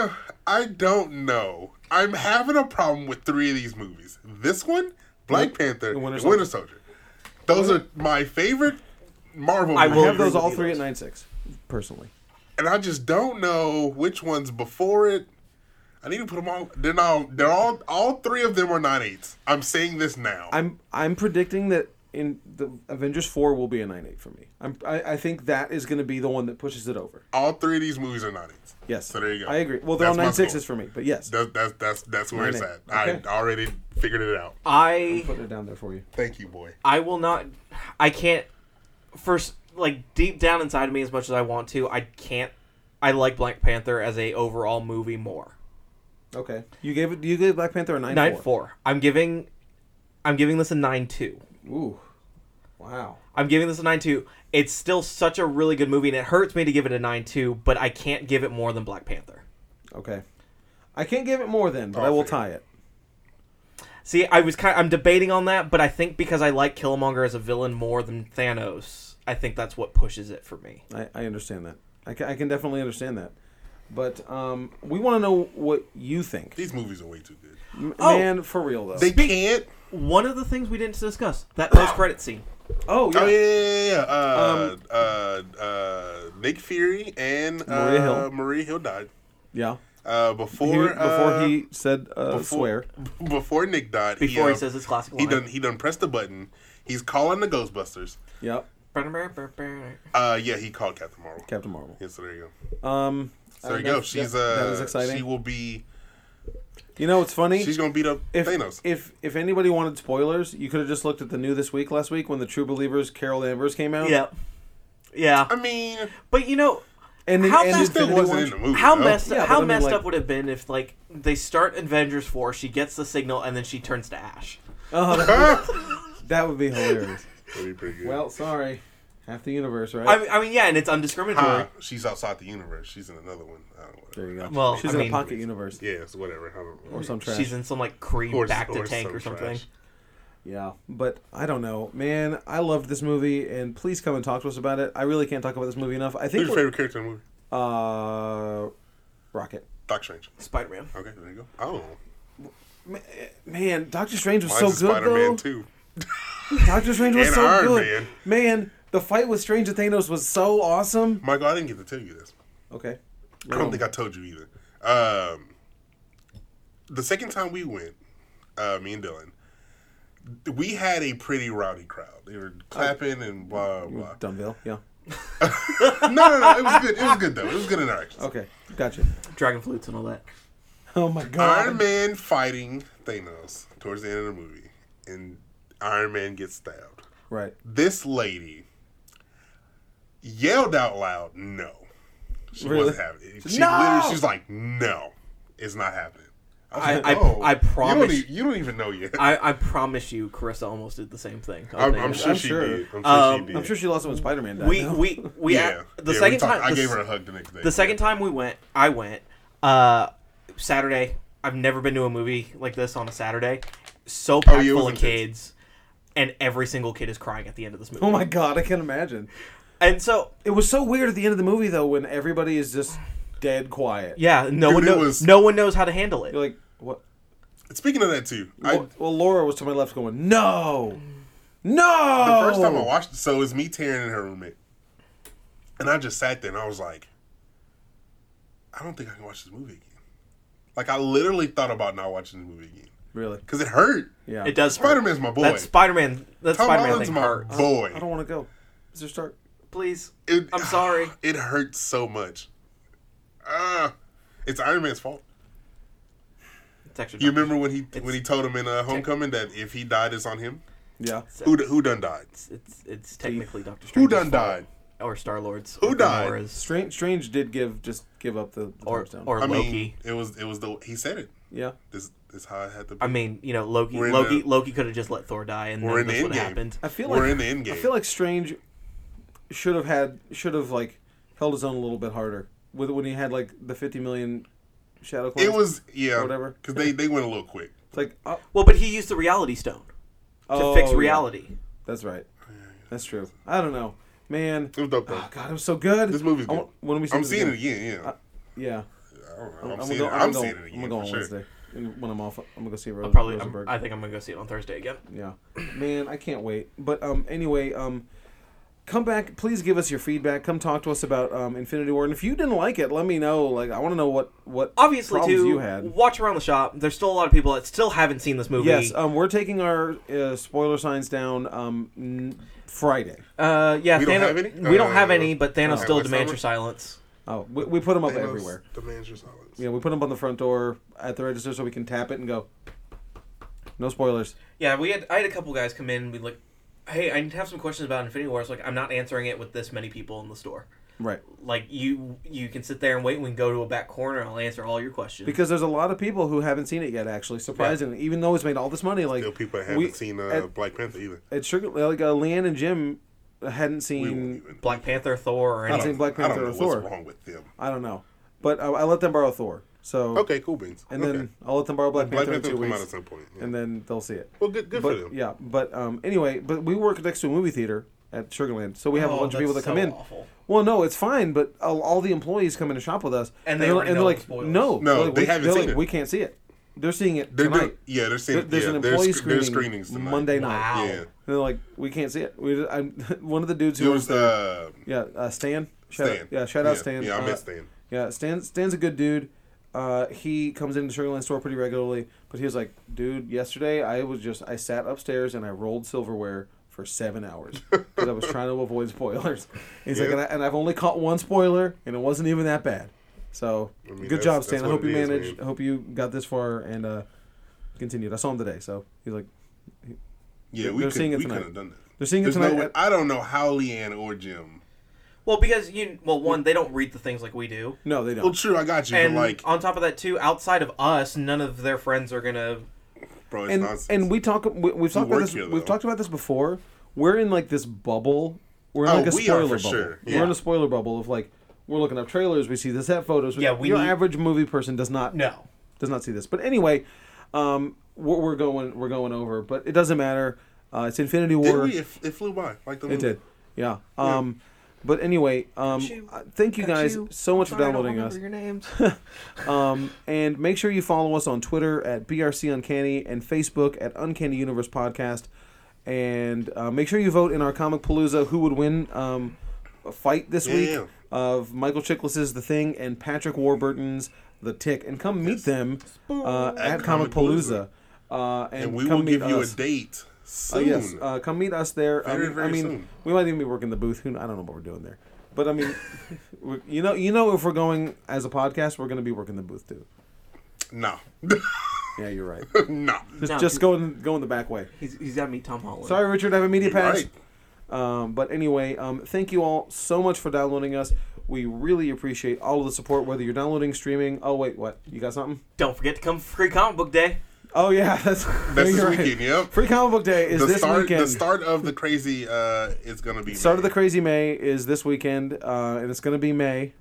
Speaker 2: I don't know. I'm having a problem with three of these movies. This one, Black Panther,
Speaker 1: and
Speaker 2: and
Speaker 1: Winter
Speaker 2: Winter,
Speaker 1: Soldier.
Speaker 2: Soldier. Those are my favorite Marvel
Speaker 3: I
Speaker 1: I
Speaker 2: movies.
Speaker 3: will
Speaker 1: have
Speaker 3: agree
Speaker 1: those
Speaker 3: with
Speaker 1: all
Speaker 3: you,
Speaker 1: three
Speaker 3: though.
Speaker 1: at nine six, personally.
Speaker 2: and I just don't know which one's before it. I need to put them all. They're now. They're all. All three of them are nine eights. I'm saying this now.
Speaker 1: I'm I'm predicting that in the Avengers four will be a nine eight for me. I'm, I I think that is going to be the one that pushes it over.
Speaker 2: all three of these movies are nine eights.
Speaker 1: Yes.
Speaker 2: So there you go.
Speaker 1: I agree. Well, they're all
Speaker 2: That's my
Speaker 1: nine sixes
Speaker 2: score.
Speaker 1: for me, but yes.
Speaker 2: That, that's that's that's where it's
Speaker 1: Nine
Speaker 2: at.
Speaker 1: eight. Okay.
Speaker 2: I already figured it out.
Speaker 3: I
Speaker 1: Put it down there for you.
Speaker 2: Thank you, boy.
Speaker 3: I will not. I can't. First, like deep down inside of me, as much as I want to, I can't. I like Black Panther as a overall movie more.
Speaker 1: Okay. You gave it. You gave Black Panther a nine
Speaker 3: Nine four. I'm giving. I'm giving this a nine two.
Speaker 1: Ooh. Wow.
Speaker 3: I'm giving this a nine two. It's still such a really good movie, and it hurts me to give it a nine two, but I can't give it more than Black Panther.
Speaker 1: Okay. I can't give it more then, but
Speaker 2: Oh,
Speaker 1: I will tie it.
Speaker 3: See, I was kind. I'm debating on that, but I think because I like Killmonger as a villain more than Thanos, I think that's what pushes it for me.
Speaker 1: I, I understand that. I can, I can definitely understand that. But um, we want to know what you think,
Speaker 2: These movies are way too good.
Speaker 1: M-
Speaker 3: Oh.
Speaker 1: man. For real though.
Speaker 2: They can't.
Speaker 3: One of the things we didn't discuss that post credit scene.
Speaker 1: oh yeah.
Speaker 2: Oh yeah, yeah, yeah. yeah. Uh,
Speaker 1: Um,
Speaker 2: uh, uh, Nick Fury and uh,
Speaker 1: Maria Hill.
Speaker 2: Maria Hill died
Speaker 1: Yeah.
Speaker 2: uh,
Speaker 1: He-
Speaker 2: before
Speaker 1: before
Speaker 2: uh,
Speaker 1: he said uh, swear.
Speaker 2: before Nick died.
Speaker 3: Before
Speaker 2: uh,
Speaker 3: he says his classic line.
Speaker 2: he done he done pressed the button. He's calling the Ghostbusters.
Speaker 1: Yep.
Speaker 2: Uh, yeah, he called Captain Marvel.
Speaker 1: Captain Marvel.
Speaker 2: yeah, so there you go.
Speaker 1: Um.
Speaker 2: So there
Speaker 1: uh,
Speaker 2: you go.
Speaker 1: that's-
Speaker 2: She's
Speaker 1: that-
Speaker 2: uh,
Speaker 1: that is exciting.
Speaker 2: she will be.
Speaker 1: you know, it's funny.
Speaker 2: She's gonna beat up
Speaker 1: if,
Speaker 2: Thanos.
Speaker 1: If if anybody wanted spoilers, you could have just looked at the new this week last week when the True Believers Carol Danvers came out.
Speaker 3: Yeah. Yeah.
Speaker 2: I mean,
Speaker 3: But you know,
Speaker 1: And then
Speaker 3: How
Speaker 1: and
Speaker 3: fast
Speaker 2: still
Speaker 1: Infinity
Speaker 2: wasn't
Speaker 1: War-
Speaker 2: in the movie.
Speaker 3: how
Speaker 2: though.
Speaker 3: messed
Speaker 1: Yeah, but
Speaker 3: how
Speaker 1: I mean,
Speaker 3: messed
Speaker 1: like-
Speaker 3: up would have been if like they start Avengers 4, she gets the signal and then she turns to ash.
Speaker 1: Oh, that, would, that would be hilarious.
Speaker 2: That'd be pretty good.
Speaker 1: Well, sorry, half the universe, right?
Speaker 3: I mean, I mean yeah, and it's undiscriminatory.
Speaker 2: Ah, she's outside the universe. She's in another one. I don't know.
Speaker 1: there you go.
Speaker 3: Well,
Speaker 1: she's
Speaker 3: I
Speaker 1: in
Speaker 3: mean-
Speaker 1: a pocket universe
Speaker 2: Yeah, it's whatever. I don't know.
Speaker 1: or some trash.
Speaker 3: She's in some like Kree
Speaker 2: Or-
Speaker 3: back to
Speaker 2: or
Speaker 3: tank
Speaker 2: some
Speaker 3: or something.
Speaker 2: trash.
Speaker 1: yeah, but I don't know, man. I loved this movie, and please come and talk to us about it. I really can't talk about this movie enough. I
Speaker 2: Who's
Speaker 1: think
Speaker 2: your favorite character in the movie?
Speaker 1: uh, Rocket.
Speaker 2: Doc Strange.
Speaker 3: Spider Man.
Speaker 2: Okay, there you go. Oh,
Speaker 1: Ma- Man, Doctor Strange was
Speaker 2: mine's
Speaker 1: so
Speaker 2: so
Speaker 1: good
Speaker 2: Spider-Man
Speaker 1: though.
Speaker 2: too.
Speaker 1: Doctor Strange was
Speaker 2: And
Speaker 1: so
Speaker 2: Iron
Speaker 1: good. Man. the fight with Strange and Thanos was so awesome.
Speaker 2: Michael, I didn't get to tell you this.
Speaker 1: Okay.
Speaker 2: I don't think I told you either. Um, the second time we went, uh, me and Dylan, we had a pretty rowdy crowd. They were clapping and blah blah.
Speaker 1: Dumbbell. Yeah.
Speaker 2: no, no, no. It was good. It was good though. It was good interaction.
Speaker 1: Okay. Gotcha.
Speaker 3: Dragon flutes and all that.
Speaker 1: Oh my
Speaker 2: Iron
Speaker 1: god.
Speaker 2: Man fighting Thanos towards the end of the movie, and Iron Man gets stabbed.
Speaker 1: Right.
Speaker 2: This lady yelled out loud, "No!" She
Speaker 1: Really?
Speaker 2: wasn't having it. She
Speaker 1: No!
Speaker 2: literally, she's like, "No, it's not happening."
Speaker 3: I-
Speaker 2: was
Speaker 3: I-
Speaker 2: like,
Speaker 3: I
Speaker 2: you don't
Speaker 3: promise-
Speaker 2: e- You don't, even know yet. I,
Speaker 3: I, I promise you, Carissa almost did the same thing.
Speaker 2: am I'm sure
Speaker 1: I'm
Speaker 2: she
Speaker 1: sure.
Speaker 2: did. I'm sure
Speaker 3: Um,
Speaker 2: she did.
Speaker 1: I'm sure she lost it when Spider Man died.
Speaker 3: We
Speaker 1: no?
Speaker 3: we we
Speaker 2: yeah.
Speaker 3: the
Speaker 2: Yeah, we
Speaker 3: second
Speaker 2: talked-
Speaker 3: time
Speaker 2: I
Speaker 3: the
Speaker 2: gave
Speaker 3: s-
Speaker 2: her a hug the next day.
Speaker 3: The second time we went, I went uh, Saturday. I've never been to a movie like this on a Saturday. So packed
Speaker 2: yeah, it was
Speaker 3: full of
Speaker 2: intense.
Speaker 3: kids. and every single kid is crying at the end of this movie.
Speaker 1: Oh my god, I can imagine.
Speaker 3: And so
Speaker 1: It was so weird at the end of the movie though when everybody is just dead quiet.
Speaker 3: yeah, no
Speaker 2: Dude,
Speaker 3: one
Speaker 2: it
Speaker 3: knows.
Speaker 2: was-
Speaker 3: No one knows how to handle it.
Speaker 1: You're like, what?
Speaker 2: Speaking of that too, I
Speaker 1: well, well, Laura was to my left going, no, no.
Speaker 2: the first
Speaker 3: Oh.
Speaker 2: time I watched it, so it was me, Taryn, and her roommate, and I just sat there and I was like, I don't think I can watch this movie again. Like I literally thought about not watching this movie again
Speaker 1: Really?
Speaker 2: because it hurt.
Speaker 1: Yeah.
Speaker 3: It does. hurt.
Speaker 2: Spider Man's my boy.
Speaker 3: That Spider Man. That
Speaker 2: Tom
Speaker 3: Spider Man
Speaker 2: Holland's
Speaker 3: thing
Speaker 2: my
Speaker 3: hurts.
Speaker 2: boy.
Speaker 1: I don't want to go. Is there start?
Speaker 3: Please,
Speaker 2: It-
Speaker 3: I'm sorry.
Speaker 2: It hurts so much. Ah, it's Iron Man's fault.
Speaker 3: It's actually.
Speaker 2: You remember when he when he
Speaker 3: It's-
Speaker 2: told him in uh, Homecoming that if he died, it's on him.
Speaker 1: Yeah.
Speaker 2: Who d- who done died?
Speaker 3: It's it's, it's technically Doctor Strange.
Speaker 2: Who done died?
Speaker 3: Or Star Lord's.
Speaker 2: Who died?
Speaker 1: Strange. Strange did give just give up the, the
Speaker 3: Or
Speaker 1: thumbs down.
Speaker 3: or
Speaker 2: I
Speaker 3: Loki.
Speaker 2: mean, it was it was the he said it.
Speaker 1: yeah.
Speaker 2: This this how it had to. Be.
Speaker 3: I mean, you know, Loki.
Speaker 2: We're in
Speaker 3: Loki.
Speaker 2: the-
Speaker 3: Loki could have just let Thor die, and
Speaker 2: We're
Speaker 3: then
Speaker 2: in the
Speaker 3: this would
Speaker 2: endgame.
Speaker 3: have happened.
Speaker 1: I feel
Speaker 2: We're
Speaker 1: like
Speaker 2: in the end game.
Speaker 1: I feel like Strange should have had should have like held his own a little bit harder with when he had like the fifty million shadow. Clones.
Speaker 2: it was yeah,
Speaker 1: Whatever.
Speaker 2: because they they went a little quick.
Speaker 1: It's like oh,
Speaker 3: Well, but he used the Reality Stone to
Speaker 1: oh,
Speaker 3: fix
Speaker 1: yeah.
Speaker 3: reality.
Speaker 1: That's right. That's true. I don't know, man.
Speaker 2: It was dope though.
Speaker 1: Oh, God, it was so good.
Speaker 2: This movie's
Speaker 1: I want-
Speaker 2: good.
Speaker 1: When we see
Speaker 2: I'm
Speaker 1: this
Speaker 2: seeing
Speaker 1: again.
Speaker 2: it again. Yeah,
Speaker 1: Yeah,
Speaker 2: I don't know. I'm,
Speaker 1: gonna
Speaker 2: seeing
Speaker 1: go-
Speaker 2: it. I'm
Speaker 1: gonna go-
Speaker 2: seeing it again.
Speaker 1: I'm gonna go on
Speaker 2: for sure.
Speaker 1: Wednesday And when I'm off. I'm gonna go see Rosen,
Speaker 3: Probably. I'm-
Speaker 1: Rosenberg.
Speaker 3: I think I'm gonna go see it on Thursday again.
Speaker 1: Yeah, man, I can't wait. But um, anyway, um, come back. Please give us your feedback. Come talk to us about um, Infinity War, and if you didn't like it, let me know. Like, I want to know what what
Speaker 3: Obviously,
Speaker 1: problems
Speaker 3: too.
Speaker 1: you had.
Speaker 3: Watch around the shop. There's still a lot of people that still haven't seen this movie.
Speaker 1: Yes, um, we're taking our uh, spoiler signs down um, n- Friday.
Speaker 3: Uh, yeah.
Speaker 2: We don't
Speaker 3: Thanos-
Speaker 2: have any?
Speaker 3: We don't have
Speaker 2: Uh,
Speaker 3: any, but Thanos
Speaker 2: uh,
Speaker 3: still
Speaker 2: Black
Speaker 3: demands
Speaker 2: Summer?
Speaker 3: your silence.
Speaker 1: Oh, we, we put them up
Speaker 2: Thanos
Speaker 1: everywhere.
Speaker 2: Demands your silence.
Speaker 1: Yeah, we put them on the front door at the register so we can tap it and go. No spoilers.
Speaker 3: Yeah, we had I had a couple guys come in. and We like, hey, I have some questions about Infinity War. It's like I'm not answering it with this many people in the store.
Speaker 1: Right.
Speaker 3: Like you, you can sit there and wait. and We can go to a back corner. and I'll answer all your questions.
Speaker 1: Because there's a lot of people who haven't seen it yet. Actually, surprisingly, even though it's made all this money, like
Speaker 2: Still, people haven't
Speaker 1: we-
Speaker 2: seen uh,
Speaker 1: at-
Speaker 2: Black Panther either.
Speaker 1: It's sugar. Like uh, Leanne and Jim hadn't
Speaker 2: We
Speaker 1: seen.
Speaker 2: won't even.
Speaker 3: Black Panther, Thor, or
Speaker 1: don't-
Speaker 3: anything.
Speaker 1: Black
Speaker 2: I
Speaker 1: Panther
Speaker 2: don't know
Speaker 1: or
Speaker 2: what's
Speaker 1: Thor.
Speaker 2: wrong with them.
Speaker 1: I don't know, but uh, I let them borrow Thor. So
Speaker 2: Okay, cool beans.
Speaker 1: and
Speaker 2: okay.
Speaker 1: then I'll let them borrow Black,
Speaker 2: Black
Speaker 1: Panther,
Speaker 2: Panther
Speaker 1: in two
Speaker 2: will come out at
Speaker 1: weeks,
Speaker 2: some point. yeah.
Speaker 1: and then they'll see it.
Speaker 2: well, good, good
Speaker 1: but
Speaker 2: for them.
Speaker 1: yeah, but um, anyway, but we work next to a movie theater at Sugarland, so we have a
Speaker 3: Oh,
Speaker 1: bunch of
Speaker 3: that's
Speaker 1: people that come
Speaker 3: so
Speaker 1: in.
Speaker 3: awful.
Speaker 1: Well, no, it's fine, but all, all the employees come in to shop with us,
Speaker 3: And they
Speaker 1: they're,
Speaker 3: already
Speaker 1: and they're
Speaker 3: know
Speaker 1: like,
Speaker 3: the spoilers.
Speaker 1: no,
Speaker 2: No,
Speaker 1: They're like,
Speaker 2: they
Speaker 1: we,
Speaker 2: haven't
Speaker 1: they're
Speaker 2: seen
Speaker 1: like,
Speaker 2: it.
Speaker 1: We can't see it. They're seeing it
Speaker 2: They're
Speaker 1: tonight.
Speaker 2: doing, yeah, they're
Speaker 1: There-
Speaker 2: seeing.
Speaker 1: There's
Speaker 2: yeah,
Speaker 1: an
Speaker 2: there's
Speaker 1: employee
Speaker 2: sc- there's
Speaker 1: screening
Speaker 2: screenings tonight.
Speaker 1: Monday night.
Speaker 3: Wow.
Speaker 2: Yeah.
Speaker 1: And they're like, we can't see it. We just, I'm, one of the dudes who
Speaker 2: It
Speaker 1: works
Speaker 2: was uh,
Speaker 1: Yeah, uh, Stan. Shout
Speaker 2: Stan.
Speaker 1: Out, yeah, shout out
Speaker 2: yeah,
Speaker 1: Stan.
Speaker 2: Yeah, I
Speaker 1: uh,
Speaker 2: miss Stan.
Speaker 1: Yeah, Stan. Stan's a good dude. Uh, he comes into the Sugarland store pretty regularly, but he was like, "Dude, yesterday I was just I sat upstairs and I rolled silverware for seven hours because I was trying to avoid spoilers." He's like,
Speaker 2: Yeah.
Speaker 1: and, I, "And I've only caught one spoiler, and it wasn't even that bad." So,
Speaker 2: I mean,
Speaker 1: good
Speaker 2: that's-
Speaker 1: job,
Speaker 2: that's
Speaker 1: Stan. I
Speaker 2: what
Speaker 1: hope
Speaker 2: it
Speaker 1: you
Speaker 2: is,
Speaker 1: managed.
Speaker 2: man.
Speaker 1: I hope you got this far and uh, continued. I saw him today, so he's like,
Speaker 2: Yeah, we
Speaker 1: they're
Speaker 2: could,
Speaker 1: seeing it
Speaker 2: we
Speaker 1: tonight.
Speaker 2: could have done that.
Speaker 1: "They're seeing it
Speaker 2: There's no
Speaker 1: tonight."
Speaker 2: way-
Speaker 1: at-
Speaker 2: I don't know how Leanne or Jim.
Speaker 3: Well, because you well, one, they don't read the things like we do,
Speaker 1: no, they don't.
Speaker 2: Well, true, I got you,
Speaker 3: and
Speaker 2: but like,
Speaker 3: on top of that, too, outside of us, none of their friends are gonna.
Speaker 2: bro, it's
Speaker 1: and
Speaker 2: nonsense.
Speaker 1: and we talk we, we've talked about
Speaker 2: work
Speaker 1: this
Speaker 2: here,
Speaker 1: we've
Speaker 2: though.
Speaker 1: talked about this before. We're in like this bubble. We're in
Speaker 2: Oh,
Speaker 1: like a
Speaker 2: we are
Speaker 1: spoiler
Speaker 2: for
Speaker 1: bubble.
Speaker 2: sure.
Speaker 1: We're
Speaker 2: Yeah.
Speaker 1: in a spoiler bubble of like we're looking up trailers, we see the set photos. We,
Speaker 3: Yeah, we
Speaker 1: your
Speaker 3: need-
Speaker 1: average movie person does not
Speaker 3: No.
Speaker 1: does not see this. But anyway, um, we're, we're going we're going over, but it doesn't matter. Uh, it's Infinity
Speaker 2: did
Speaker 1: War.
Speaker 2: we? It, it flew by. Like the
Speaker 1: It did. Yeah. Um, but anyway, um,
Speaker 3: Achoo.
Speaker 1: uh, thank you guys so much for downloading us. Um, and make sure you follow us on Twitter at BRC Uncanny and Facebook at Uncanny Universe Podcast. And uh, make sure you vote in our Comic Palooza who would win um, a fight this
Speaker 2: Yeah,
Speaker 1: week
Speaker 2: yeah.
Speaker 1: of Michael Chiklis' The Thing and Patrick Warburton's The Tick. And come meet them uh, at,
Speaker 2: At
Speaker 1: Comic Palooza.
Speaker 2: Comicpalooza.
Speaker 1: Uh, and,
Speaker 2: And we
Speaker 1: come
Speaker 2: will
Speaker 1: meet
Speaker 2: give you
Speaker 1: us.
Speaker 2: a date
Speaker 1: Uh,
Speaker 2: soon.
Speaker 1: yes, uh, come meet us there. I
Speaker 2: Very,
Speaker 1: mean, I
Speaker 2: very
Speaker 1: mean
Speaker 2: soon.
Speaker 1: we might even be working the booth. Who kn- I don't know what we're doing there, but I mean, we- you know, you know, if we're going as a podcast, we're going to be working the booth too.
Speaker 2: no,
Speaker 1: Yeah, you're right.
Speaker 2: no.
Speaker 1: Just,
Speaker 3: No,
Speaker 1: just
Speaker 3: he-
Speaker 1: go in, go in the back way.
Speaker 3: He's, he's got to meet Tom Holland.
Speaker 1: Sorry, Richard, I have a media
Speaker 2: You're
Speaker 1: pass.
Speaker 2: right.
Speaker 1: Um, but anyway, um, thank you all so much for downloading us. We really appreciate all of the support, whether you're downloading, streaming. Oh wait, what? You got something?
Speaker 3: Don't forget to come for free comic book day.
Speaker 1: Oh yeah, that's
Speaker 2: That's this
Speaker 1: you're right.
Speaker 2: weekend. Yep.
Speaker 1: Free Comic Book Day is
Speaker 2: the
Speaker 1: this
Speaker 2: start,
Speaker 1: weekend.
Speaker 2: the start of the crazy uh, is gonna be
Speaker 1: Start of
Speaker 2: May.
Speaker 1: the Crazy May is this weekend, uh, and it's going to be May.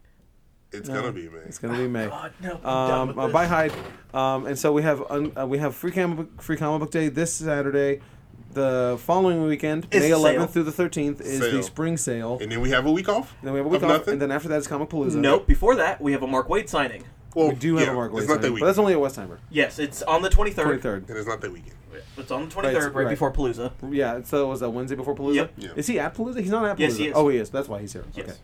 Speaker 2: It's gonna be man.
Speaker 1: It's going to be May.
Speaker 3: God, no. I'm done
Speaker 1: Um,
Speaker 3: with
Speaker 1: uh,
Speaker 3: this.
Speaker 1: by Hyde. Um, and so we have un, uh, we have free comic book, free comic book day this Saturday. The following weekend,
Speaker 3: Is
Speaker 1: May
Speaker 3: the sale.
Speaker 1: 11th through the 13th, is the
Speaker 2: Sale.
Speaker 1: spring sale.
Speaker 2: And then we have a week off.
Speaker 1: Then we have a
Speaker 2: of
Speaker 1: week off,
Speaker 2: nothing?
Speaker 1: and then after that is Comic Palooza.
Speaker 3: Nope. Before that, we have a Mark Wade signing.
Speaker 2: well,
Speaker 1: We do have
Speaker 2: yeah,
Speaker 1: a Mark Wade
Speaker 2: It's not that
Speaker 1: signing,
Speaker 2: week.
Speaker 1: but that's only at Westheimer.
Speaker 3: Yes, it's on the 23rd.
Speaker 1: 23rd.
Speaker 2: And it's not that weekend.
Speaker 3: It's on the 23rd,
Speaker 1: Right,
Speaker 3: right,
Speaker 1: right.
Speaker 3: before Palooza.
Speaker 1: Yeah, so was that Wednesday before Palooza?
Speaker 3: Yep.
Speaker 2: Yeah.
Speaker 1: Is he at Palooza? He's not at Palooza.
Speaker 3: Yes, he is.
Speaker 1: Oh, he is. That's why he's here.
Speaker 3: Yes.
Speaker 1: Okay.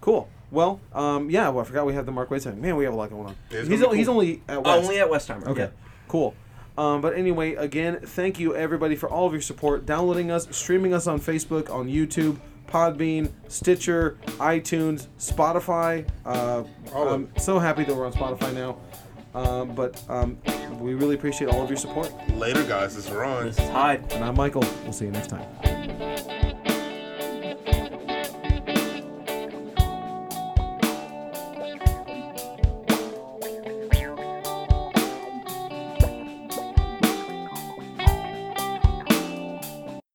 Speaker 1: Cool. Well, um, yeah, well, I forgot we have the Mark Wade signing. Man, we have a lot going on.
Speaker 2: Yeah, it's
Speaker 1: he's,
Speaker 2: gonna be
Speaker 1: o- he's
Speaker 2: cool.
Speaker 1: only at West.
Speaker 3: Only at Westheimer.
Speaker 1: Okay,
Speaker 3: Yeah.
Speaker 1: cool. Um, but anyway, again, thank you everybody for all of your support, downloading us, streaming us on Facebook, on YouTube, Podbean, Stitcher, iTunes, Spotify. Uh,
Speaker 2: All of
Speaker 1: I'm so happy that we're on Spotify now. Um, but um, we really appreciate all of your support.
Speaker 2: Later, guys. It's Ron.
Speaker 3: This is Hyde.
Speaker 1: And I'm Michael. We'll see you next time.